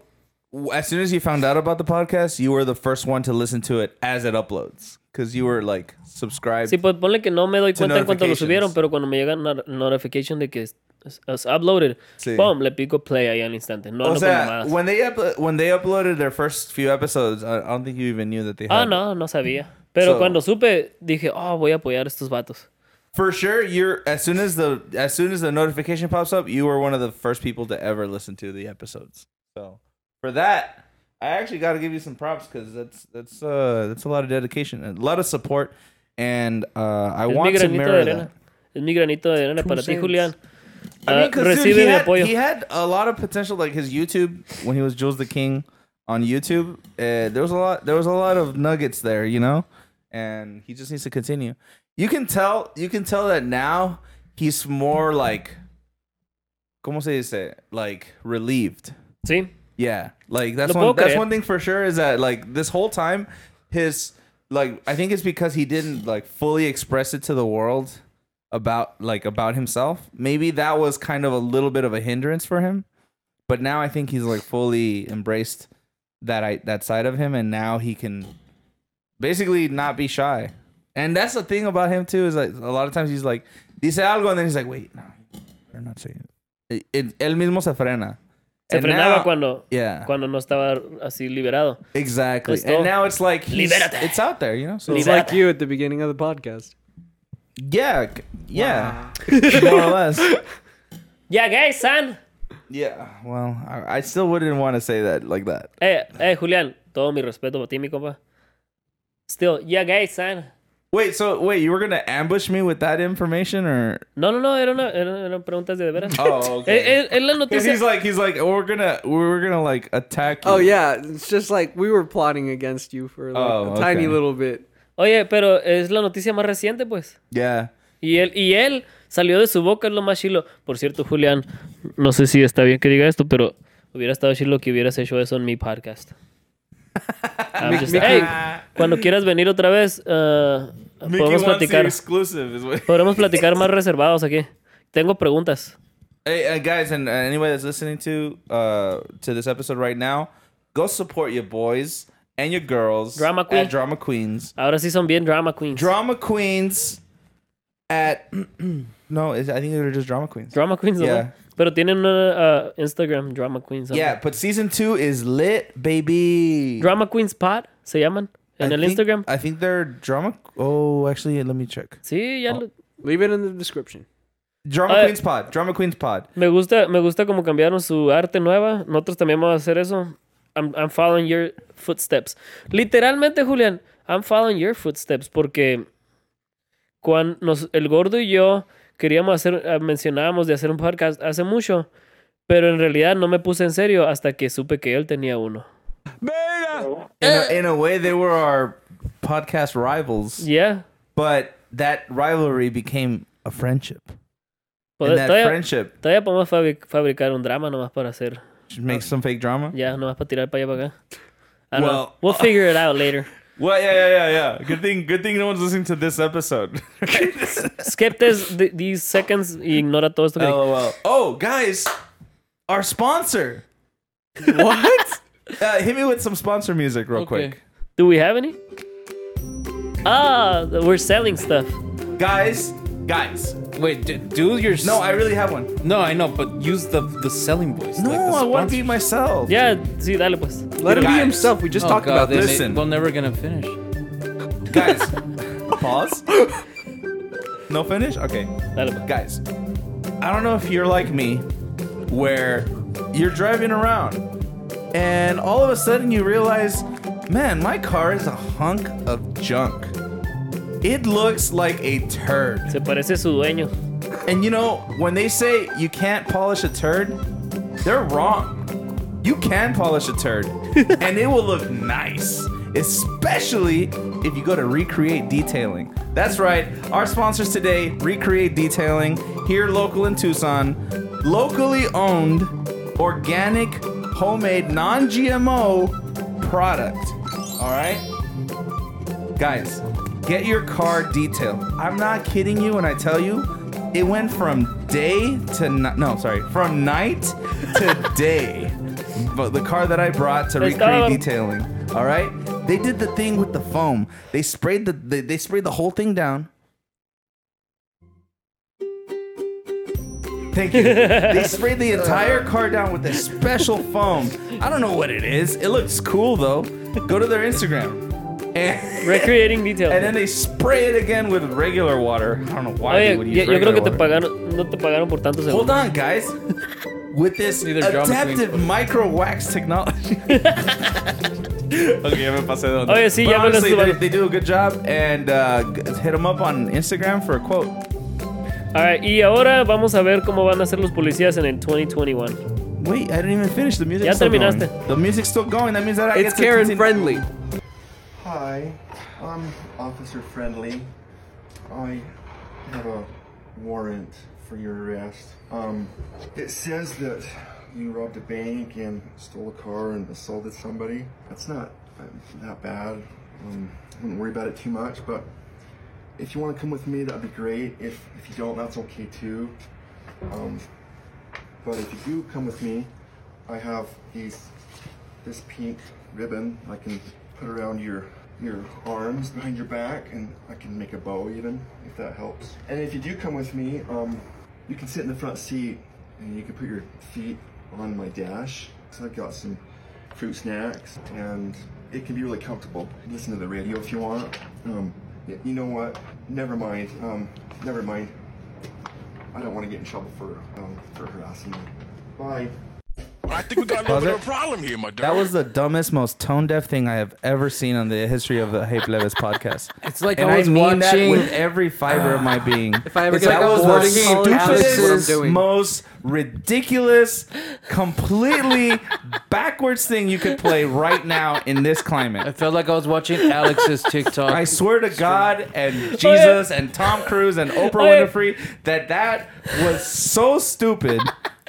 Speaker 2: w- as soon as you found out about the podcast, you were the first one to listen to it as it uploads because you were like subscribed.
Speaker 3: Sí, pues ponle que no me doy
Speaker 2: To
Speaker 3: cuenta en cuanto lo
Speaker 2: notifications.
Speaker 3: subieron, pero cuando me llega una notification de que es, es- es uploaded,
Speaker 2: Sí.
Speaker 3: ¡pum! Le pico play ahí al instante. No,
Speaker 2: o
Speaker 3: no
Speaker 2: sea, when they uplo- when they uploaded their first few episodes, I I don't think you even knew that they.
Speaker 3: Ah,
Speaker 2: had it.
Speaker 3: no, no sabía. Pero
Speaker 2: So-
Speaker 3: cuando supe, dije, oh, voy a apoyar a estos vatos.
Speaker 2: For sure, you're as soon as the as soon as the notification pops up, you were one of the first people to ever listen to the episodes. So for that, I actually got to give you some props because that's that's uh that's a lot of dedication, and a lot of support, and uh, I
Speaker 3: Es mi
Speaker 2: want to
Speaker 3: granito de
Speaker 2: mirror that.
Speaker 3: arena. Es mi granito de arena
Speaker 2: Two
Speaker 3: para ti,
Speaker 2: cents.
Speaker 3: Julián.
Speaker 2: I
Speaker 3: Ah,
Speaker 2: mean, 'cause, dude,
Speaker 3: recibe
Speaker 2: he,
Speaker 3: mi
Speaker 2: had,
Speaker 3: apoyo.
Speaker 2: he had a lot of potential. Like his YouTube, when he was Jules the King on YouTube, uh, there was a lot. There was a lot of nuggets there, you know. And he just needs to continue. You can tell. You can tell that now he's more like, ¿cómo se dice? Like relieved.
Speaker 3: See.
Speaker 2: Yeah, like that's
Speaker 3: Lo
Speaker 2: one.
Speaker 3: puedo
Speaker 2: That's
Speaker 3: creer.
Speaker 2: one thing for sure is that like this whole time, his like I think it's because he didn't like fully express it to the world about like about himself. Maybe that was kind of a little bit of a hindrance for him, but now I think he's like fully embraced that I that side of him, and now he can basically not be shy. And that's the thing about him too is like a lot of times he's like dice algo and then he's like wait no, I'm not saying it. It- Él mismo se frena.
Speaker 3: Se
Speaker 2: And
Speaker 3: frenaba
Speaker 2: now-
Speaker 3: cuando,
Speaker 2: Yeah.
Speaker 3: cuando no estaba así liberado.
Speaker 2: Exactly.
Speaker 3: Pues todo.
Speaker 2: and now it's like he's-
Speaker 3: Libérate.
Speaker 2: it's out there, you know. So
Speaker 4: It's like you at the beginning of the podcast.
Speaker 2: yeah, c- yeah, more or less.
Speaker 3: Yeah, guys, son.
Speaker 2: Yeah. Well, I, I still wouldn't want to say that like that.
Speaker 3: Eh, eh, Julián, todo mi respeto para ti, mi compa. Still, yeah, guys, son.
Speaker 2: Wait. So wait, you were gonna ambush me with that information, or
Speaker 3: No, no, no, eran, una- eran, eran preguntas de de veras.
Speaker 2: Oh, okay.
Speaker 3: Eh, eh, Es la
Speaker 2: because
Speaker 3: noticia.
Speaker 2: he's like he's like oh, we're gonna we're gonna like attack. You.
Speaker 4: Oh yeah, it's just like we were plotting against you for like
Speaker 2: Oh,
Speaker 4: a tiny
Speaker 2: okay.
Speaker 4: little bit.
Speaker 3: Oye, pero es la noticia más reciente, pues.
Speaker 2: Yeah.
Speaker 3: Y él, y él salió de su boca, es lo más chilo. Por cierto, Julián, no sé si está bien que diga esto, pero hubiera estado chilo que hubieras hecho eso en mi podcast. I'm just-
Speaker 4: Mickey-
Speaker 3: Hey, cuando quieras venir otra vez, uh, podemos platicar.
Speaker 2: exclusive. Is what.
Speaker 3: Podemos platicar más reservados aquí. Tengo preguntas.
Speaker 2: Hey, uh, guys, and uh, anybody that's listening to uh to this episode right now, go support your boys and your girls.
Speaker 3: Drama queen.
Speaker 2: At drama queens.
Speaker 3: Ahora sí son bien drama queens.
Speaker 2: drama queens at no it's, i think they're just drama queens
Speaker 3: drama queens, ¿no?
Speaker 2: Yeah.
Speaker 3: Pero tienen una, uh, Instagram, drama queens. ¿no?
Speaker 2: yeah but season two is lit baby
Speaker 3: Drama queens pod se llaman
Speaker 2: I
Speaker 3: en el
Speaker 2: think-
Speaker 3: Instagram.
Speaker 2: i think they're drama oh actually let me check
Speaker 3: Sí,
Speaker 2: Oh.
Speaker 3: ya. lo-
Speaker 4: Leave it in the description.
Speaker 2: drama
Speaker 3: Uh,
Speaker 2: queens pod drama queens pod
Speaker 3: Me gusta, me gusta cómo cambiaron su arte nueva. Nosotros también vamos a hacer eso. I'm, I'm following your footsteps. Literalmente, Julián, I'm following your footsteps porque cuando nos, el gordo y yo queríamos hacer, eh, mencionábamos de hacer un podcast hace mucho, pero en realidad no me puse en serio hasta que supe que él tenía uno.
Speaker 2: in, a, in a way they were our podcast rivals
Speaker 3: Yeah.
Speaker 2: but that rivalry became a friendship
Speaker 3: Poder-
Speaker 2: and that
Speaker 3: todavía,
Speaker 2: friendship
Speaker 3: todavía podemos fabric- fabricar un drama nomás para hacer.
Speaker 2: should make some fake drama
Speaker 3: Ya, nomás para tirar para allá para acá. I don't know.
Speaker 2: Well- uh,
Speaker 3: We'll figure it out later.
Speaker 2: well yeah yeah yeah yeah good thing good thing no one's listening to this episode
Speaker 3: Skip this, th- these seconds y ignora todo esto que dije.
Speaker 2: LOL. Oh, guys, our sponsor. What? uh, hit me with some sponsor music real quick.
Speaker 3: Do we have any? Ah, we're selling stuff.
Speaker 2: Guys, guys.
Speaker 1: Wait, d- do your s-
Speaker 2: No, I really have one.
Speaker 1: no, I know, but use the the selling voice.
Speaker 2: No,
Speaker 1: like the
Speaker 2: I want to be
Speaker 1: sponsor.
Speaker 2: myself.
Speaker 3: Yeah, sí, dale pues.
Speaker 4: Let him be
Speaker 2: Guys.
Speaker 4: himself. We just
Speaker 1: Oh,
Speaker 4: talked
Speaker 1: God,
Speaker 4: about
Speaker 1: then
Speaker 4: this.
Speaker 1: it-
Speaker 2: Listen.
Speaker 1: we're never gonna finish.
Speaker 2: Guys, pause. No finish? Okay.
Speaker 3: Dale pues.
Speaker 2: Guys, I don't know if you're like me, where you're driving around and all of a sudden you realize, man, my car is a hunk of junk. It looks like a turd.
Speaker 3: Se parece a su dueño.
Speaker 2: And you know, when they say you can't polish a turd, they're wrong. You can polish a turd, and it will look nice, especially if you go to Recreate Detailing. That's right, our sponsors today, Recreate Detailing, here local in Tucson, locally owned, organic, homemade, non GMO product. All right? Guys, get your car detailed. I'm not kidding you when I tell you, it went from day to night. No, sorry, from night to day. But the car that I brought to
Speaker 3: Let's
Speaker 2: recreate
Speaker 3: go.
Speaker 2: detailing. All right, they did the thing with the foam. They sprayed the they, they sprayed the whole thing down. Thank you. They sprayed the entire car down with a special foam. I don't know what it is. It looks cool though. Go to their Instagram. And
Speaker 3: Recreating detail.
Speaker 2: and then they spray it again with regular water. I don't know why
Speaker 3: Oye,
Speaker 2: they would use
Speaker 3: ya- yo
Speaker 2: regular
Speaker 3: creo que te
Speaker 2: water.
Speaker 3: pagaron, no te pagaron por tantos
Speaker 2: Hold
Speaker 3: segundos.
Speaker 2: on, guys. with this
Speaker 1: Neither drama queen-
Speaker 2: adaptive micro wax technology. okay, ya me pasé de onda.
Speaker 3: Oye, sí,
Speaker 2: But
Speaker 3: ya me lo
Speaker 2: honestly, they,
Speaker 3: estuve-
Speaker 2: they do a good job and uh, g- hit them up on Instagram for a quote.
Speaker 3: Ah, y ahora vamos a ver cómo van a ser los policías en el 2021.
Speaker 2: Wait, I didn't even finish. The music's
Speaker 3: Ya
Speaker 2: still
Speaker 3: terminaste.
Speaker 2: going. The music's still going. That means that I
Speaker 4: It's
Speaker 2: get to
Speaker 4: Karen
Speaker 2: continue-
Speaker 4: friendly.
Speaker 10: Hi, I'm Officer Friendly. I have a warrant for your arrest. Um, it says that you robbed a bank and stole a car and assaulted somebody. That's not um, that bad. Um, I wouldn't worry about it too much, but if you want to come with me, that'd be great. If, if you don't, that's okay too. Um, but if you do come with me, I have these this pink ribbon I can put around your your arms behind your back, and I can make a bow even if that helps. And if you do come with me, um, you can sit in the front seat, and you can put your feet on my dash. So I've got some fruit snacks, and it can be really comfortable. Listen to the radio if you want. Um, y- you know what? Never mind. Um, never mind. I don't want to get in trouble for um, for harassing me. Bye.
Speaker 5: I think we got a little
Speaker 2: Was
Speaker 5: bit
Speaker 2: it?
Speaker 5: of a problem here, my dude.
Speaker 2: That was the dumbest, most tone deaf thing I have ever seen on the history of the Hey Levis podcast.
Speaker 1: It's like
Speaker 2: and
Speaker 1: I was
Speaker 2: mean that
Speaker 1: watching-
Speaker 2: with every fiber of my being.
Speaker 4: If I ever
Speaker 2: it's
Speaker 4: get
Speaker 2: like I was
Speaker 4: bored,
Speaker 2: watching
Speaker 4: Alex is what I'm
Speaker 2: stupidest,
Speaker 4: doing.
Speaker 2: most ridiculous, completely backwards thing you could play right now in this
Speaker 12: I
Speaker 2: climate.
Speaker 12: felt like I was watching Alex's TikTok.
Speaker 2: I swear to
Speaker 4: Oh,
Speaker 2: God and Jesus and Tom Cruise and Oprah
Speaker 3: Oye.
Speaker 2: Winfrey that that was so stupid.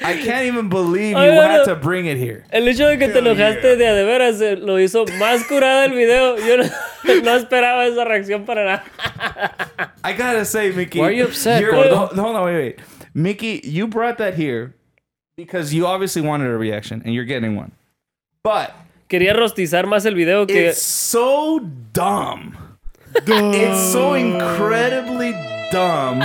Speaker 2: I can't even believe you
Speaker 4: Oh,
Speaker 3: Oye,
Speaker 2: had
Speaker 3: no.
Speaker 2: to bring it here.
Speaker 3: El hecho de que te enojaste de a de veras eh, lo hizo más curada el video. Yo no, no esperaba esa reacción para nada.
Speaker 2: I gotta say, Mickey.
Speaker 12: Why are you upset,
Speaker 2: you're-
Speaker 12: Gordo?
Speaker 2: Hold hold on, wait, wait. Mickey, you brought that here because you obviously wanted a reaction and you're getting one. But
Speaker 3: Quería rostizar más el video que.
Speaker 2: it's so dumb. It's so incredibly dumb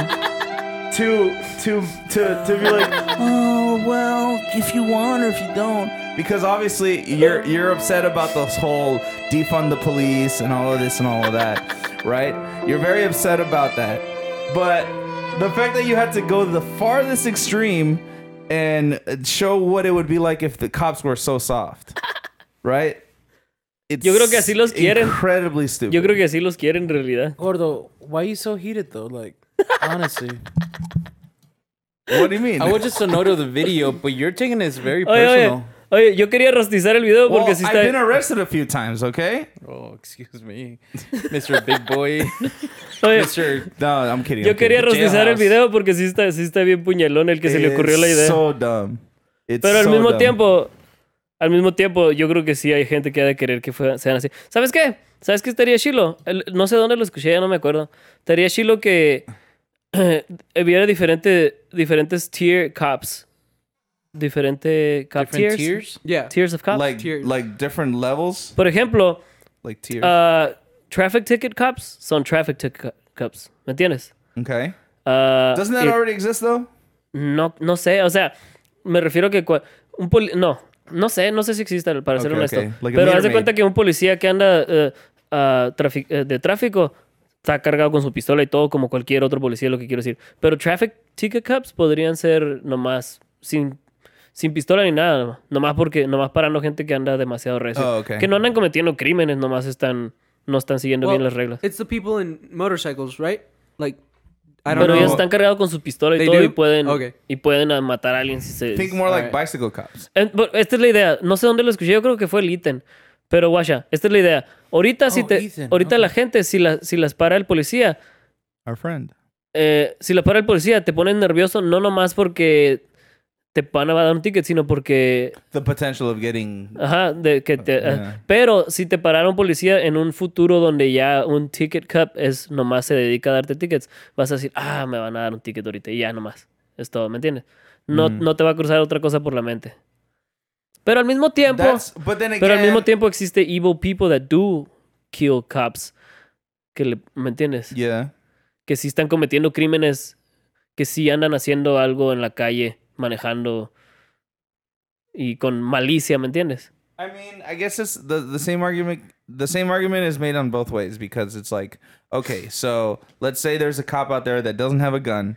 Speaker 2: to to to to be like, oh well, if you want or if you don't. Because obviously you're you're upset about this whole defund the police and all of this and all of that, right? You're very upset about that. But the fact that you had to go the farthest extreme and show what it would be like if the cops were so soft, right? It's
Speaker 3: Yo creo que así los quieren.
Speaker 2: Incredibly stupid.
Speaker 3: Yo creo que sí los quiere en realidad.
Speaker 1: Gordo, why you so heated though? Like, honestly,
Speaker 2: What do you mean?
Speaker 1: I was just annoyed with the video, but you're taking this very
Speaker 2: Oh,
Speaker 3: Oye, oye,
Speaker 1: personal.
Speaker 3: oye, yo quería rostizar el video
Speaker 2: Well,
Speaker 3: porque sí
Speaker 2: I've
Speaker 3: está.
Speaker 2: been arrested a few times, okay?
Speaker 1: Oh, excuse me, Mr. Big Boy,
Speaker 3: Oye,
Speaker 1: Mr.
Speaker 2: No, I'm kidding.
Speaker 3: yo
Speaker 2: I'm kidding.
Speaker 3: quería rostizar el
Speaker 1: Jailhouse.
Speaker 3: video porque sí está, sí está bien puñalón el que se le ocurrió la
Speaker 2: It's
Speaker 3: idea.
Speaker 2: So dumb. It's
Speaker 3: Pero al
Speaker 2: so
Speaker 3: mismo
Speaker 2: dumb.
Speaker 3: tiempo, al mismo tiempo, yo creo que sí hay gente que ha de querer que fue- sean así. ¿Sabes qué? ¿Sabes qué estaría chilo? El- no sé dónde lo escuché, ya no me acuerdo. Estaría chilo que hubiera Eh, diferente, diferentes tier cops. Diferente cop tiers.
Speaker 1: Different tears.
Speaker 4: Yeah.
Speaker 3: Tiers of cops.
Speaker 2: like
Speaker 4: Tears.
Speaker 2: like different levels,
Speaker 3: Por ejemplo,
Speaker 2: like tiers.
Speaker 3: ah, traffic ticket cops son traffic ticket cops. ¿Me entiendes?
Speaker 2: okay.
Speaker 3: Ah,
Speaker 2: Doesn't that
Speaker 3: y-
Speaker 2: already exist though?
Speaker 3: No, no sé, o sea, me refiero que cua- un poli- no, no sé, no sé si existe para ser
Speaker 2: Ok,
Speaker 3: honesto.
Speaker 2: ok. Like a
Speaker 3: pero
Speaker 2: meter
Speaker 3: haz de
Speaker 2: maid.
Speaker 3: cuenta que un policía que anda eh, ah, trafi- eh, de tráfico está cargado con su pistola y todo como cualquier otro policía, lo que quiero decir. Pero traffic ticket cops podrían ser nomás sin sin pistola ni nada, nomás porque nomás parando gente que anda demasiado recio,
Speaker 2: Oh, ok.
Speaker 3: que no andan cometiendo crímenes, nomás están no están siguiendo bien
Speaker 4: Well,
Speaker 3: las reglas.
Speaker 4: It's the people in motorcycles, right? Like, I don't
Speaker 3: Pero
Speaker 4: know.
Speaker 3: ellos están cargados con su pistola y
Speaker 4: Ah, They
Speaker 3: todo y
Speaker 4: do?
Speaker 3: pueden
Speaker 4: Ok.
Speaker 3: y pueden ah, matar a alguien si se
Speaker 2: Think more like
Speaker 4: Alright.
Speaker 2: bicycle cops.
Speaker 3: En- por- Esta es la idea. No sé dónde lo escuché. Yo creo que fue el ítem. Pero guacha, esta es la idea. Ahorita si
Speaker 1: Oh,
Speaker 3: te,
Speaker 1: Ethan,
Speaker 3: ahorita
Speaker 1: ok.
Speaker 3: la gente si la- si las para el policía,
Speaker 2: Our friend.
Speaker 3: eh, si las para el policía te ponen nervioso no nomás porque te van a dar un ticket, sino porque
Speaker 2: The potential of getting
Speaker 3: ajá, de que te-
Speaker 2: Ah,
Speaker 3: ah,
Speaker 2: ya.
Speaker 3: pero si te pararon policía en un futuro donde ya un ticket cup es nomás se dedica a darte tickets, vas a decir, "Ah, me van a dar un ticket ahorita y ya nomás." Es todo, ¿me entiendes? No
Speaker 2: Mm.
Speaker 3: no te va a cruzar otra cosa por la mente. Pero al mismo tiempo
Speaker 2: That's, but then again,
Speaker 3: Pero al mismo tiempo existe evil people that do kill cops. Que le- ¿Me entiendes?
Speaker 2: yeah.
Speaker 3: Que sí están cometiendo crímenes, que sí andan haciendo algo en la calle, manejando y con malicia, ¿me entiendes?
Speaker 2: I mean, I guess it's the, the same argument. The same argument is made on both ways because it's like, okay, so let's say there's a cop out there that doesn't have a gun.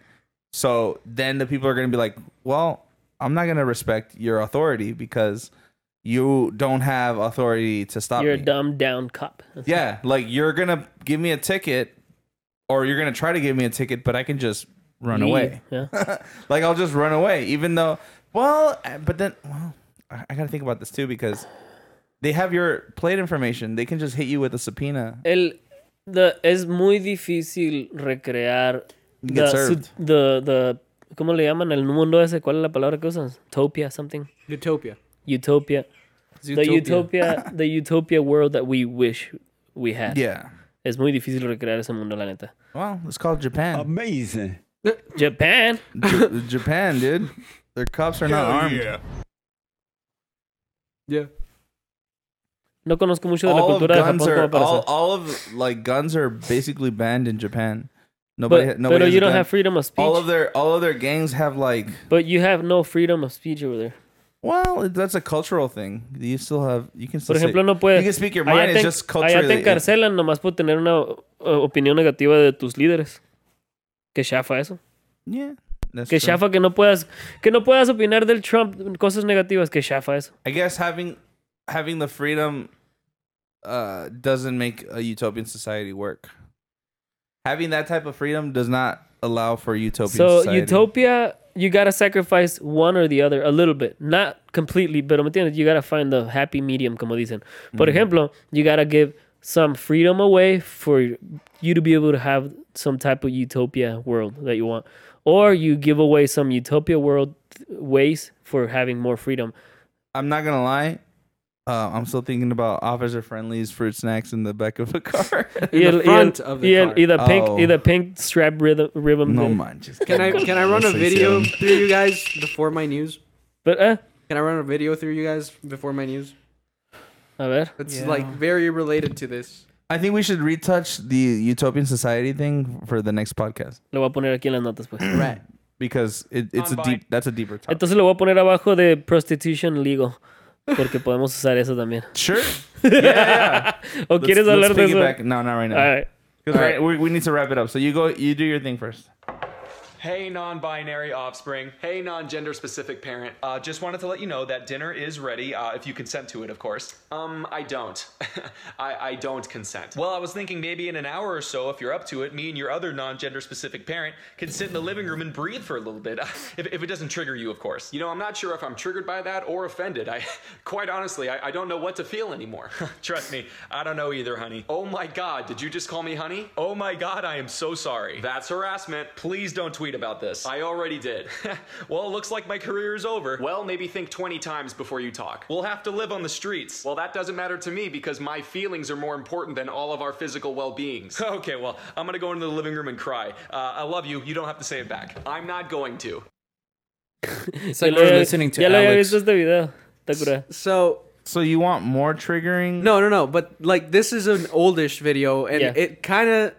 Speaker 2: So then the people are going to be like, well, I'm not gonna respect your authority because you don't have authority to stop
Speaker 3: You're a
Speaker 2: me.
Speaker 3: dumbed down cop.
Speaker 2: Yeah, like you're gonna give me a ticket, or you're gonna try to give me a ticket, but I can just run
Speaker 3: Leave.
Speaker 2: away.
Speaker 3: Yeah.
Speaker 2: like I'll just run away, even though. Well, uh, but then, well, I, I gotta think about this too because they have your plate information. They can just hit you with a subpoena.
Speaker 3: El, the, es muy difícil recrear
Speaker 2: You
Speaker 3: the,
Speaker 2: get served.
Speaker 3: su- the, the, ¿cómo le llaman? El mundo ese, ¿cuál es la palabra que usan? Topia, something.
Speaker 4: Utopia.
Speaker 3: Utopia. The
Speaker 4: Zootopia.
Speaker 3: utopia, the utopia world that we wish we had.
Speaker 2: Yeah.
Speaker 3: Es muy difícil recrear ese mundo, la neta.
Speaker 2: Well, it's called Japan. Amazing.
Speaker 3: Japan.
Speaker 2: Japan, dude. Their cops are not
Speaker 3: Hell
Speaker 2: armed.
Speaker 3: yeah. No conozco mucho de la
Speaker 2: All of
Speaker 3: cultura de Japón
Speaker 2: guns
Speaker 3: como
Speaker 2: are
Speaker 3: para
Speaker 2: all,
Speaker 3: saber.
Speaker 2: all of like guns are basically banned in Japan. Nobody,
Speaker 3: But-
Speaker 2: nobody
Speaker 3: pero
Speaker 2: has
Speaker 3: you
Speaker 2: a
Speaker 3: don't
Speaker 2: gun.
Speaker 3: have freedom of
Speaker 2: All
Speaker 3: speech.
Speaker 2: of their all of their gangs have like
Speaker 3: But you have no freedom of speech over there.
Speaker 2: Well, it- that's a cultural thing. You still have you can still
Speaker 3: Por
Speaker 2: say-
Speaker 3: ejemplo, no puedes.
Speaker 2: You can speak your
Speaker 3: allá
Speaker 2: mind.
Speaker 3: te-
Speaker 2: It's just
Speaker 3: Allá te
Speaker 2: culturally.
Speaker 3: encarcelan nomás por tener una uh, opinión negativa de tus líderes. Que chafa eso.
Speaker 2: Yeah, that's
Speaker 3: Que
Speaker 2: true.
Speaker 3: chafa que no puedas que no puedas opinar del Trump cosas negativas. Que chafa eso.
Speaker 2: I guess having having the freedom uh, doesn't make a utopian society work. Having that type of freedom does not allow for a utopian
Speaker 3: So
Speaker 2: society.
Speaker 3: utopia, you gotta sacrifice one or the other a little bit, not completely, pero me entiendes, you gotta find the happy medium, como dicen. Por
Speaker 2: Mm-hmm.
Speaker 13: Mm.
Speaker 3: ejemplo, you gotta give some freedom away for you to be able to have some type of utopia world that you want, or you give away some utopia world ways for having more freedom.
Speaker 2: I'm not gonna lie. Uh, I'm still thinking about officer friendlies, fruit snacks in the back of a car.
Speaker 3: Y el- y el- y el- y the pink, y the pink strap rhythm, rhythm.
Speaker 2: Oh. No
Speaker 3: de-
Speaker 2: manches.
Speaker 4: Can I can I run a
Speaker 2: Yes, I
Speaker 4: video
Speaker 2: see.
Speaker 4: through you guys before my news?
Speaker 3: But uh,
Speaker 4: can I run a video through you guys before my news?
Speaker 3: A ver.
Speaker 4: It's like very related to this.
Speaker 2: I think we should retouch the utopian society thing for the next podcast
Speaker 3: Lo voy a poner aquí en las notas, pues.
Speaker 2: because it, it's a deep. That's a deeper topic.
Speaker 3: Entonces lo voy a poner abajo de prostitution legal. Porque podemos usar eso también.
Speaker 2: Sure.
Speaker 3: ¿O
Speaker 2: Let's-
Speaker 3: quieres
Speaker 2: let's
Speaker 3: hablar de eso? Ah,
Speaker 2: piggyback- No, not right now.
Speaker 3: All right.
Speaker 2: Because
Speaker 3: All right.
Speaker 2: we, we need to wrap it up. So you go. You do your thing first.
Speaker 9: Hey, non binary offspring. Hey, non gender specific parent. Uh, just wanted to let you know that dinner is ready, uh, if you consent to it, of course. Um, I don't. I, I don't consent. Well, I was thinking maybe in an hour or so, if you're up to it, me and your other non gender specific parent can sit in the living room and breathe for a little bit. if, if it doesn't trigger you, of course. You know, I'm not sure if I'm triggered by that or offended. I, quite honestly, I, I don't know what to feel anymore. Trust me, I don't know either, honey. Oh my god, did you just call me honey? Oh my god, I am so sorry. That's harassment. Please don't tweet about this. I already did. well, it looks like my career is over. Well, maybe think 20 times before you talk. We'll have to live on the streets. Well, that doesn't matter to me because my feelings are more important than all of our physical well beings. okay, well, I'm gonna go into the living room and cry. Uh, I love you. You don't have to say it back. I'm not going to.
Speaker 1: It's like
Speaker 3: Ya lo
Speaker 1: we're
Speaker 3: había-
Speaker 1: listening to
Speaker 3: ya lo había
Speaker 1: Alex.
Speaker 3: visto este video. Está curada.
Speaker 4: So
Speaker 2: So you want more triggering?
Speaker 4: No, no, no. But like this is an oldish video, and
Speaker 3: Yeah.
Speaker 4: it kind of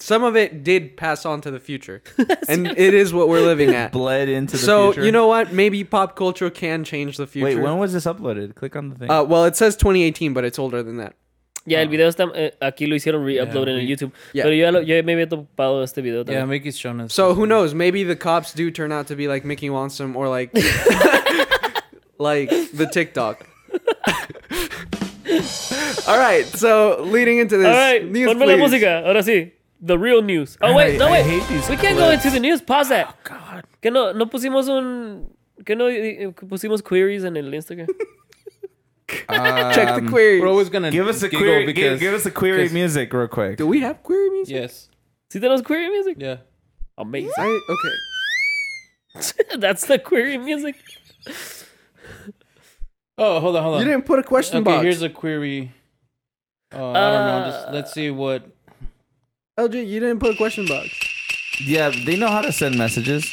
Speaker 4: some of it did pass on to the future, and it is what we're living at.
Speaker 2: Bled into the
Speaker 4: so
Speaker 2: future.
Speaker 4: you know what? Maybe pop culture can change the future.
Speaker 2: Wait, when was this uploaded? Click on the thing.
Speaker 4: Uh, well, it says 2018, but it's older than that.
Speaker 3: Ya,
Speaker 4: Ah.
Speaker 3: el video está. eh, aquí lo hicieron re-upload en el YouTube. Pero yo, ya lo- yo me había topado este video también.
Speaker 1: Mickey's shown us.
Speaker 4: So who knows? Maybe the cops do turn out to be like Mickey Wansom or like like the TikTok. All right, so leading into this,
Speaker 3: All right,
Speaker 4: news,
Speaker 3: ponme la
Speaker 4: please.
Speaker 3: música. Ahora sí. The real news. Oh, wait,
Speaker 4: I-
Speaker 3: no,
Speaker 4: I
Speaker 3: wait.
Speaker 4: hate these
Speaker 3: We can't go
Speaker 4: clips. Oh,
Speaker 3: into the news. Pause that. Que no, no pusimos un. Que no eh, pusimos queries en el Instagram.
Speaker 1: Um,
Speaker 4: queries.
Speaker 1: We're always gonna
Speaker 2: Give us a
Speaker 1: giggle
Speaker 2: query.
Speaker 1: because-
Speaker 2: give, give us a query
Speaker 1: because-
Speaker 2: music real quick.
Speaker 4: Do we have query music?
Speaker 1: Yes.
Speaker 3: See that was query music?
Speaker 1: Yeah.
Speaker 3: Amazing.
Speaker 4: I, okay.
Speaker 3: That's the query music.
Speaker 1: Oh, hold on, hold on.
Speaker 4: You didn't put a question
Speaker 1: okay,
Speaker 4: box.
Speaker 1: Here's a query. Uh, I don't know. Just, let's see what.
Speaker 4: LG, you didn't put a question box.
Speaker 2: Yeah, they know how to send messages.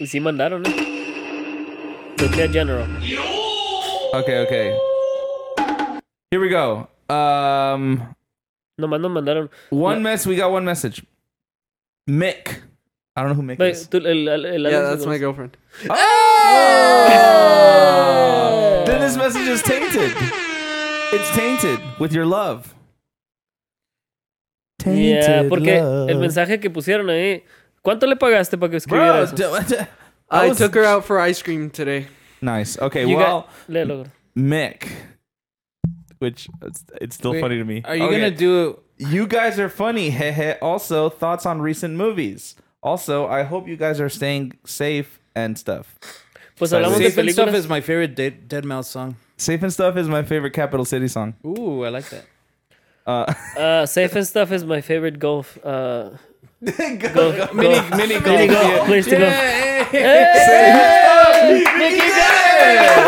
Speaker 3: Y sí mandaron, ¿eh? Nuclear General.
Speaker 2: Okay, okay. Here we go. Um,
Speaker 3: Nomás nos mandaron.
Speaker 2: one mess. We got one message. Mick. I don't know who Mick
Speaker 3: Ve,
Speaker 2: is.
Speaker 3: tú- el- el- el
Speaker 4: Yeah,
Speaker 3: Alex
Speaker 4: that's
Speaker 3: nos-
Speaker 4: my girlfriend.
Speaker 2: Then this message is tainted. It's tainted with your love.
Speaker 3: Yeah,
Speaker 2: Tainted
Speaker 3: porque
Speaker 2: love.
Speaker 3: el mensaje que pusieron ahí. ¿Cuánto le pagaste para que escribiera
Speaker 2: Bro,
Speaker 3: eso?
Speaker 2: d-
Speaker 4: I,
Speaker 2: was-
Speaker 4: took her out for ice cream today.
Speaker 2: Nice. Okay.
Speaker 4: You
Speaker 2: well,
Speaker 4: got- léelo, gordo.
Speaker 2: Mick, which it's, it's still
Speaker 1: Wait,
Speaker 2: funny to me.
Speaker 1: are you gonna do?
Speaker 2: You guys are funny. Hehe. also, thoughts on recent movies. Also, I hope you guys are staying safe and stuff.
Speaker 1: Pues hablamos de Safe and Stuff películas. is my favorite Dead, dead Mouse song.
Speaker 2: Safe and stuff is my favorite Capital City song.
Speaker 1: Ooh, I like that.
Speaker 2: Uh,
Speaker 10: Uh, safe and stuff is my favorite golf. Uh, golf-
Speaker 1: Mini-
Speaker 10: golf-
Speaker 1: mini golf,
Speaker 10: mini golf.
Speaker 1: yeah.
Speaker 10: Place to go.
Speaker 1: Yeah.
Speaker 10: Hey!
Speaker 1: Mickey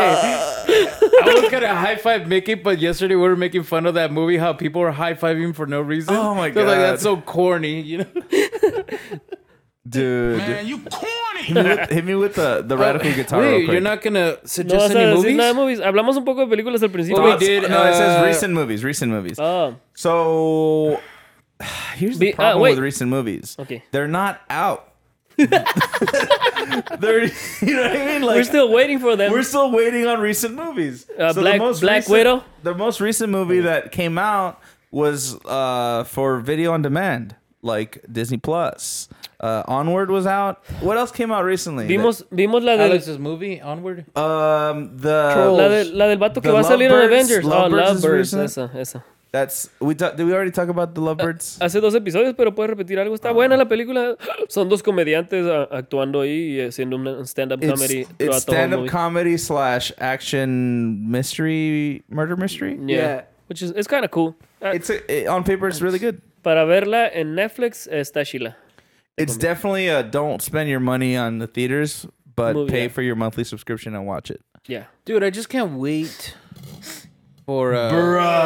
Speaker 1: I was gonna high five Mickey, but yesterday we were making fun of that movie how people were high fiving for no reason.
Speaker 2: Oh my
Speaker 1: They're like
Speaker 2: God.
Speaker 1: that's so corny, you know.
Speaker 2: dude. Man, you corny. Hit me with, hit me with the, the radical guitar. real
Speaker 1: Oh, Wait,
Speaker 2: quick.
Speaker 1: you're not gonna
Speaker 10: No
Speaker 1: suggest
Speaker 10: vas a
Speaker 1: any
Speaker 10: decir
Speaker 1: movies?
Speaker 10: nada de movies. Hablamos un poco de películas al principio.
Speaker 2: Thoughts? no, it
Speaker 10: uh,
Speaker 2: says recent movies. Recent movies.
Speaker 10: Oh.
Speaker 2: So here's
Speaker 10: Be-
Speaker 2: the
Speaker 10: uh,
Speaker 2: problem
Speaker 10: wait.
Speaker 2: with recent movies.
Speaker 10: Okay.
Speaker 2: They're not out. They're you know what I mean? Like
Speaker 10: We're still waiting for them.
Speaker 2: We're still waiting on recent movies.
Speaker 10: Uh, Black- Black
Speaker 2: recent-
Speaker 10: Widow?
Speaker 2: The most recent movie that came out was uh, for video on demand, like Disney Plus. Uh, Onward was out. What else came out recently?
Speaker 10: Vimos, vimos la del,
Speaker 1: Alex's movie Onward.
Speaker 2: Um, the
Speaker 10: la, de- la del vato que
Speaker 2: The
Speaker 10: va a salir en
Speaker 2: Lovebirds?
Speaker 10: Avengers. Oh,
Speaker 2: Lovebirds is
Speaker 10: Lovebirds.
Speaker 2: recent?
Speaker 10: Esa, esa.
Speaker 2: That's we ta- did we already talk about the Lovebirds?
Speaker 10: Hace dos episodios, pero puedes repetir algo.
Speaker 2: Ah.
Speaker 10: Está buena la película. Son dos comediantes ah, actuando ahí y haciendo un stand-up
Speaker 2: It's-
Speaker 10: comedy.
Speaker 2: It's,
Speaker 10: throughout the whole
Speaker 2: stand-up
Speaker 10: movie.
Speaker 2: comedy slash action mystery murder mystery.
Speaker 10: Yeah. Which is, it's kind of cool.
Speaker 2: It's a, it- on paper, it's really good.
Speaker 10: Para verla en Netflix eh, está Sheila.
Speaker 2: It's definitely a don't spend your money on the theaters, but
Speaker 10: Movie,
Speaker 2: pay
Speaker 10: yeah.
Speaker 2: for your monthly subscription and watch it.
Speaker 10: Yeah.
Speaker 1: Dude, I just can't wait for uh
Speaker 2: Bruh.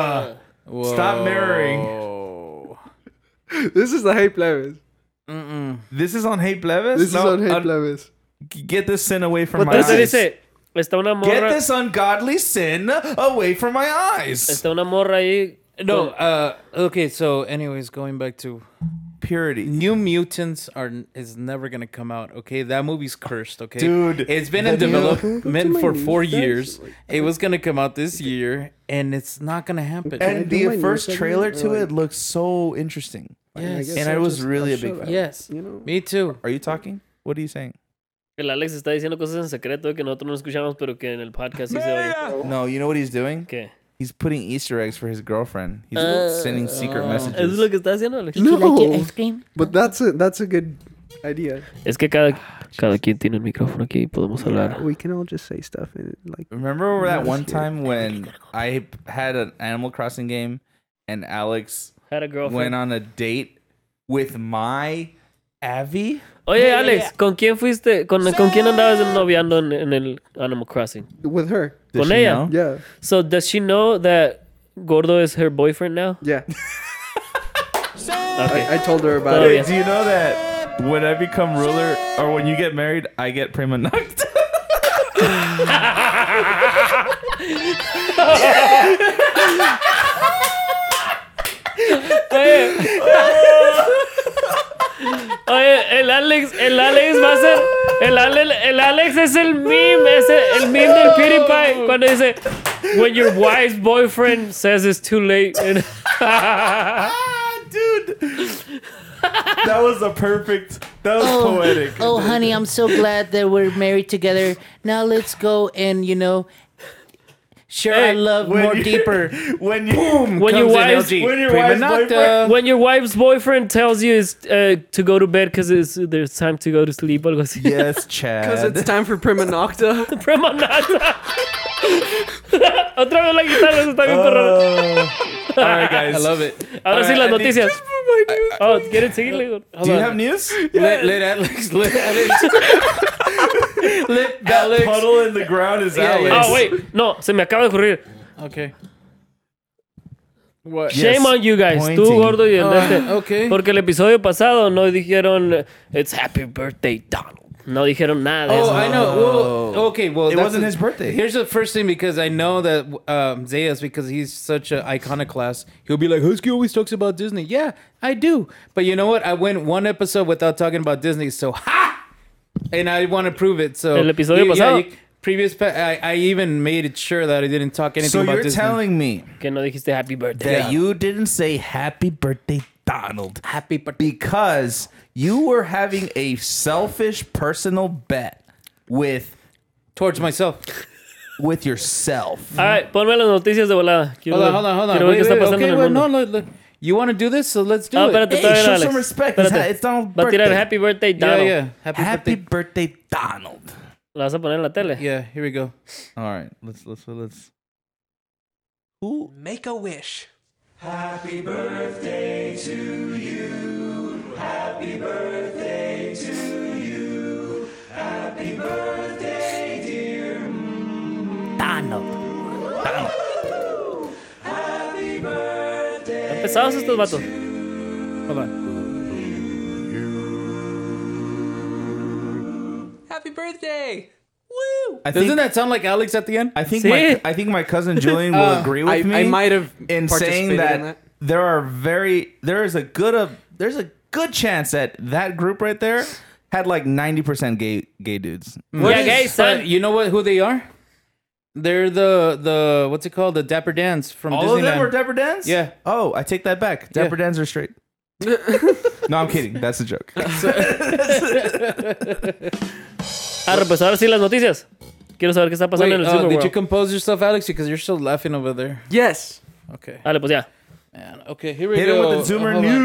Speaker 2: Stop
Speaker 1: mirroring.
Speaker 4: this is the hype level.
Speaker 1: Mm-mm.
Speaker 2: This is on Hate Levis.
Speaker 4: This is on Hate Levis.
Speaker 2: Get this sin away from
Speaker 10: But
Speaker 2: my eyes.
Speaker 10: entonces dice, está una morra.
Speaker 2: Get this ungodly sin away from my eyes.
Speaker 10: Está una morra ahí.
Speaker 1: No, uh okay, so anyways, going back to
Speaker 2: purity.
Speaker 1: New Mutants are is never going to come out, okay? That movie's cursed, okay?
Speaker 2: Dude.
Speaker 1: it's been in
Speaker 2: Have you- Go to
Speaker 1: development
Speaker 2: my
Speaker 1: for 4
Speaker 2: news
Speaker 1: years. It was going to come out this year and it's not going to happen.
Speaker 2: and the first trailer to it looks so interesting.
Speaker 1: Yes.
Speaker 2: and I was really a big fan.
Speaker 1: Yes. Me too.
Speaker 2: Are you talking? What are you saying?
Speaker 10: El Alex está diciendo cosas en secreto que nosotros no escuchamos, pero que en el podcast sí se oye.
Speaker 2: No, you know what he's doing?
Speaker 10: Okay.
Speaker 2: He's putting Easter eggs for his girlfriend. He's
Speaker 10: Ah.
Speaker 2: sending secret
Speaker 10: ¿Es
Speaker 2: messages.
Speaker 10: lo que está haciendo, Alex?
Speaker 4: but that's a that's a good idea.
Speaker 10: Es que cada, cada quien tiene un micrófono aquí y podemos hablar.
Speaker 4: We can all just say stuff and like.
Speaker 2: Remember that
Speaker 4: Yeah,
Speaker 2: one
Speaker 4: shit.
Speaker 2: time when I had an Animal Crossing game and Alex
Speaker 10: Had a girlfriend.
Speaker 2: went on a date with my Abby?
Speaker 10: Oye, Alex, ¿con quién fuiste? ¿Con, ¿con quién andabas noviando en, en el Animal Crossing?
Speaker 4: With her.
Speaker 2: Does
Speaker 10: ¿Con
Speaker 2: she
Speaker 10: ella?
Speaker 2: know?
Speaker 4: Yeah.
Speaker 10: So, does she know that Gordo is her boyfriend now?
Speaker 4: Yeah.
Speaker 10: Okay.
Speaker 4: I, I told her about
Speaker 2: Hey,
Speaker 4: it.
Speaker 2: do you know that when I become ruler or when you get married, I get prima nocta?
Speaker 10: Oye. Oye, Eh, el Alex, el Alex va a ser. El Alex, el Alex es el meme, es el, el meme del PewDiePie cuando dice. When your wife's boyfriend says it's too late. And-
Speaker 2: Ah, that was a perfect. That was poetic.
Speaker 14: Oh, honey, I'm so glad that we're married together. Now let's go and you know. Sure, I love
Speaker 2: when
Speaker 14: more
Speaker 2: you-
Speaker 14: deeper.
Speaker 2: When you
Speaker 14: Boom,
Speaker 10: when your
Speaker 14: comes in
Speaker 10: wife's
Speaker 14: LG. Prima nocta.
Speaker 1: uh,
Speaker 10: when your wife's boyfriend tells you it's, uh, to go to bed because it's there's time to go to sleep algo así.
Speaker 2: Yes, Chad.
Speaker 4: Because it's time for Prima Nocta.
Speaker 10: Prima Nocta. Otra vez la guitarra se está bien
Speaker 2: perrona. Alright, guys.
Speaker 1: I love it.
Speaker 10: Ahora sí
Speaker 1: Alright, I
Speaker 10: las
Speaker 1: think-
Speaker 10: noticias. Oh, ¿quieren seguirle? Hold
Speaker 1: Do you
Speaker 10: on.
Speaker 1: have
Speaker 2: news?
Speaker 1: Let, let Alex. Let Alex. let Alex.
Speaker 2: puddle in the ground is
Speaker 1: Yeah,
Speaker 2: Alex.
Speaker 10: Oh, wait. No, se me acaba de ocurrir.
Speaker 1: Okay. What?
Speaker 10: Shame on you guys. Tú,
Speaker 1: Pointing.
Speaker 10: gordo y el de
Speaker 1: Ah,
Speaker 10: este.
Speaker 1: okay.
Speaker 10: Porque el episodio pasado no dijeron It's happy birthday, Donald. No dijeron nada de
Speaker 1: Oh,
Speaker 10: eso.
Speaker 1: I know. Well, okay. Well,
Speaker 2: It
Speaker 1: that's
Speaker 2: wasn't
Speaker 1: the-
Speaker 2: his birthday.
Speaker 1: Here's the first thing because I know that um, Zayas, because he's such an iconoclast, he'll be like, Husky always talks about Disney. Yeah, I do. But you know what? I went one episode without talking about Disney, so ha! And I want to prove it. So
Speaker 10: El episodio
Speaker 1: You- yeah,
Speaker 10: pasado.
Speaker 1: you- previous, pa- I, I even made it sure that I didn't talk anything
Speaker 2: So
Speaker 1: about
Speaker 2: you're
Speaker 1: Disney.
Speaker 2: telling me
Speaker 10: Que no dijiste happy birthday.
Speaker 2: that you didn't say happy birthday, McDonald. Happy because you were having a selfish personal bet with
Speaker 1: towards myself.
Speaker 2: With yourself.
Speaker 3: All right, Ah, ponme las noticias de volada. Quiero
Speaker 1: Hold
Speaker 3: ver-
Speaker 1: on, hold on, hold on.
Speaker 3: Quiero ver
Speaker 1: Wait,
Speaker 3: qué está
Speaker 1: wait,
Speaker 3: pasando
Speaker 1: okay,
Speaker 3: en el
Speaker 1: wait,
Speaker 3: mundo.
Speaker 1: no, no, no. You want to do this? So let's do
Speaker 3: Ah,
Speaker 1: it.
Speaker 3: espérate, todavía no, Alex. Espérate. Va a tirar Happy Birthday, Donald.
Speaker 1: Yeah, yeah. Happy,
Speaker 2: birthday. Donald.
Speaker 3: ¿La vas a poner en la tele?
Speaker 1: Yeah, here we go.
Speaker 2: All right, let's let's let's.
Speaker 15: Make a wish.
Speaker 16: Happy birthday to you. Happy birthday to you. Happy birthday, dear
Speaker 2: Donald.
Speaker 3: Empezados estos vatos.
Speaker 1: Hold on.
Speaker 15: Happy birthday!
Speaker 1: Doesn't that sound like Alex at the end?
Speaker 2: I think my, I think my cousin Julian will
Speaker 1: Uh,
Speaker 2: agree with
Speaker 1: I-
Speaker 2: me.
Speaker 1: I might have
Speaker 2: in saying
Speaker 1: participated
Speaker 2: that,
Speaker 1: in that.
Speaker 2: there are very there is a good of there's a good chance that that group right there had like ninety percent gay gay dudes.
Speaker 1: What is- but you know what? Who they are? They're the the what's it called? The Dapper Dance from
Speaker 2: All
Speaker 1: Disneyland.
Speaker 2: of them were Dapper Dans.
Speaker 1: Yeah.
Speaker 2: Oh, I take that back. Dapper Dans are straight. no, I'm kidding. That's a joke.
Speaker 3: Ah, pues ahora sí las noticias. Quiero saber qué está pasando
Speaker 1: Wait,
Speaker 3: en el
Speaker 1: uh,
Speaker 3: Super
Speaker 1: did you
Speaker 3: Bowl.
Speaker 1: compose yourself, Alex? Because you're still laughing over there.
Speaker 4: Yes.
Speaker 1: Okay.
Speaker 3: Dale, pues ya.
Speaker 1: Man, okay, here we
Speaker 2: Hit
Speaker 1: go.
Speaker 2: him with the Zoomer
Speaker 1: Hold on.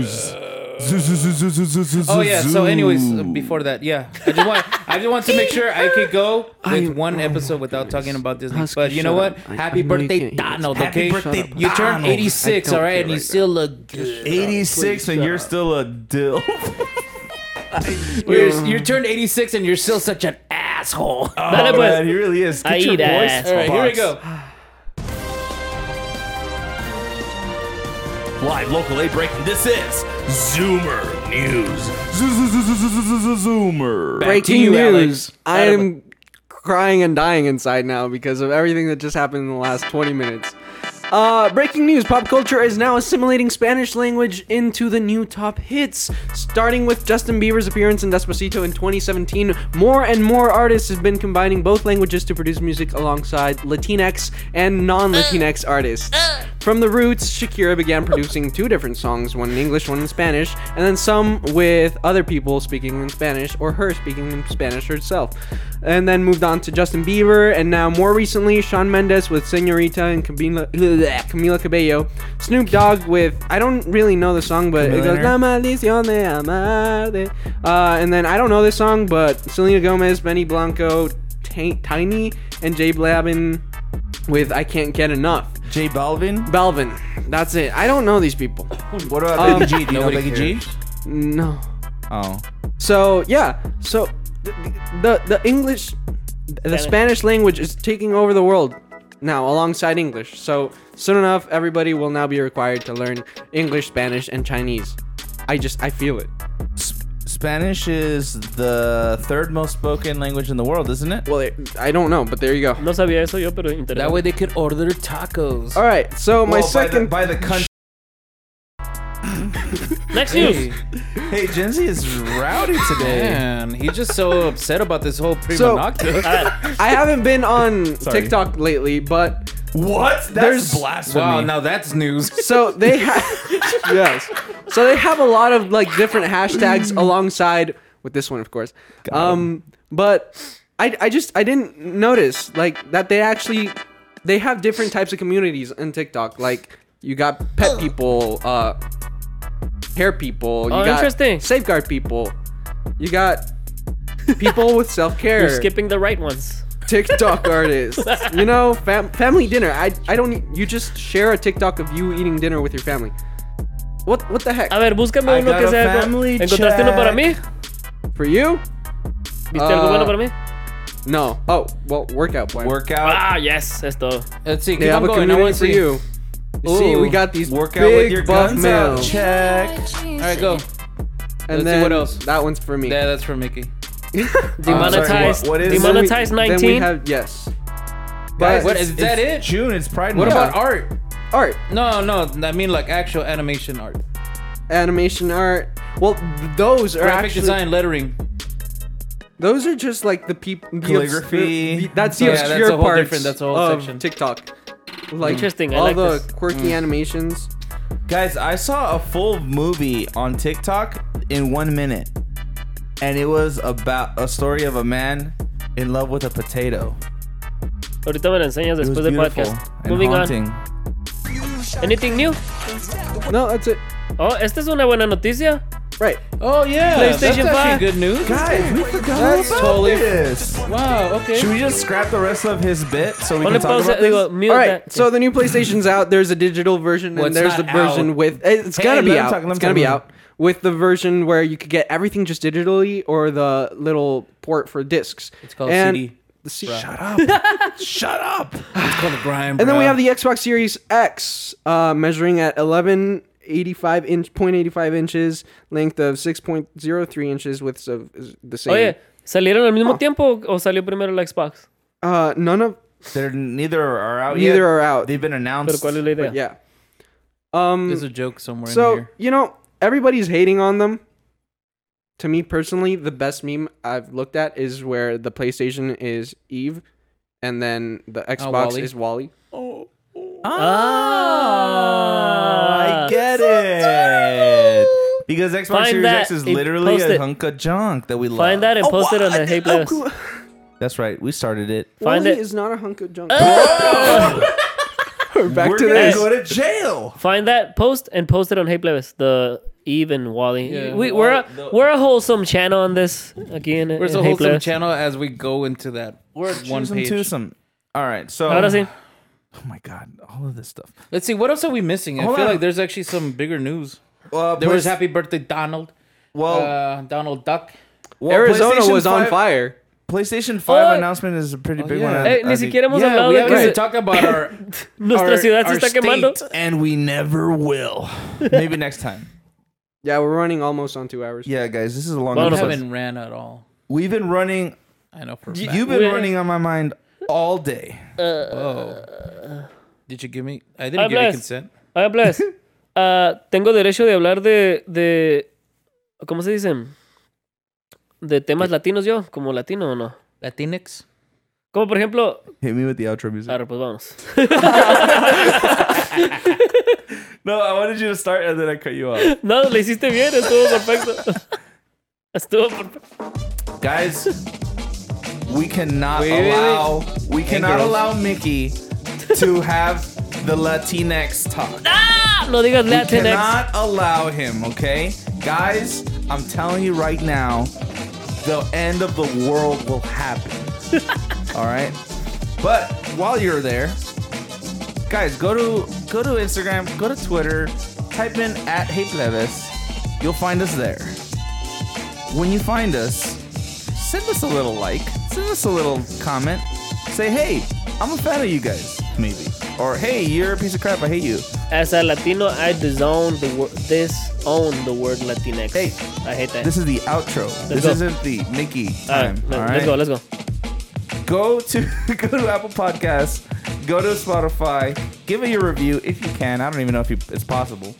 Speaker 2: news. Zoo, zoo, zoo, zoo, zoo, zoo, zoo,
Speaker 1: Oh yeah. So,
Speaker 2: zoo.
Speaker 1: anyways, uh, before that, yeah, I just want I just want to make sure I could go with one episode without talking about Disney. but you know what?
Speaker 2: shut up. I-
Speaker 1: Happy
Speaker 2: I know you
Speaker 1: birthday,
Speaker 2: can't hear this.
Speaker 1: Donald.
Speaker 2: Happy
Speaker 1: okay,
Speaker 2: birthday,
Speaker 1: you turned
Speaker 2: Donald.
Speaker 1: eighty six.
Speaker 2: I don't
Speaker 1: All right,
Speaker 2: feel
Speaker 1: and you
Speaker 2: right
Speaker 1: still look good.
Speaker 2: 86 and you're still a dill.
Speaker 1: You're, you turned 86 and you're still such an asshole.
Speaker 2: Dale, pues. Oh, man, he really is. Get your Aida. voice
Speaker 1: All right, here we
Speaker 2: box.
Speaker 1: go.
Speaker 17: Live local A breaking. This is Zoomer News.
Speaker 2: Zoomer.
Speaker 4: Breaking news. I am crying and dying inside now because of everything that just happened in the last 20 minutes. Uh, breaking news. Pop culture is now assimilating Spanish language into the new top hits. Starting with Justin Bieber's appearance in Despacito in 2017, more and more artists have been combining both languages to produce music alongside Latinx and non-Latinx artists. From the roots, Shakira began producing two different songs, one in English, one in Spanish, and then some with other people speaking in Spanish or her speaking in Spanish herself. And then moved on to Justin Bieber, and now more recently, Sean Mendes with Senorita and Camila, Camila Cabello, Snoop Dogg with I don't really know the song, but it goes
Speaker 18: Millionaire.
Speaker 4: La maldición de amarte. Uh, and then I don't know this song, but Selena Gomez, Benny Blanco, Ti- Tiny, and Jay Blabin with I Can't Get Enough.
Speaker 2: Jay Balvin?
Speaker 4: Balvin. That's it. I don't know these people.
Speaker 2: What about
Speaker 1: Um,
Speaker 2: Becky G? Do you know Becky G?
Speaker 4: No.
Speaker 2: Oh.
Speaker 4: So, yeah. So, th- the, the English, the
Speaker 3: Spanish.
Speaker 4: Spanish language is taking over the world now alongside English. So, soon enough, everybody will now be required to learn English, Spanish, and Chinese. I just, I feel it.
Speaker 2: Spanish is the third most spoken language in the world, isn't it?
Speaker 4: Well, it, I don't know, but there you go.
Speaker 3: No sabía eso yo, pero interesante.
Speaker 1: That way they could order tacos.
Speaker 4: All right. So, my
Speaker 2: Well, by the-
Speaker 4: second.
Speaker 2: by the country.
Speaker 3: Next
Speaker 1: news.
Speaker 2: Hey, Gen Z is rowdy today.
Speaker 1: Man, he's just so upset about this whole prima
Speaker 4: So-
Speaker 1: nocta.
Speaker 4: I haven't been on
Speaker 1: Sorry.
Speaker 4: TikTok lately, but
Speaker 2: what?
Speaker 4: there's
Speaker 1: Wow, now that's news.
Speaker 4: so they have yes. So they have a lot of like different hashtags alongside with this one, of course. um, but I I just I didn't notice like that they actually they have different types of communities in TikTok. Like you got pet people, uh, hair people. You
Speaker 3: Oh,
Speaker 4: got
Speaker 3: interesting.
Speaker 4: Safeguard people. You got people with self care.
Speaker 3: You're skipping the right ones.
Speaker 4: TikTok artists. You know, fam- family dinner. I I don't. e, You just share a TikTok of you eating dinner with your family. What what the
Speaker 1: Uh,
Speaker 4: heck?
Speaker 3: A ver, búscame
Speaker 4: I
Speaker 3: uno
Speaker 4: got
Speaker 3: que
Speaker 4: a
Speaker 3: sea.
Speaker 4: family
Speaker 3: ¿Encontraste uno para mí?
Speaker 4: For you?
Speaker 3: ¿Viste algo
Speaker 4: Uh,
Speaker 3: bueno para mí?
Speaker 4: No. Oh well, workout plan.
Speaker 1: Uh,
Speaker 2: Workout.
Speaker 3: Ah, yes, es todo.
Speaker 1: Let's see.
Speaker 4: They have a community for you. You see, we got these
Speaker 2: Workout with
Speaker 4: big
Speaker 2: your
Speaker 4: buff
Speaker 2: guns out.
Speaker 4: males.
Speaker 2: Check.
Speaker 1: All right, go.
Speaker 4: And then
Speaker 1: Let's see what else.
Speaker 4: That one's for me. Uh,
Speaker 1: Yeah, that's for Mickey.
Speaker 2: Ah,
Speaker 4: Demonetized-
Speaker 2: what is-
Speaker 4: demonetized
Speaker 2: Then we- then we
Speaker 4: 19? have- yes.
Speaker 1: Guys,
Speaker 2: But
Speaker 1: what,
Speaker 2: it's-
Speaker 1: is that
Speaker 2: it's
Speaker 1: it?
Speaker 2: June, it's Pride
Speaker 1: What
Speaker 2: Month.
Speaker 1: about art?
Speaker 4: Art.
Speaker 1: No, no, I mean like actual animation art.
Speaker 4: Animation art. Well, th- those are
Speaker 1: Graphic
Speaker 4: actually
Speaker 1: design, lettering.
Speaker 4: Those are just like the people.
Speaker 1: Calligraphy.
Speaker 4: that's the
Speaker 1: Yeah, that's
Speaker 4: obscure
Speaker 1: a whole
Speaker 4: parts
Speaker 1: different- that's a whole
Speaker 4: of
Speaker 1: section.
Speaker 4: TikTok. Like
Speaker 3: Interesting, I
Speaker 4: All
Speaker 3: like
Speaker 4: the
Speaker 3: this.
Speaker 4: quirky
Speaker 3: Mm.
Speaker 4: animations.
Speaker 2: Guys, I saw a full movie on TikTok in one minute. And it was about a story of a man in love with a potato.
Speaker 3: Ahorita me la
Speaker 2: It
Speaker 3: enseñas
Speaker 2: was
Speaker 3: después del
Speaker 2: beautiful
Speaker 3: podcast.
Speaker 2: and
Speaker 3: Moving
Speaker 2: haunting.
Speaker 3: on. Anything new?
Speaker 4: No, that's it.
Speaker 3: Oh, esta es una buena noticia.
Speaker 4: Right.
Speaker 1: Oh yeah,
Speaker 3: PlayStation
Speaker 1: that's actually
Speaker 3: 5.
Speaker 1: good news.
Speaker 2: Guys, we forgot
Speaker 1: That's
Speaker 2: about
Speaker 1: totally-
Speaker 2: this.
Speaker 1: Wow. Okay.
Speaker 2: Should we just scrap the rest of his bit so we
Speaker 4: Ponle
Speaker 2: can talk
Speaker 4: pausa,
Speaker 2: about
Speaker 4: digo,
Speaker 2: this?
Speaker 4: mute All right, that. so the new PlayStation's out. There's a digital version
Speaker 2: Well,
Speaker 4: and
Speaker 2: it's
Speaker 4: there's the
Speaker 2: not
Speaker 4: version
Speaker 2: out.
Speaker 4: with it's
Speaker 2: Hey,
Speaker 4: gonna
Speaker 2: let
Speaker 4: be
Speaker 2: him
Speaker 4: out.
Speaker 2: talk, let him
Speaker 4: it's gonna
Speaker 2: talk,
Speaker 4: be
Speaker 2: let him-
Speaker 4: out with the version where you could get everything just digitally or the little port for discs. It's
Speaker 1: called
Speaker 4: and
Speaker 1: CD.
Speaker 4: The C-
Speaker 1: Bruh.
Speaker 4: shut up. shut up. And then we have the Xbox Series X, uh, measuring at 1185 inch, 0.85 inches, length of 6.03 inches, width of is the
Speaker 10: Oh,
Speaker 4: same.
Speaker 3: Oye, ¿salieron al
Speaker 2: Ah.
Speaker 3: mismo tiempo o salió primero la Xbox?
Speaker 4: Uh, none of
Speaker 2: They're neither are out yet.
Speaker 4: neither are out.
Speaker 2: They've been announced.
Speaker 3: Pero ¿cuál es la idea?
Speaker 4: But yeah. Um,
Speaker 1: There's a joke somewhere
Speaker 4: so
Speaker 1: in here.
Speaker 4: you know everybody's hating on them. To me personally, the best meme I've looked at is where the PlayStation is Eve, and then the Xbox
Speaker 1: Wall-E.
Speaker 4: is Wally.
Speaker 3: Ah!
Speaker 2: I get it. Because Xbox
Speaker 3: Find
Speaker 2: Series
Speaker 3: that
Speaker 2: X is
Speaker 3: and
Speaker 2: literally
Speaker 3: post
Speaker 2: a
Speaker 3: it.
Speaker 2: hunk of junk that we love. Oh,
Speaker 3: Find that and post it on the Hey Players.
Speaker 2: That's right. We started it.
Speaker 3: Find
Speaker 4: Wally
Speaker 3: it.
Speaker 4: is not a hunk of junk.
Speaker 2: We're
Speaker 3: back
Speaker 2: We're
Speaker 3: to
Speaker 2: gonna
Speaker 3: this.
Speaker 2: go to jail.
Speaker 3: Find that post and post it on Hey Plebes, the Eve and Wally.
Speaker 1: Yeah.
Speaker 3: We, we're a, we're a wholesome channel on this again.
Speaker 1: We're so
Speaker 3: hey
Speaker 1: wholesome
Speaker 3: Plebes.
Speaker 1: channel as we go into that one
Speaker 2: Twosome,
Speaker 1: page.
Speaker 2: twosome. All right. So
Speaker 3: Ahora sí.
Speaker 2: Oh my god, all of this stuff.
Speaker 1: Let's see. What else are we missing? I
Speaker 2: Hold
Speaker 1: feel
Speaker 2: on.
Speaker 1: like there's actually some bigger news.
Speaker 2: Well,
Speaker 1: there was
Speaker 2: Play-
Speaker 1: Happy Birthday Donald.
Speaker 2: Well-
Speaker 4: Oh.
Speaker 1: uh, Donald Duck.
Speaker 2: Well,
Speaker 4: Arizona
Speaker 2: PlayStation
Speaker 4: was on
Speaker 2: 5
Speaker 4: fire.
Speaker 2: PlayStation 5
Speaker 1: Oh.
Speaker 2: announcement is a pretty big
Speaker 1: yeah.
Speaker 2: one.
Speaker 1: Eh,
Speaker 2: I-
Speaker 1: ni
Speaker 2: I think-
Speaker 1: siquiera hemos
Speaker 2: Yeah,
Speaker 1: hablado
Speaker 2: we
Speaker 1: de
Speaker 2: haven't
Speaker 1: que-
Speaker 2: even talked about our
Speaker 3: Nuestra
Speaker 2: our-
Speaker 3: ciudad se
Speaker 2: our
Speaker 3: está
Speaker 2: state,
Speaker 3: quemando.
Speaker 2: and we never will. Maybe next time.
Speaker 4: Yeah, we're running almost on two hours.
Speaker 2: Yeah, guys, this is a long.
Speaker 1: We
Speaker 2: episode.
Speaker 1: haven't ran at all.
Speaker 2: We've been running.
Speaker 1: I know for a fact.
Speaker 2: You've been running on my mind all day.
Speaker 3: Uh,
Speaker 1: Whoa. Did you give me? I didn't
Speaker 3: Ay,
Speaker 1: give you
Speaker 3: Bless.
Speaker 1: consent.
Speaker 3: Ay, Bless. pues, Ah, tengo derecho de hablar de, de. ¿Cómo se dice? De temas latinos yo, como latino o no.
Speaker 1: Latinx.
Speaker 3: Como por ejemplo.
Speaker 2: Hit me with the outro music.
Speaker 3: Ahora, pues vamos.
Speaker 2: No, I wanted you to start and then I cut you off.
Speaker 3: No, lo hiciste bien, estuvo perfecto. Estuvo perfecto.
Speaker 2: Guys, we cannot
Speaker 1: Wait, wait, wait.
Speaker 2: allow we
Speaker 1: And
Speaker 2: cannot
Speaker 1: girls.
Speaker 2: allow Mickey to have the Latinx talk.
Speaker 3: Ah, no digas
Speaker 2: We
Speaker 3: Latinx.
Speaker 2: cannot allow him, okay? Guys, I'm telling you right now, the end of the world will happen. All right? But while you're there, guys, go to go to Instagram, go to Twitter, type in at Hey Plevis. You'll find us there. When you find us, send us a little like, send us a little comment. Say, hey, I'm a fan of you guys, maybe. Or hey, you're a piece of crap, I hate you.
Speaker 3: As a Latino, I disown the word. Disown the word Latinx.
Speaker 2: Hey,
Speaker 3: I hate that.
Speaker 2: This is the outro. this
Speaker 3: go.
Speaker 2: isn't the Mickey
Speaker 3: All right,
Speaker 2: time.
Speaker 3: let-
Speaker 2: all
Speaker 3: let's
Speaker 2: right?
Speaker 3: go, let's go.
Speaker 2: Go to go to Apple Podcasts. Go to Spotify. Give it your review if you can. I don't even know if you, it's possible,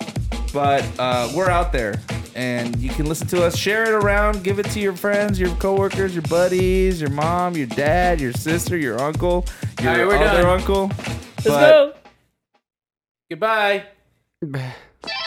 Speaker 2: but uh, we're out there, and you can listen to us. Share it around. Give it to your friends, your coworkers, your buddies, your mom, your dad, your sister, your uncle, your
Speaker 1: All right, we're
Speaker 2: other
Speaker 1: done.
Speaker 2: uncle.
Speaker 3: Let's go.
Speaker 1: Goodbye.